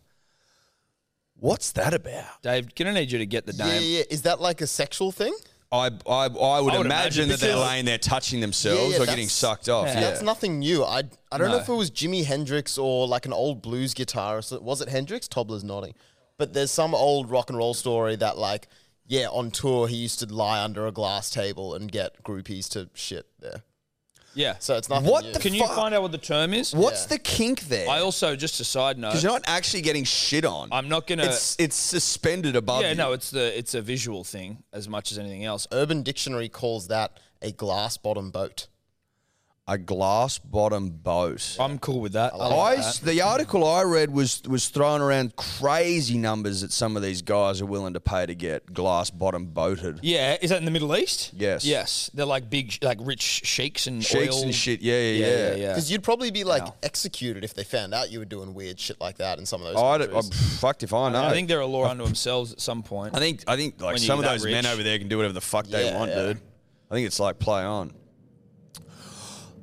What's that about?
Dave, gonna need you to get the
Yeah, yeah, yeah. Is that like a sexual thing?
I I, I, would, imagine,
imagine
that they're
because-
laying there touching themselves
Yeah, yeah,
or getting
that's-
sucked off. Yeah.
That's nothing new. I, I don't
No.
know if it was Jimi Hendrix or like an old blues guitarist. Was it Hendrix? Tobler's nodding. But there's some old rock and roll story that like yeah, on tour he used to lie under a glass table and get groupies to shit there.
Yeah.
So it's nothing
What
new.
the
Can you
fuck?
find out what the term is?
What's
Yeah.
the kink there?
I also just a side note.
Because you're not actually getting shit on.
Uh, I'm not gonna.
It's it's suspended above.
yeah,
you.
no, it's the it's a visual thing as much as anything else.
Urban Dictionary calls that a glass bottom boat.
a glass bottom boat.
I'm cool with that. I
I s the article I read was was throwing around crazy numbers that some of these guys are willing to pay to get glass bottom boated.
Yeah, is that in the Middle East?
Yes.
Yes, they're like big, like rich sheiks and
Shakes
oil.
and shit. Yeah, yeah, yeah.
yeah, yeah.
Because you'd probably be like executed if they found out you were doing weird shit like that in some of those.
Oh, I
countries.
am fucked if I know.
I think they're a law unto themselves at some point.
I think I think like
When you're
some of
that
those men
rich.
over there can do whatever the fuck they
Yeah,
want,
yeah.
dude. I think it's like play on.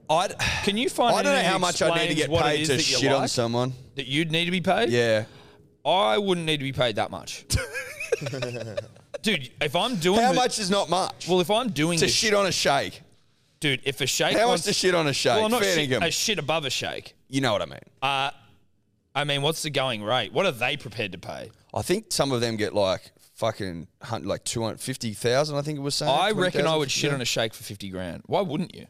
I
Can you find?
I don't know
anything that
how much I need
explains
to get
what it
paid
is
to
that you
shit on
like,
someone.
that you'd need to be paid.
Yeah.
I wouldn't need to be paid that much, dude. If I'm doing
How
the-
much is not much?
Well, if I'm doing
to
this,
shit on a shake.
dude, if a shake,
How much
wants,
to shit on a shake?
well, not
Fair
shit,
dinkum.
a shit above a shake.
you know what I mean.
Uh, I mean, what's the going rate? What are they prepared to pay?
I think some of them get like fucking hun- like 250,000, I think it was saying.
I reckon
20,000,
I would shit
Uh, yeah. Mm.
on a shake for fifty grand. Why wouldn't you?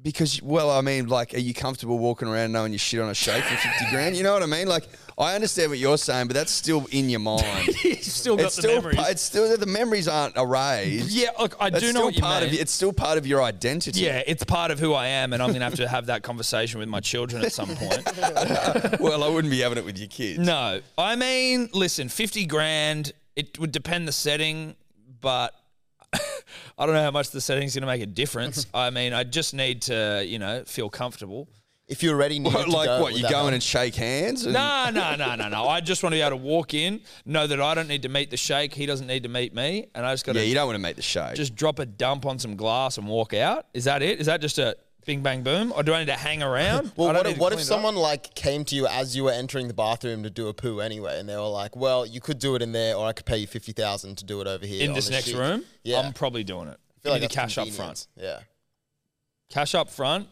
Because, well, I mean, like, are you comfortable walking around knowing you shit on a shake for 50 grand? You know what I mean? Like, I understand what you're saying, but that's still in your mind.
You've still got
it's
the
still,
memories.
pa- it's still the memories aren't erased.
yeah, look, I
That's
do know
still
what you
part
mean.
Of, it's still part of your identity.
Yeah, it's part of who I am, and I'm gonna have to have that conversation with my children at some point.
well, I wouldn't be having it with your kids.
No, I mean, listen, fifty grand. It would depend the setting, but I don't know how much the setting's gonna make a difference. I mean, I just need to, you know, feel comfortable.
if you're ready,
What, like, what? You go in
and
and shake hands? And
No, no, no, no, no. I just want to be able to walk in, know that I don't need to meet the shake, he doesn't need to meet me, and I just got
Yeah,
to
you don't want to make the shake.
just drop a dump on some glass and walk out. Is that it? Is that just a bing bang boom, or do I need to hang around?
Well,
I don't
what
need
if,
to
what if
clean it up.
someone like came to you as you were entering the bathroom to do a poo anyway, and they were like, "Well, you could do it in there, or I could pay you fifty thousand to do it over here
in
on
this
the
next
sheet."
room?
Yeah,
I'm probably doing it.
I
Give
feel
me the
that's
cash up front.
convenience. Yeah,
Cash up front,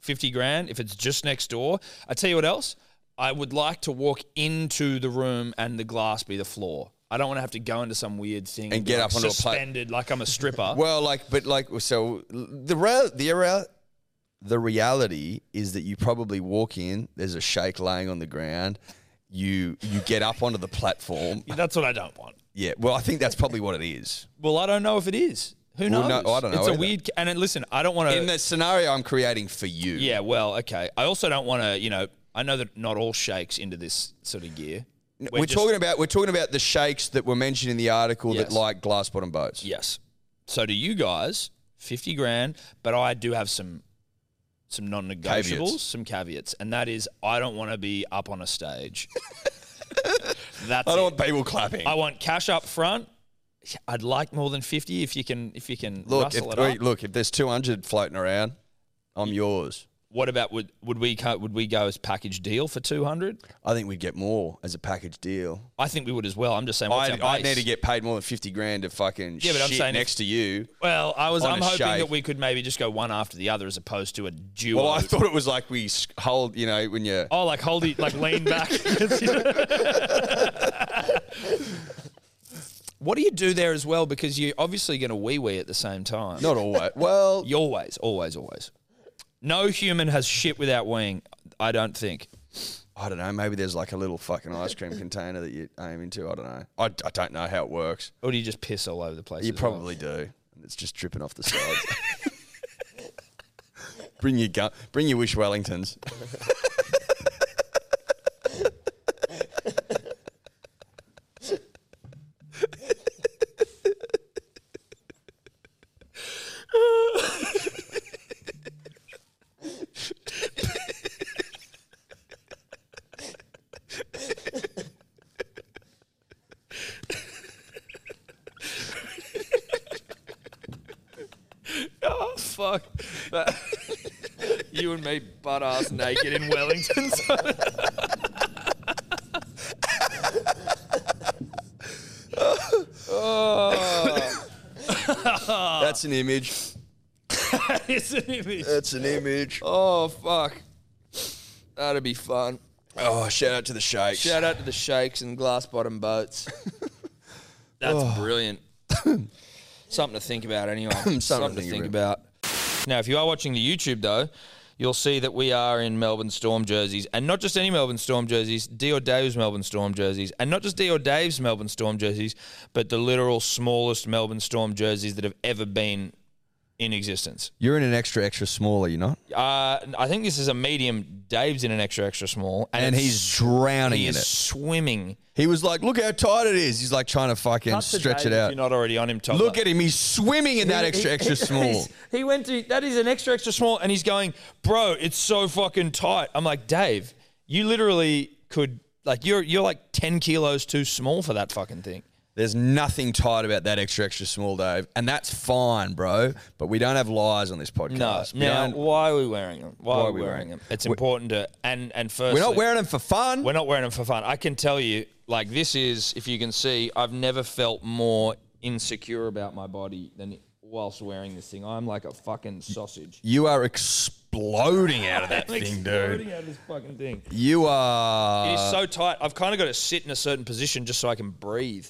50 grand if it's just next door. I tell you what else, I would like to walk into the room and the glass be the floor. I don't want to have to go into some weird thing and, be,
get
like,
up onto a plate.
suspended like I'm a stripper.
Well, like, but like, so the real, the real, the reality is that you probably walk in. There's a shake laying on the ground. You you get up onto the platform.
That's what I don't want.
Yeah. Well, I think that's probably what it is.
Well, I don't know if it is. Who knows?
Well, no, I don't know
It's a
either.
weird. And it- listen, I don't want
In the scenario I'm creating for you.
Uh, Yeah, well, okay. I also don't want to, you know, I know that not all shakes into this sort of gear.
We're,
just-
talking about we're talking about the shakes that were mentioned in the article
Yes.
that like glass bottom boats.
Yes. So to you guys, fifty grand, but I do have some some non-negotiables,
Caveats.
some caveats, and that is I don't want to be up on a stage. That's
I
I,
don't want people clapping.
I want cash up front. I'd like more than fifty if you can if you can
look, if,
rustle it up.
wait, look, if there's 200 floating around, I'm yours.
what about would would we co- would we go as package deal for two hundred?
I think we'd get more as a package deal.
I think we would as well. I'm just saying. What's
I,
our
I
base?
need to get paid more than fifty grand to fucking
Yeah, but I'm
shit
saying if-
next to you.
Well, I was.
on
I'm
a
hoping
shake.
that we could maybe just go one after the other as opposed to a duo.
Well, I thought it was like we s- hold, you know, when you.
Oh, like hold it, like lean back. what do you do there as well? Because you're obviously going to wee wee at the same time.
Not always. Well,
You always, always, always. No human has shit without weeing. I don't think.
I don't know. Maybe there's like a little fucking ice cream container that you aim into. I don't know. I, I don't know how it works.
Or do you just piss all over the place?
You
as well?
probably do, and it's just dripping off the sides. bring your gun. Bring your wish Wellingtons.
Oh fuck! That- you and me butt ass naked in Wellington.
That's an image.
Ah. it's an image.
That's an image. Oh,
Oh fuck! That'd be fun.
Oh, shout out to the shakes.
Shout out to the shakes and glass bottom boats.
That's brilliant. Something to think about anyway.
Something
Something,
to
to
think
think about. Now, if you are watching the YouTube though, you'll see that we are in Melbourne Storm jerseys, and not just any Melbourne Storm jerseys. D or Dave's Melbourne Storm jerseys, and not just D or Dave's Melbourne Storm jerseys, but the literal smallest Melbourne Storm jerseys that have ever been in existence.
You're in an extra, extra small, are you not?
Uh, I think this is a medium. Dave's in an extra extra small, and,
And
it's-
he's drowning
he
in
is
it.
swimming.
He was like, "Look how tight it is." He's like trying to fucking
Cut to
stretch
Dave
it
if
out.
You're not already on him, Toddler.
Look at him. He's swimming in that extra, extra small.
He went to that is an extra extra small, and he's going, bro, it's so fucking tight. I'm like, Dave, you literally could like you're you're like ten kilos too small for that fucking thing.
There's nothing tight about that extra, extra small, Dave, and that's fine, bro. But we don't have lies on this
No,
podcast. We
now
don't-
why are we wearing them? Why,
are
are
we
we
wearing
wearing them? It's important to and and first
we're not wearing them for fun.
We're not wearing them for fun. I can tell you, like, this is, if you can see, I've never felt more insecure about my body than whilst wearing this thing. I'm like a fucking sausage.
You are exploding out of that thing, dude.
Exploding out of this fucking thing.
You are.
it is so tight. I've kind of got to sit in a certain position just so I can breathe,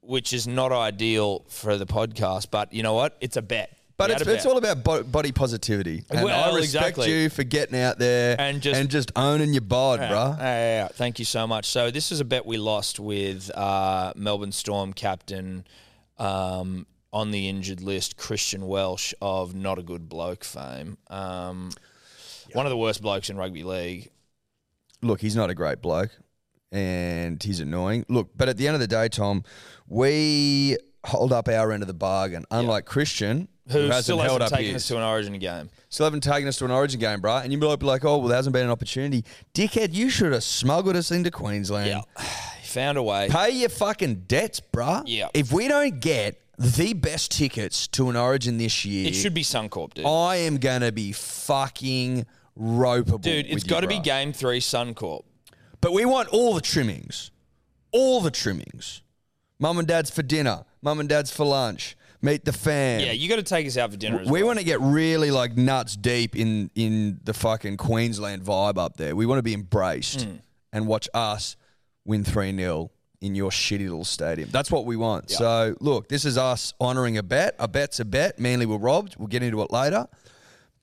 which is not ideal for the podcast. But you know what? It's a bet.
But
We
it's,
had a
it's
bet.
all about bo- body positivity. And I
Well,
respect
exactly.
you for getting out there
And just-
owning your bod,
Yeah,
bruh.
yeah, yeah. Thank you so much. So this is a bet we lost with uh, Melbourne Storm captain um, on the injured list, Christian Welsh of not a good bloke fame. Um, One of the worst blokes in rugby league.
Look, he's not a great bloke and he's annoying. Look, but at the end of the day, Tom, we hold up our end of the bargain, unlike Christian,
Who still hasn't
held up
taken
his.
us to an origin game.
still haven't taken us to an origin game, bruh. And you might be like, oh, well, there hasn't been an opportunity. Dickhead, you should have smuggled us into Queensland.
He found a way.
Pay your fucking debts, bruh.
Yeah.
If we don't get the best tickets to an origin this year,
It should be Suncorp, dude.
I am gonna be fucking ropeable.
Dude,
with
it's
you,
got to be
bruh.
game three Suncorp.
But we want all the trimmings, all the trimmings. Mum and dad's for dinner. Mum and dad's for lunch. Meet the fam.
Yeah, you got to take us out for dinner as
we
well.
want to get really like nuts deep in in the fucking Queensland vibe up there. We want to be embraced
Hmm.
and watch us win three 0 in your shitty little stadium. That's what we want. So look, this is us honouring a bet. A bet's a bet. Manly were robbed. We'll get into it later.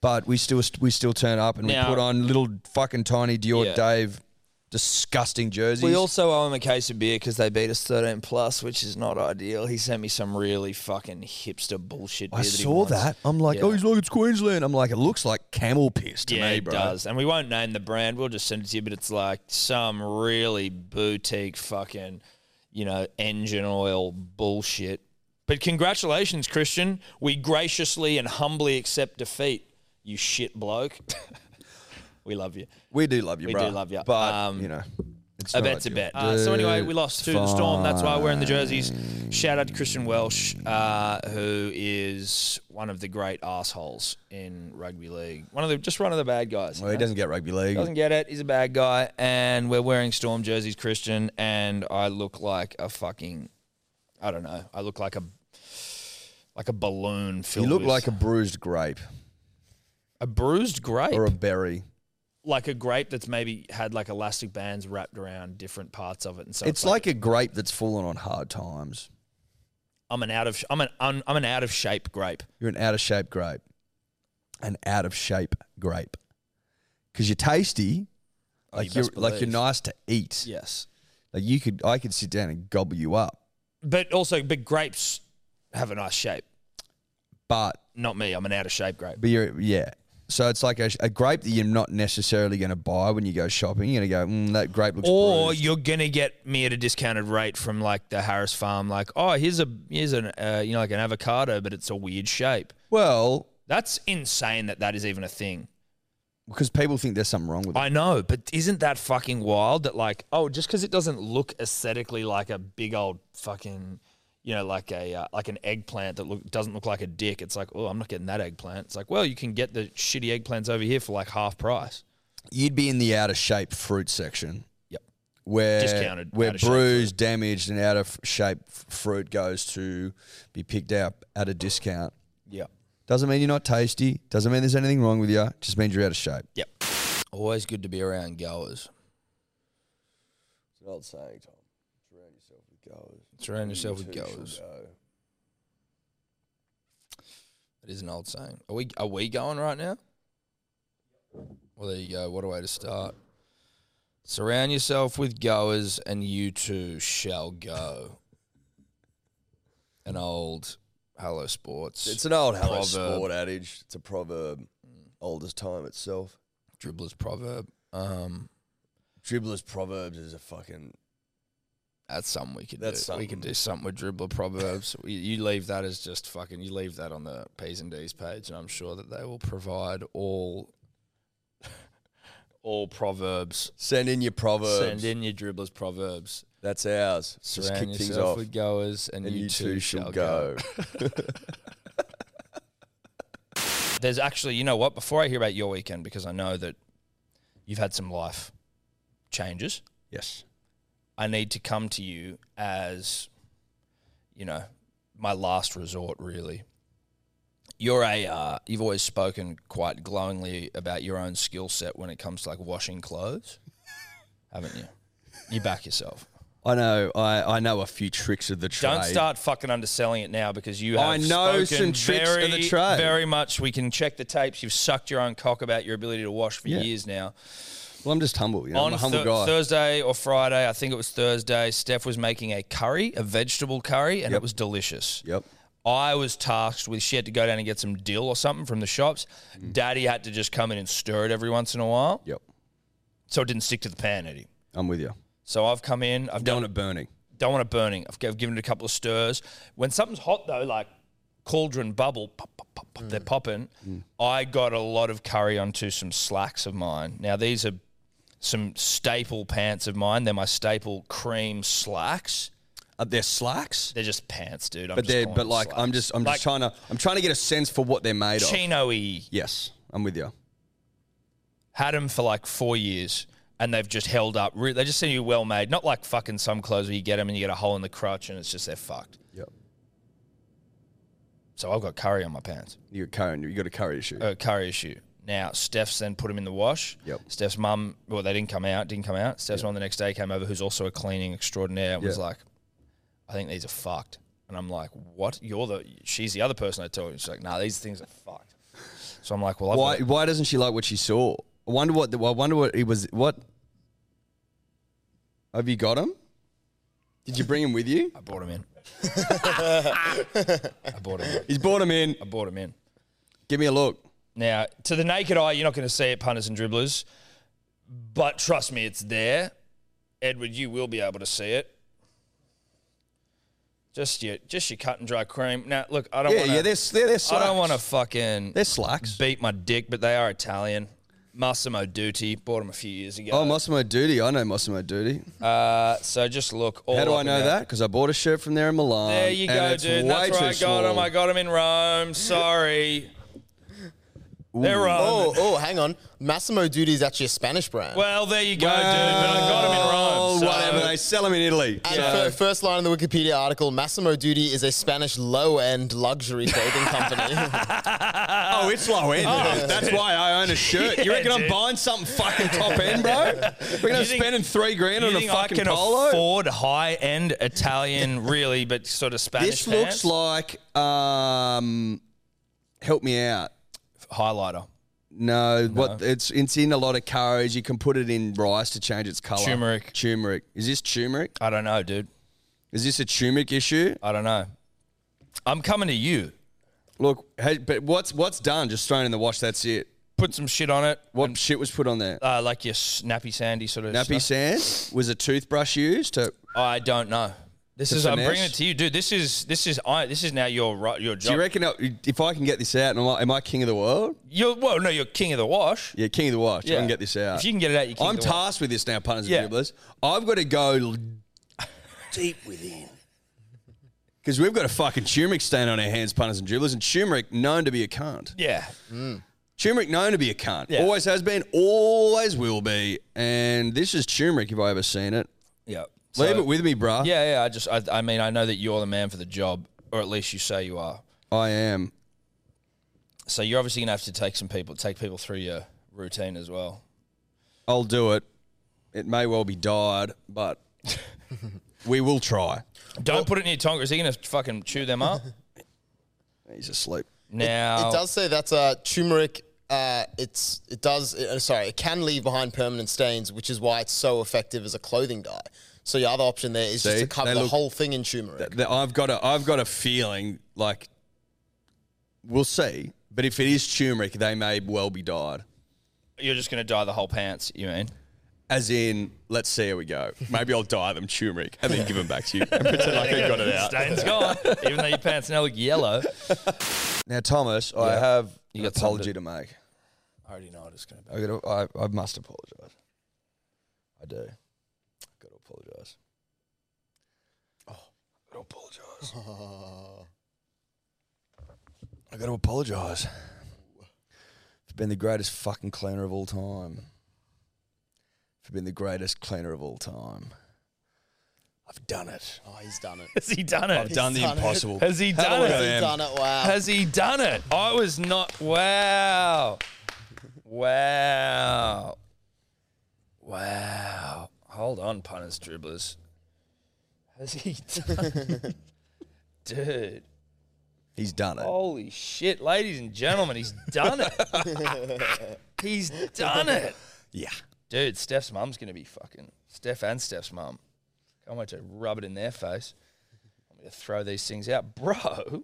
But we still we still turn up and
Now-
we put on little fucking tiny Dior
Yeah.
Dave disgusting jerseys.
We also owe him a case of beer because they beat us 13 plus, which is not ideal. He sent me some really fucking hipster bullshit.
I
beer that he
saw
wants.
that. I'm like,
Yeah.
oh, he's like it's Queensland. I'm like, it looks like camel piss to
Yeah,
me,
it
bro.
does. And we won't name the brand. We'll just send it to you. But it's like some really boutique fucking, you know, engine oil bullshit. But congratulations, Christian. We graciously and humbly accept defeat, you shit bloke. we love you.
We do love you,
We
bro.
do love you.
But,
Um,
you know, it's
A
not
bet's a
ideal.
bet. Uh, so anyway, we lost to the storm. That's why we're in the jerseys. Shout out to Christian Welsh, uh, who is one of the great assholes in rugby league. One of the just one of the bad guys.
Well, he doesn't get rugby league.
Doesn't get it. He's a bad guy, and we're wearing storm jerseys, Christian, and I look like a fucking, I don't know. I look like a like a balloon
You
filled.
look
with-
like a bruised grape
a bruised grape,
or a berry.
like a grape that's maybe had like elastic bands wrapped around different parts of it, and so
it's like a grape that's fallen on hard times.
I'm an out of sh- I'm an I'm, I'm an out of shape grape.
You're an out of shape grape. An out of shape grape. Because you're tasty. Like
Oh, you
you are
best
like you're
believe.
nice to eat.
Yes,
Like you could I could sit down and gobble you up.
but also but grapes have a nice shape.
But
Not me. I'm an out of shape grape.
But you're yeah. So it's like a, a grape that you're not necessarily going to buy when you go shopping. You're going to go, mm, that grape looks.
Or
bruised."
you're gonna get me at a discounted rate from like the Harris Farm. Like, oh, here's a here's an uh, you know like an avocado, but it's a weird shape.
well,
That's insane that that is even a thing.
because people think there's something wrong with it.
I know, but isn't that fucking wild that like, oh, just because it doesn't look aesthetically like a big old fucking, you know, like a uh, like an eggplant that look, doesn't look like a dick. It's like, oh, I'm not getting that eggplant. It's like, well, you can get the shitty eggplants over here for like half price.
You'd be in the out of shape fruit section.
Yep.
Where
Discounted,
where
out of shape
bruised, damaged, and out of shape f- fruit goes to be picked up at a discount.
Yep.
Doesn't mean you're not tasty. Doesn't mean there's anything wrong with you. Just means you're out of shape.
Yep. Always good to be around goers.
It's an old saying, Tom. Surround yourself with goers.
Surround yourself with
Two shall
goers.
go.
It is an old saying. Are we are we going right now? Well, there you go. What a way to start. Surround yourself with goers, and you too shall go. An old Hello Sports.
It's an old hello
Proverb.
sport adage. It's a proverb, old as time itself.
dribbler's proverb. Um,
Dribbler's proverbs is a fucking.
That's something we could
That's
do. We could
something.
do something with dribbler proverbs. you, you leave that as just fucking. You leave that on the P's and D's page, and I'm sure that they will provide all all proverbs.
Send in your proverbs.
Send in your dribblers proverbs.
That's ours. Just
Surround
kick things
yourself
off.
with goers, and,
and
you, too shall go.
go.
There's actually, you know what? Before I hear about your weekend, because I know that you've had some life changes.
yes.
I need to come to you as, you know, my last resort, really. You're a, uh, you've always spoken quite glowingly about your own skill set when it comes to like washing clothes, haven't you? You back yourself.
I know. I, I know a few tricks of the trade.
Don't start fucking underselling it now because you have
I know
spoken
some tricks of
very,
the trade.
Very much. We can check the tapes. You've sucked your own cock about your ability to wash for
Yeah.
years now.
Well, I'm just humble. You know, I'm a humble
Thur-
guy.
Thursday or Friday, I think it was Thursday, Steph was making a curry, a vegetable curry, and it was delicious.
Yep.
I was tasked with she had to go down and get some dill or something from the shops.
Mm.
Daddy had to just come in and stir it every once in a while.
Yep.
So it didn't stick to the pan, Eddie.
I'm with you.
So I've come in, I've done
Don't want it burning.
don't want it burning. I've, g- I've given it a couple of stirs. When something's hot though, like cauldron bubble, pop, pop, pop, pop,
Mm.
they're popping. I got a lot of curry onto some slacks of mine. Now these are some staple pants of mine. They're my staple cream slacks.
Are there Uh, slacks?
They're just pants, dude. I'm
But
just
they're
calling
but
them
like I'm
slacks.
just I'm
Like
just trying to I'm trying to get a sense for what they're made of.
chino-y.
Yes, I'm with you.
had them for like four years and they've just held up. Re- They just seem to be well made. Not like fucking some clothes where you get them and you get a hole in the crotch and it's just they're fucked.
Yep.
So I've got curry on my pants,
You got curry. You got a curry issue.
uh, curry issue. Now Steph's then put them in the wash.
Yep.
Steph's mum, well, they didn't come out, didn't come out. Steph's mum the next day came over, who's also a cleaning extraordinaire, and was
Yeah.
like, "I think these are fucked." And I'm like, "What? You're the?" She's the other person I told. She's like, "Nah, these things are fucked." So I'm like, "Well, I've
Why
got-
why doesn't she like what she saw? I wonder what the, I wonder what it was. What have you got him? Did you bring him with you?
I bought them in. I bought them.
He's brought him in.
I bought them in."
Give me a look.
Now, to the naked eye, you're not going to see it, punters and dribblers. But trust me, it's there. Edward, you will be able to see it. Just your just your cut and dry cream. Now, look, I don't
Yeah,
want
yeah. They're they're, they're
I
slacks.
don't want to fucking
They're slacks.
beat my dick, but they are Italian. Massimo Dutti bought them a few years ago.
Oh, Massimo Duty. I know Massimo Duty.
uh, so just look. All
How do
up
I
and
know
down.
that? Because I bought a shirt from there in Milan.
There you
and
go,
it's
dude.
way
That's where I
too small.
got them. I got them in Rome. Sorry, they're Rome.
Oh, oh, hang on. Massimo Duty is actually a Spanish brand.
Well, there you go, dude. But I got them in Rome.
Oh,
so-
whatever. They sell them in Italy.
And
So-
fir- first line in the Wikipedia article: Massimo Duty is a Spanish low-end luxury clothing company.
oh, it's low end. That's why I own a shirt. You reckon
dude.
I'm buying something fucking top end, bro? Reckon I'm
think-
spending three grand
You
on a
think I
fucking
can
polo?
afford high end Italian, really, but sort of Spanish?
This looks
pants?
like um, help me out.
highlighter,
No, what it's it's in a lot of curries. You can put it in rice to change its color.
Turmeric.
Turmeric. Is this turmeric?
I don't know, dude.
Is this a turmeric issue?
I don't know. I'm coming to you.
Look, hey, but what's what's done? Just thrown in the wash. That's it.
Put some shit on it,
What shit was put on there?
uh, like your snappy sandy sort of.
Nappy
Stuff.
sand was a toothbrush used to.
I don't know. This
To
is. I'm
finesse?
bringing it to you, dude. This is. This is. I. This is now your right. Your
Do
job.
you reckon I- if I can get this out, and am I, am I king of the world?
You're. Well, no. You're king of the wash.
Yeah, king of the watch. I can get this out.
If you can get it out, you can.
I'm tasked with this now, punters
Yeah.
and dribblers. I've got to go l- deep within. Because we've got a fucking turmeric stain on our hands, punters and dribblers, and turmeric known to be a cunt.
Yeah.
Turmeric known to be a cunt.
Yeah.
Always has been, always will be. And this is turmeric if I ever seen it.
Yeah.
Leave
So-
it with me, bruh.
Yeah, yeah. I just. I, I mean, I know that you're the man for the job, or at least you say you are.
I am.
So you're obviously gonna have to take some people, take people through your routine as well.
I'll do it. It may well be dyed, but we will try.
Don't put it in your tongue. Is he gonna fucking chew them up?
He's asleep.
Now,
It does say that's uh, turmeric. Uh, it's it does uh, sorry it can leave behind permanent stains, which is why it's so effective as a clothing dye. So your other option there is just
See?
to cover
They
the
look-
whole thing in turmeric.
Th- I've got a I've got a feeling like we'll see, but if it is turmeric, they may well be dyed.
you're just going to dye the whole pants, you mean?
As in, let's see how we go. Maybe I'll dye them turmeric and then give them back to you and pretend like I got it out.
Stain's gone, even though your pants now look yellow.
Now, Thomas, I have an
got something
apology to make.
I already know what it's going to be.
I, gotta, I, I must apologise. I do. I've got to apologise. Oh, I've got to apologise. i got to apologise. For being the greatest fucking cleaner of all time. For being the greatest cleaner of all time. I've done it.
Oh, he's done it.
Has he done it?
I've done the He's done it. impossible.
Has he done
He's
it?
done it. Wow.
Has he done it? I was not. Wow. Wow. Wow. Hold on, punters, dribblers. Has he done Dude.
He's done it.
Oh.
Holy shit, ladies and gentlemen, he's done it. he's done it.
Yeah.
Dude, Steph's mum's going to be fucking. Steph and Steph's mum. Can't wait to rub it in their face. I'm going to throw these things out. Bro,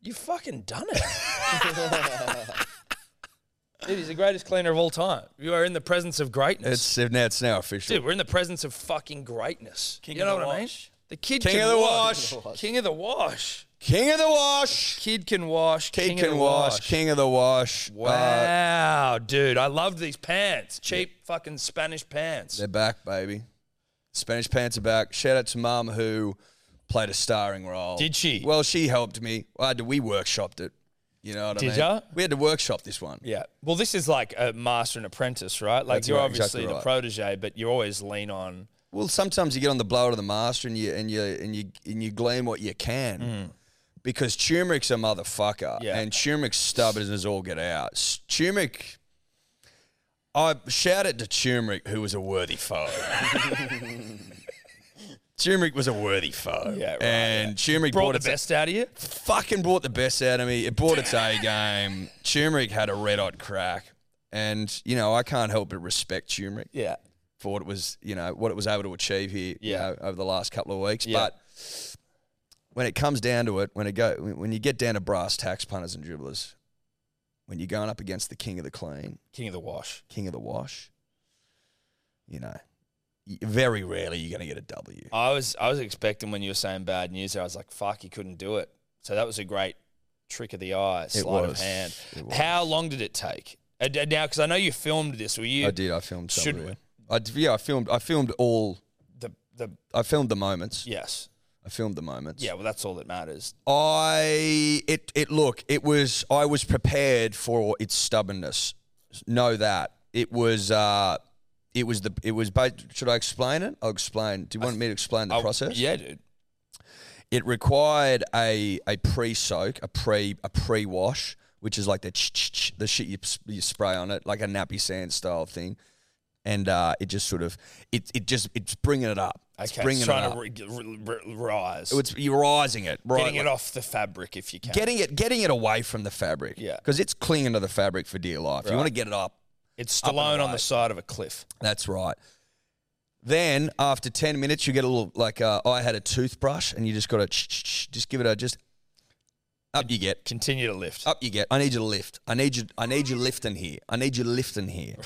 you fucking done it. Dude, he's the greatest cleaner of all time. You are in the presence of greatness.
It's now it's now official.
Dude, we're in the presence of fucking greatness.
King
you
of
know
the
what I mean?
wash.
The kid
King
can
of the
wash.
wash.
King of the wash.
King of the wash.
Kid can wash.
King,
King, of
can
the
wash. King of the wash. Uh,
Wow, dude. I loved these pants. Cheap fucking Spanish pants.
they're back, baby. Spanish pants are back. Shout out to mum who played a starring role.
Did she?
Well, she helped me. I had to, we workshopped it. You know what I
Did
mean?
ya?
We had to workshop this one.
Yeah. Well, this is like a master and apprentice, right? Like
That's
you're
right,
obviously
exactly
the
right.
protege, but you always lean on.
Well, sometimes you get on the blower to the master and you and you and you and you glean what you can. Because turmeric's a motherfucker,
Mm. Yeah.
and turmeric's stubborn as all get out. S- Turmeric, I shout it to turmeric, who was a worthy foe. turmeric was a worthy foe,
Yeah, right,
and turmeric
Brought
brought,
the
its
best out of you.
fucking brought the best out of me. It brought its A game. Turmeric had a red hot crack, and you know I can't help but respect turmeric
Yeah.
for what it was, you know, what it was able to achieve here, you
Yeah.
know, over the last couple of weeks.
Yeah.
But when it comes down to it, when it go, when when you get down to brass tacks, punters and dribblers, when you're going up against the king of the clean,
King of the wash.
king of the wash, you know, y- very rarely you're going to get a W.
I was I was expecting when you were saying bad news, I was like, fuck, he couldn't do it. So that was a great trick of the eye, sleight of
was.
hand.
It was.
How long did it take? Uh, d- Now, because I know you filmed this, were you
I did. I filmed. some of
Shouldn't
it. I d- yeah, I filmed. I filmed all.
the the
I filmed the moments.
yes,
I filmed the moments.
yeah. Well, that's all that matters.
I it it look it was I was prepared for its stubbornness. Know that it was uh it was the it was ba- should I explain it? I'll explain. Do you want me to explain the
Oh,
process?
Yeah, dude.
It required a a pre soak, a pre a pre wash, which is like the ch- ch- ch- the shit you, s- you spray on it, like a nappy sand style thing, and uh, it just sort of it it just it's bringing it up. It's
Okay,
bringing
it's
it
trying
up.
to re- r- r- rise,
it's you're rising it, right?
getting
like-
it off the fabric if you can.
getting it getting it away from the fabric.
Yeah.
Because it's clinging to the fabric for dear life. You want to get it up.
it's
up and
Stallone on
away.
the side of a cliff.
That's right. Then after ten minutes, you get a little like uh, I had a toothbrush, and you just got to just give it a just up. You get
Continue to lift.
up. You get. I need you to lift. I need you. I need you lifting here. I need you lifting here.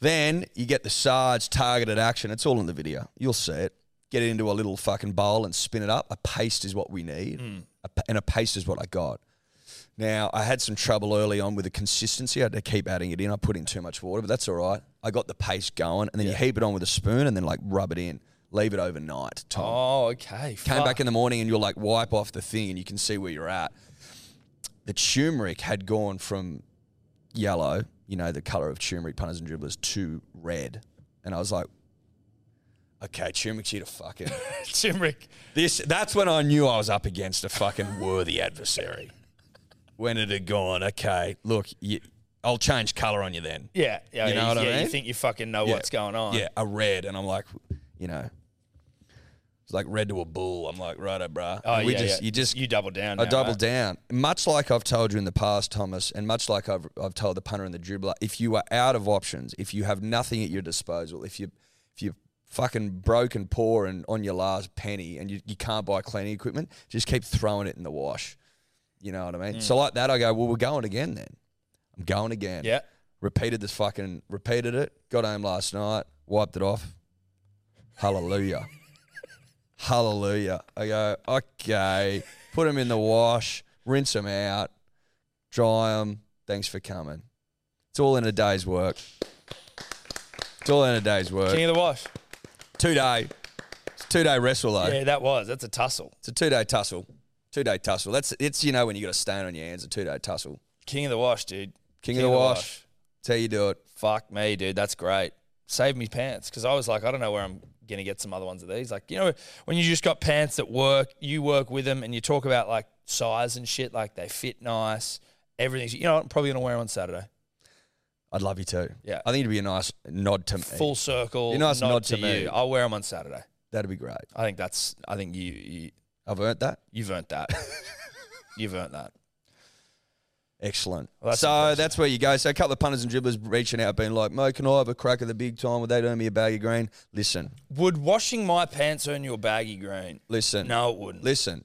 Then you get the Sarge targeted action. It's all in the video. You'll see it. Get it into a little fucking bowl and spin it up. A paste is what we need, a, pa- and a paste is what I got. Now I had some trouble early on with the consistency. I had to keep adding it in. I put in too much water, but that's all right. I got the paste going, and then you heap it on with a spoon, and then like rub it in. Leave it overnight. Tom
Oh, okay.
came back in the morning and you'll like wipe off the thing and you can see where you're at. The turmeric had gone from yellow, you know, the color of turmeric punters and dribblers, to red. And I was like, okay, turmeric's here to fucking.
turmeric.
this, that's when I knew I was up against a fucking worthy adversary. When it had gone, okay, look, you, I'll change color on you then.
Yeah, yeah.
You know what I
yeah, You
mean?
think you fucking know
Yeah.
what's going on?
Yeah, a red. And I'm like, you know, It's like red to a bull. I'm like, righto, bruh.
Oh,
we
yeah,
just,
yeah.
You just
You double down.
I
now,
double
right?
down. Much like I've told you in the past, Thomas, and much like I've, I've told the punter and the dribbler, if you are out of options, if you have nothing at your disposal, if you if you fucking broke and poor and on your last penny and you, you can't buy cleaning equipment, just keep throwing it in the wash. You know what I mean? So like that I go, well we're going again then. I'm going again.
Yeah.
Repeated this fucking repeated it, got home last night, wiped it off. Hallelujah. Hallelujah. I go, okay, put them in the wash, rinse them out, dry them. Thanks for coming. It's all in a day's work. It's all in a day's
King
work.
of the wash.
Two day. It's a two day wrestle though.
Yeah, that was. That's a tussle.
It's a two day tussle. Two day tussle. That's it's you know when you got a stain on your hands, a two day tussle.
King of the wash, dude.
King, of the, wash. That's how you do it.
Fuck me, dude. That's great. Saved me pants because I was like, I don't know where I'm gonna get some other ones of these. Like, you know, when you just got pants that work, you work with them, and you talk about like size and shit. Like they fit nice. Everything's. You know, what? I'm probably gonna wear 'em on Saturday.
I'd love you too.
Yeah.
I think it'd be a nice nod to me.
Full circle.
Be nice
nod,
nod
to,
to me.
you. I'll wear them on Saturday.
That'd be great.
I think that's. I think you, you
I've earned that.
you've earned that. you've earned that.
Excellent.
Well, that's
so
impressive.
that's where you go. So a couple of punters and dribblers reaching out, being like, "Mo, can I have a crack at the big time? Would they earn me a bag of green?" Listen,
Would washing my pants earn you a baggy green?
listen,
No, it wouldn't.
listen.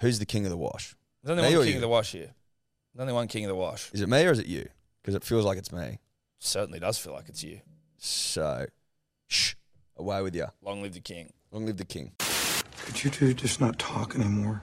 Who's the king of the wash?
There's only
Me
one
or
king
you?
of the wash here. There's only one king of the wash.
Is it me or is it you? Because it feels like it's me.
Certainly does feel like it's you.
So, shh, away with you.
Long live the king.
Long live the king.
Could you two just not talk anymore?